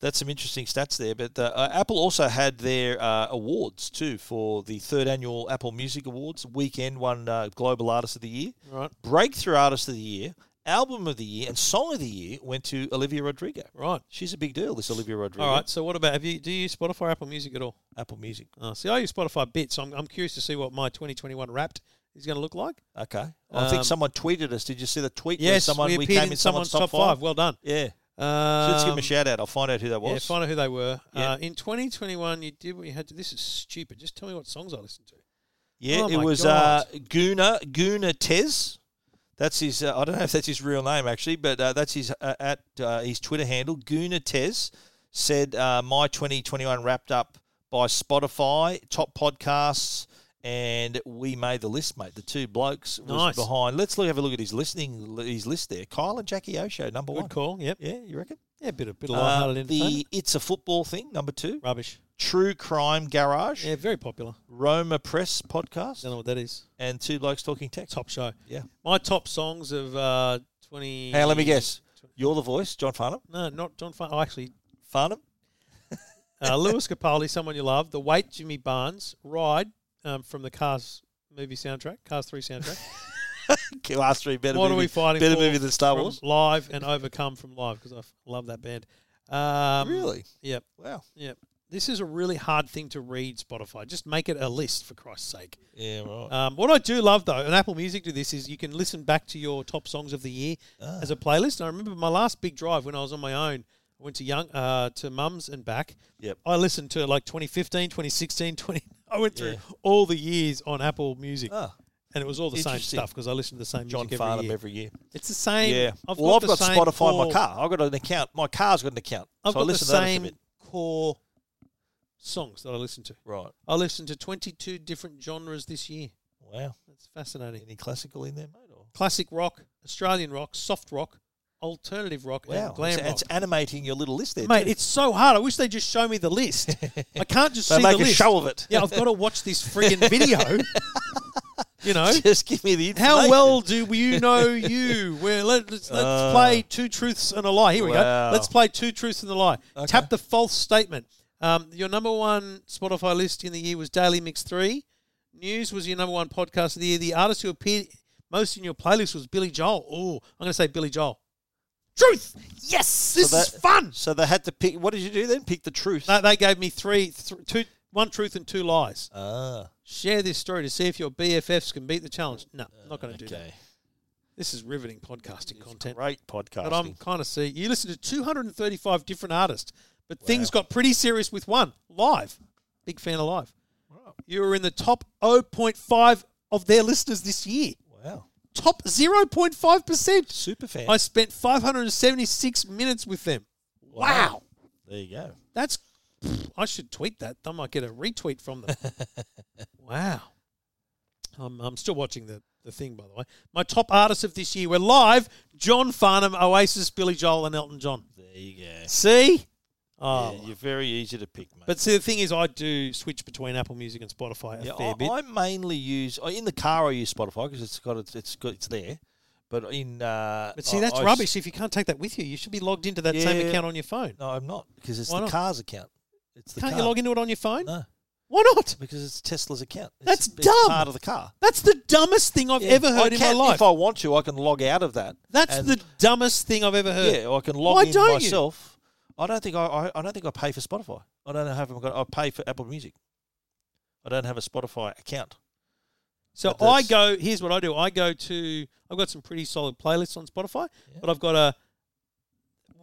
[SPEAKER 2] that's some interesting stats there. But uh, uh, Apple also had their uh, awards too for the third annual Apple Music Awards weekend. One uh, Global Artist of the Year,
[SPEAKER 1] Right,
[SPEAKER 2] Breakthrough Artist of the Year, Album of the Year, and Song of the Year went to Olivia Rodrigo.
[SPEAKER 1] right.
[SPEAKER 2] She's a big deal. This Olivia Rodrigo.
[SPEAKER 1] All right. So, what about have you? Do you use Spotify, or Apple Music at all?
[SPEAKER 2] Apple Music.
[SPEAKER 1] Uh, see, I use Spotify bits. I'm I'm curious to see what my 2021 Wrapped is going to look like.
[SPEAKER 2] Okay. I think
[SPEAKER 1] Um,
[SPEAKER 2] someone tweeted us. Did you see the tweet? where
[SPEAKER 1] Yes,
[SPEAKER 2] someone
[SPEAKER 1] we appeared in someone's top five. Well done.
[SPEAKER 2] Yeah. So
[SPEAKER 1] Um,
[SPEAKER 2] let's give him a shout out. I'll find out who that was.
[SPEAKER 1] Yeah, find out who they were.
[SPEAKER 2] Yeah.
[SPEAKER 1] Uh, in 2021, you did what you had to. This is stupid. Just tell me what songs I listened to.
[SPEAKER 2] Yeah,
[SPEAKER 1] Oh
[SPEAKER 2] it
[SPEAKER 1] my
[SPEAKER 2] was uh,
[SPEAKER 1] God.
[SPEAKER 2] Guna Guna Tez. That's his. Uh, I don't know if that's his real name actually, but uh, that's his uh, at uh, his Twitter handle. Guna Tez said, uh, "My 2021 wrapped up by Spotify top podcasts." And we made the list, mate. The two blokes was
[SPEAKER 1] Nice.
[SPEAKER 2] behind. Let's look have a look at his listening, his list there. Kyle and Jackie Osho, number
[SPEAKER 1] Good
[SPEAKER 2] one.
[SPEAKER 1] call. Oh, Yep.
[SPEAKER 2] Yeah, you reckon?
[SPEAKER 1] Yeah, a bit of bit of
[SPEAKER 2] Uh,
[SPEAKER 1] lighthearted entertainment.
[SPEAKER 2] the it's a football thing, number two.
[SPEAKER 1] Rubbish.
[SPEAKER 2] True Crime Garage,
[SPEAKER 1] Yeah, very popular.
[SPEAKER 2] Roma Press podcast,
[SPEAKER 1] Don't know what that is.
[SPEAKER 2] and two blokes talking tech.
[SPEAKER 1] Top show.
[SPEAKER 2] Yeah.
[SPEAKER 1] My top songs of uh, 20.
[SPEAKER 2] Hey, let me guess. You're the voice, John Farnham.
[SPEAKER 1] No, not John. Fun- oh, actually,
[SPEAKER 2] Farnham.
[SPEAKER 1] uh, Lewis Capaldi, someone you love. The Wait, Jimmy Barnes. Ride um, from the Cars movie soundtrack, Cars Three soundtrack.
[SPEAKER 2] Last three better.
[SPEAKER 1] what
[SPEAKER 2] movie,
[SPEAKER 1] are we fighting
[SPEAKER 2] Better
[SPEAKER 1] for?
[SPEAKER 2] movie than Star
[SPEAKER 1] from
[SPEAKER 2] Wars.
[SPEAKER 1] Live and Overcome from Live because I f- love that band. Um,
[SPEAKER 2] really?
[SPEAKER 1] Yep.
[SPEAKER 2] Wow.
[SPEAKER 1] Yep. This is a really hard thing to read, Spotify. Just make it a list, for Christ's sake.
[SPEAKER 2] Yeah, right.
[SPEAKER 1] Um, what I do love though, and Apple Music do this, is you can listen back to your top songs of the year
[SPEAKER 2] Ah.
[SPEAKER 1] as a playlist. And I remember my last big drive when I was on my own. I went to young uh, to mums and back.
[SPEAKER 2] Yep.
[SPEAKER 1] I listened to like 2015, 2016, 20. I went through all the years on Apple Music,
[SPEAKER 2] Ah.
[SPEAKER 1] and it was all the same
[SPEAKER 2] Interesting.
[SPEAKER 1] stuff because I listened to the same
[SPEAKER 2] John
[SPEAKER 1] music every
[SPEAKER 2] Farnham
[SPEAKER 1] year.
[SPEAKER 2] every year.
[SPEAKER 1] It's the same.
[SPEAKER 2] Yeah.
[SPEAKER 1] I've
[SPEAKER 2] well,
[SPEAKER 1] got
[SPEAKER 2] I've got
[SPEAKER 1] the same
[SPEAKER 2] Spotify in
[SPEAKER 1] core-
[SPEAKER 2] my car. I've got an account. My car's got an account.
[SPEAKER 1] I've
[SPEAKER 2] so
[SPEAKER 1] got
[SPEAKER 2] I listen
[SPEAKER 1] the
[SPEAKER 2] to that
[SPEAKER 1] same
[SPEAKER 2] a bit.
[SPEAKER 1] core songs that I listen to.
[SPEAKER 2] Right.
[SPEAKER 1] I listened to 22 different genres this year.
[SPEAKER 2] Wow.
[SPEAKER 1] That's fascinating.
[SPEAKER 2] Any classical in there, mate? Or?
[SPEAKER 1] classic rock, Australian rock, soft rock, alternative rock,
[SPEAKER 2] Wow.
[SPEAKER 1] and glam
[SPEAKER 2] it's,
[SPEAKER 1] rock.
[SPEAKER 2] it's animating your little list there.
[SPEAKER 1] Mate,
[SPEAKER 2] too.
[SPEAKER 1] it's so hard. I wish they just show me the list. I can't just
[SPEAKER 2] They
[SPEAKER 1] see
[SPEAKER 2] make
[SPEAKER 1] the
[SPEAKER 2] a
[SPEAKER 1] list.
[SPEAKER 2] show of it.
[SPEAKER 1] Yeah, I've got to watch this friggin' video. you know,
[SPEAKER 2] just give me the information.
[SPEAKER 1] how well do you know you? Where let, us let's
[SPEAKER 2] Uh,
[SPEAKER 1] play two truths and a lie. Here we
[SPEAKER 2] wow.
[SPEAKER 1] go. Let's play two truths and a lie. Tap the false statement. Um, your number one Spotify list in the year was Daily Mix Three. News was your number one podcast of the year. The artist who appeared most in your playlist was Billy Joel. Oh, I'm going to say Billy Joel. Truth. Yes, this is
[SPEAKER 2] that-
[SPEAKER 1] fun.
[SPEAKER 2] So they had to pick. What did you do then? Pick the truth.
[SPEAKER 1] No, they gave me three, th- two, one truth and two lies.
[SPEAKER 2] Ah,
[SPEAKER 1] Share this story to see if your BFFs can beat the challenge. No, not going to do that.
[SPEAKER 2] okay.
[SPEAKER 1] This is riveting podcasting content.
[SPEAKER 2] Great podcasting.
[SPEAKER 1] But I'm kind of see you listen to 235 different artists, but things got pretty serious with one live. Big fan of live. You were in the top 0.5 of their listeners this year.
[SPEAKER 2] wow.
[SPEAKER 1] Top 0.5 percent.
[SPEAKER 2] Super fan.
[SPEAKER 1] I spent 576 minutes with them. Wow,
[SPEAKER 2] There you go.
[SPEAKER 1] that's. I should tweet that. I might get a retweet from them. wow. I'm, I'm still watching the, the thing, by the way. My top artists of this year were live John Farnham, Oasis, Billy Joel, and Elton John.
[SPEAKER 2] There you go.
[SPEAKER 1] See? Oh.
[SPEAKER 2] Yeah, you're very easy to pick, mate.
[SPEAKER 1] But see, the thing is, I do switch between Apple Music and Spotify a
[SPEAKER 2] yeah,
[SPEAKER 1] fair
[SPEAKER 2] I,
[SPEAKER 1] bit.
[SPEAKER 2] I mainly use I- in the car. I use Spotify because it's got it's, it's got it's there. But in uh,
[SPEAKER 1] but see,
[SPEAKER 2] I-
[SPEAKER 1] that's
[SPEAKER 2] I s-
[SPEAKER 1] rubbish. If you can't take that with you, you should be logged into that same
[SPEAKER 2] Yeah.
[SPEAKER 1] account on your phone.
[SPEAKER 2] No, I'm not because it's
[SPEAKER 1] Why
[SPEAKER 2] the
[SPEAKER 1] not?
[SPEAKER 2] car's account. It's the
[SPEAKER 1] can't
[SPEAKER 2] car.
[SPEAKER 1] you log into it on your phone?
[SPEAKER 2] No,
[SPEAKER 1] Why not?
[SPEAKER 2] because it's Tesla's account. It's,
[SPEAKER 1] That's
[SPEAKER 2] it's
[SPEAKER 1] dumb.
[SPEAKER 2] Part of the car.
[SPEAKER 1] That's the dumbest thing I've ever
[SPEAKER 2] I
[SPEAKER 1] heard in my
[SPEAKER 2] can-
[SPEAKER 1] life.
[SPEAKER 2] If I want to, I can log out of that.
[SPEAKER 1] that's
[SPEAKER 2] and-
[SPEAKER 1] the dumbest thing I've ever heard.
[SPEAKER 2] Yeah, I can log
[SPEAKER 1] Why
[SPEAKER 2] in
[SPEAKER 1] don't you?
[SPEAKER 2] myself. I don't think I, I, I don't think I pay for Spotify. I don't have I got I pay for Apple Music. I don't have a Spotify account.
[SPEAKER 1] So
[SPEAKER 2] But
[SPEAKER 1] I
[SPEAKER 2] that's-
[SPEAKER 1] go. Here's what I do. I go to. I've got some pretty solid playlists on Spotify, but I've got a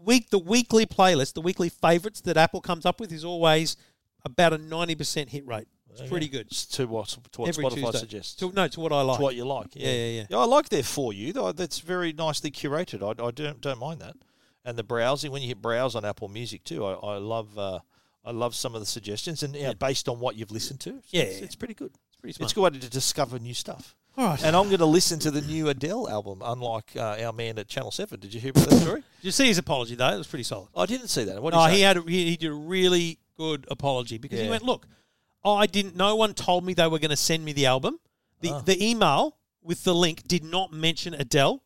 [SPEAKER 1] week. The weekly playlist, the weekly favorites that Apple comes up with, is always about a ninety percent hit rate. It's pretty good.
[SPEAKER 2] It's to what to what
[SPEAKER 1] Every
[SPEAKER 2] Spotify
[SPEAKER 1] Tuesday.
[SPEAKER 2] suggests.
[SPEAKER 1] To, no, to what I like.
[SPEAKER 2] to what you like. Yeah.
[SPEAKER 1] Yeah, yeah, yeah.
[SPEAKER 2] I like their for you. though. That's very nicely curated. I, I don't don't mind that. And the browsing when you hit browse on Apple Music too, I, I love uh, I love some of the suggestions and yeah, based on what you've listened to. So
[SPEAKER 1] Yeah,
[SPEAKER 2] it's,
[SPEAKER 1] yeah.
[SPEAKER 2] it's pretty good. It's
[SPEAKER 1] pretty
[SPEAKER 2] It's a good way to discover new stuff.
[SPEAKER 1] All right.
[SPEAKER 2] And I'm going to listen to the new Adele album. Unlike uh, our man at Channel Seven, did you hear about that story?
[SPEAKER 1] Did you see his apology though? It was pretty solid.
[SPEAKER 2] I didn't see that. What did
[SPEAKER 1] No,
[SPEAKER 2] he,
[SPEAKER 1] he
[SPEAKER 2] say?
[SPEAKER 1] had a, he, he did a really good apology because he
[SPEAKER 2] Yeah.
[SPEAKER 1] went, look, I didn't. No one told me they were going to send me the album. The
[SPEAKER 2] Ah.
[SPEAKER 1] the email with the link did not mention Adele.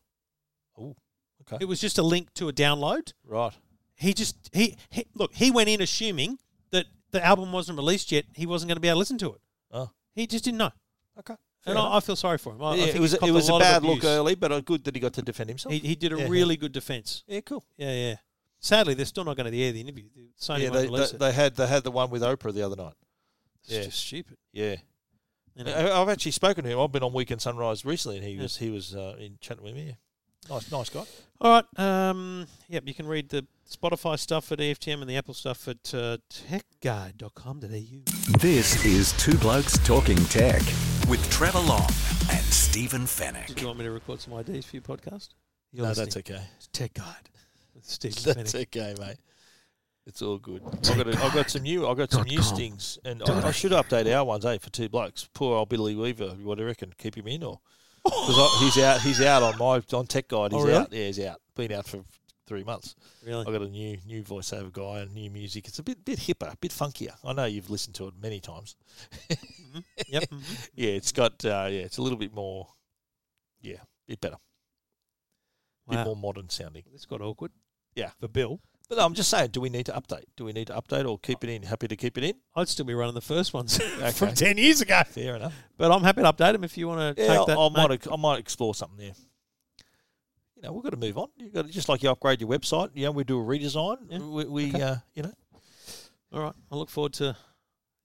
[SPEAKER 2] Ooh, okay,
[SPEAKER 1] It was just a link to a download.
[SPEAKER 2] right.
[SPEAKER 1] He just he, he look. He went in assuming that the album wasn't released yet. He wasn't going to be able to listen to it.
[SPEAKER 2] Oh,
[SPEAKER 1] He just didn't know.
[SPEAKER 2] okay. Fair
[SPEAKER 1] And
[SPEAKER 2] enough.
[SPEAKER 1] I, I feel sorry for him. I, I
[SPEAKER 2] Yeah,
[SPEAKER 1] think
[SPEAKER 2] it was
[SPEAKER 1] he's
[SPEAKER 2] a-
[SPEAKER 1] copped
[SPEAKER 2] it was
[SPEAKER 1] a,
[SPEAKER 2] a
[SPEAKER 1] lot of
[SPEAKER 2] bad look
[SPEAKER 1] abuse.
[SPEAKER 2] early, but uh, good that he got to defend himself.
[SPEAKER 1] He, he did a
[SPEAKER 2] Yeah, yeah.
[SPEAKER 1] really good defense.
[SPEAKER 2] yeah, cool.
[SPEAKER 1] Yeah, yeah. Sadly, they're still not going to the air the interview. Sony
[SPEAKER 2] yeah,
[SPEAKER 1] won't
[SPEAKER 2] they,
[SPEAKER 1] release
[SPEAKER 2] they,
[SPEAKER 1] it.
[SPEAKER 2] they had they had the one with Oprah the other night.
[SPEAKER 1] it's just stupid.
[SPEAKER 2] Yeah,
[SPEAKER 1] You know.
[SPEAKER 2] I, I've actually spoken to him. I've been on Weekend Sunrise recently, and he was he was uh, in chatting with me. Yeah. Nice, nice guy.
[SPEAKER 1] All right. Um, yep, you can read the Spotify stuff at E EFTM and the Apple stuff at uh, techguide.com.au.
[SPEAKER 3] This is Two Blokes Talking Tech with Trevor Long and Stephen Fennec.
[SPEAKER 1] Did you want me to record some ideas for your podcast? You're
[SPEAKER 2] No,
[SPEAKER 1] listening
[SPEAKER 2] that's okay.
[SPEAKER 1] to Tech Guide with Steve
[SPEAKER 2] That's
[SPEAKER 1] Fennick.
[SPEAKER 2] okay, mate. It's all good. I got a, I got some new I got some new stings, and I, I should update our ones, eh? For two blokes, poor old Billy Weaver. What do you reckon? Keep him in or because he's out he's out on my on Tech Guide. He's
[SPEAKER 1] Oh, really?
[SPEAKER 2] out. Yeah, he's out. Been out for three months.
[SPEAKER 1] Really?
[SPEAKER 2] I got a new new voiceover guy and new music. It's a bit bit hipper, a bit funkier. I know you've listened to it many times.
[SPEAKER 1] Yep. mhm.
[SPEAKER 2] Yeah, it's got uh, yeah, it's a little bit more, yeah, bit better, bit
[SPEAKER 1] Wow.
[SPEAKER 2] more modern sounding.
[SPEAKER 1] This got awkward.
[SPEAKER 2] Yeah.
[SPEAKER 1] For Bill.
[SPEAKER 2] But no, I'm just saying, do we need to update? Do we need to update or keep it in? Happy to keep it in.
[SPEAKER 1] I'd still be running the first ones from
[SPEAKER 2] Okay.
[SPEAKER 1] 10 years ago.
[SPEAKER 2] Fair enough.
[SPEAKER 1] But I'm happy to update them if you want to
[SPEAKER 2] Yeah,
[SPEAKER 1] take that.
[SPEAKER 2] I, I
[SPEAKER 1] mate.
[SPEAKER 2] might ex- I might explore something there. You know, we've got to move on. You got to, just like you upgrade your website. You know, we do a redesign.
[SPEAKER 1] Yeah.
[SPEAKER 2] We, we uh, you know,
[SPEAKER 1] All right. I look forward to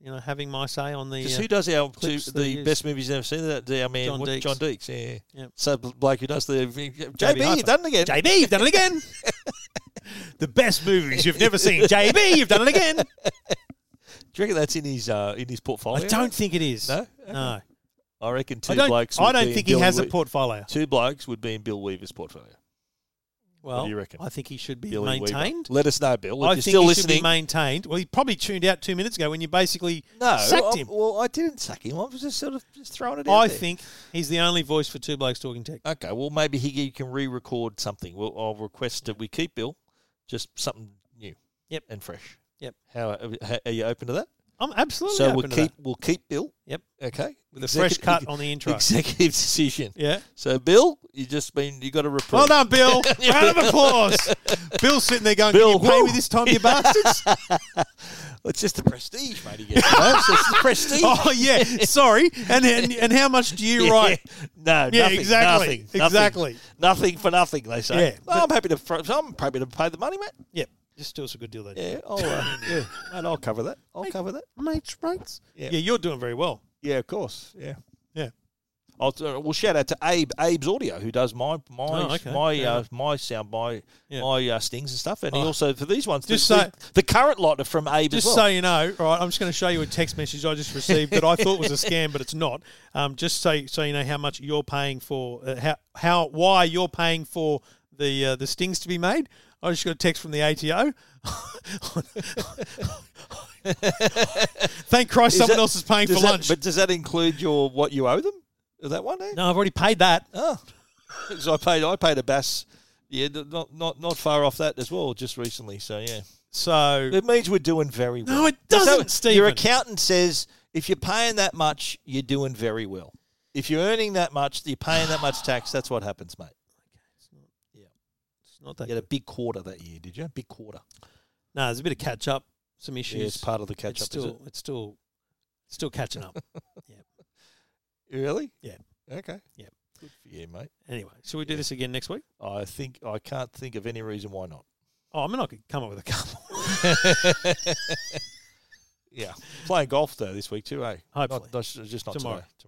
[SPEAKER 1] you know having my say on the.
[SPEAKER 2] Because
[SPEAKER 1] uh,
[SPEAKER 2] who does our two,
[SPEAKER 1] clips they
[SPEAKER 2] the
[SPEAKER 1] use.
[SPEAKER 2] best movies ever seen? That our man
[SPEAKER 1] John
[SPEAKER 2] what-
[SPEAKER 1] Deeks.
[SPEAKER 2] John Deeks. Yeah.
[SPEAKER 1] Yep.
[SPEAKER 2] So Bl- Blake who does the JB,
[SPEAKER 1] Hi-Fi.
[SPEAKER 2] you've done it again.
[SPEAKER 1] JB, you've done it again. the best movies you've never seen. JB, you've done it again.
[SPEAKER 2] Do you reckon that's in his uh, in his portfolio?
[SPEAKER 1] I don't think it is.
[SPEAKER 2] No?
[SPEAKER 1] No.
[SPEAKER 2] I reckon two
[SPEAKER 1] I don't,
[SPEAKER 2] blokes.
[SPEAKER 1] I
[SPEAKER 2] would be
[SPEAKER 1] don't
[SPEAKER 2] in
[SPEAKER 1] think he
[SPEAKER 2] Bill
[SPEAKER 1] has a
[SPEAKER 2] Wee-
[SPEAKER 1] portfolio.
[SPEAKER 2] Two blokes would be in Bill Weaver's portfolio.
[SPEAKER 1] Well,
[SPEAKER 2] do you reckon?
[SPEAKER 1] I think he should be
[SPEAKER 2] Billy Weaver.
[SPEAKER 1] maintained.
[SPEAKER 2] Let us know, Bill. If
[SPEAKER 1] I
[SPEAKER 2] you're
[SPEAKER 1] think
[SPEAKER 2] still
[SPEAKER 1] he should be
[SPEAKER 2] listening,
[SPEAKER 1] maintained. Well, he probably tuned out two minutes ago when you basically
[SPEAKER 2] no,
[SPEAKER 1] sacked
[SPEAKER 2] I-
[SPEAKER 1] him.
[SPEAKER 2] Well, I didn't sack him. I was just sort of just throwing it out.
[SPEAKER 1] I
[SPEAKER 2] there.
[SPEAKER 1] think he's the only voice for Two Blokes Talking Tech.
[SPEAKER 2] Okay, well maybe he, he can re-record something. We'll, I'll request that we keep Bill, just something new.
[SPEAKER 1] Yep.
[SPEAKER 2] and fresh.
[SPEAKER 1] Yep.
[SPEAKER 2] How how- are you open to that?
[SPEAKER 1] I'm absolutely
[SPEAKER 2] so
[SPEAKER 1] open
[SPEAKER 2] we'll
[SPEAKER 1] to
[SPEAKER 2] keep
[SPEAKER 1] that.
[SPEAKER 2] we'll keep Bill.
[SPEAKER 1] Yep.
[SPEAKER 2] Okay,
[SPEAKER 1] with a fresh cut on the intro.
[SPEAKER 2] Executive decision.
[SPEAKER 1] Yeah.
[SPEAKER 2] So Bill, you just been you got a reprieve.
[SPEAKER 1] Well done, Bill. Round of applause. Bill's sitting there going,
[SPEAKER 2] Bill,
[SPEAKER 1] "Can you pay
[SPEAKER 2] woo."
[SPEAKER 1] me this time, you bastards?"
[SPEAKER 2] It's just the prestige, mate. Again, you know? it's just the prestige.
[SPEAKER 1] oh yeah, sorry. And, and and how much do you
[SPEAKER 2] Yeah.
[SPEAKER 1] write?
[SPEAKER 2] No,
[SPEAKER 1] Yeah,
[SPEAKER 2] nothing,
[SPEAKER 1] exactly,
[SPEAKER 2] nothing, nothing,
[SPEAKER 1] exactly.
[SPEAKER 2] nothing for nothing. They say.
[SPEAKER 1] Yeah,
[SPEAKER 2] Well, I'm happy to. fr- I'm happy to pay the money, mate.
[SPEAKER 1] Yeah, just do us a good deal, then.
[SPEAKER 2] Yeah, I'll, uh, yeah, mate, I'll cover that. I'll cover that.
[SPEAKER 1] mates, mates.
[SPEAKER 2] Yeah.
[SPEAKER 1] Yeah, you're doing very well.
[SPEAKER 2] Yeah, of course. Yeah.
[SPEAKER 1] Yeah.
[SPEAKER 2] I'll, uh, we'll shout out to Abe, Abe's Audio, who does my my
[SPEAKER 1] Oh, okay.
[SPEAKER 2] my
[SPEAKER 1] Fair
[SPEAKER 2] uh,
[SPEAKER 1] enough.
[SPEAKER 2] my sound, my
[SPEAKER 1] Yeah.
[SPEAKER 2] my uh, stings and stuff, and he
[SPEAKER 1] Oh.
[SPEAKER 2] also for these ones,
[SPEAKER 1] Just
[SPEAKER 2] the,
[SPEAKER 1] so-
[SPEAKER 2] the, the current lot are from Abe
[SPEAKER 1] Just
[SPEAKER 2] as
[SPEAKER 1] so
[SPEAKER 2] well.
[SPEAKER 1] you know, all right, I'm just going to show you a text message I just received that I thought was a scam, but it's not. Um, just so so you know how much you're paying for, uh, how how why you're paying for the uh, the stings to be made. I just got a text from the ATO. Thank Christ,
[SPEAKER 2] Is
[SPEAKER 1] someone
[SPEAKER 2] that-
[SPEAKER 1] else is paying for
[SPEAKER 2] does that-
[SPEAKER 1] lunch.
[SPEAKER 2] but does that include your what you owe them? Is that one? Eh?
[SPEAKER 1] no, I've already paid that.
[SPEAKER 2] Oh, because I paid I paid a bass. Yeah, th- not not not far off that as well, just recently. So yeah,
[SPEAKER 1] So
[SPEAKER 2] it means we're doing very well.
[SPEAKER 1] No, it
[SPEAKER 2] There's
[SPEAKER 1] doesn't, Stephen.
[SPEAKER 2] Your accountant says if you're paying that much, you're doing very well. If you're earning that much, you're paying that much tax. That's what happens, mate.
[SPEAKER 1] it's not that.
[SPEAKER 2] You had a big quarter that year, did you? Big quarter.
[SPEAKER 1] No, there's a bit of catch up, some issues.
[SPEAKER 2] Yeah, it's part of the catch
[SPEAKER 1] It's
[SPEAKER 2] up.
[SPEAKER 1] still it's still still catching up.
[SPEAKER 2] is it? Really?
[SPEAKER 1] Yeah.
[SPEAKER 2] Okay.
[SPEAKER 1] Yeah.
[SPEAKER 2] Good for you, mate.
[SPEAKER 1] Anyway, shall we do this again next week?
[SPEAKER 2] I think I can't think of any reason why not.
[SPEAKER 1] Oh, I mean, I could come up with a couple.
[SPEAKER 2] Yeah. Playing golf though this week too, eh?
[SPEAKER 1] Hopefully.
[SPEAKER 2] Not, not- just not
[SPEAKER 1] Tomorrow.
[SPEAKER 2] today.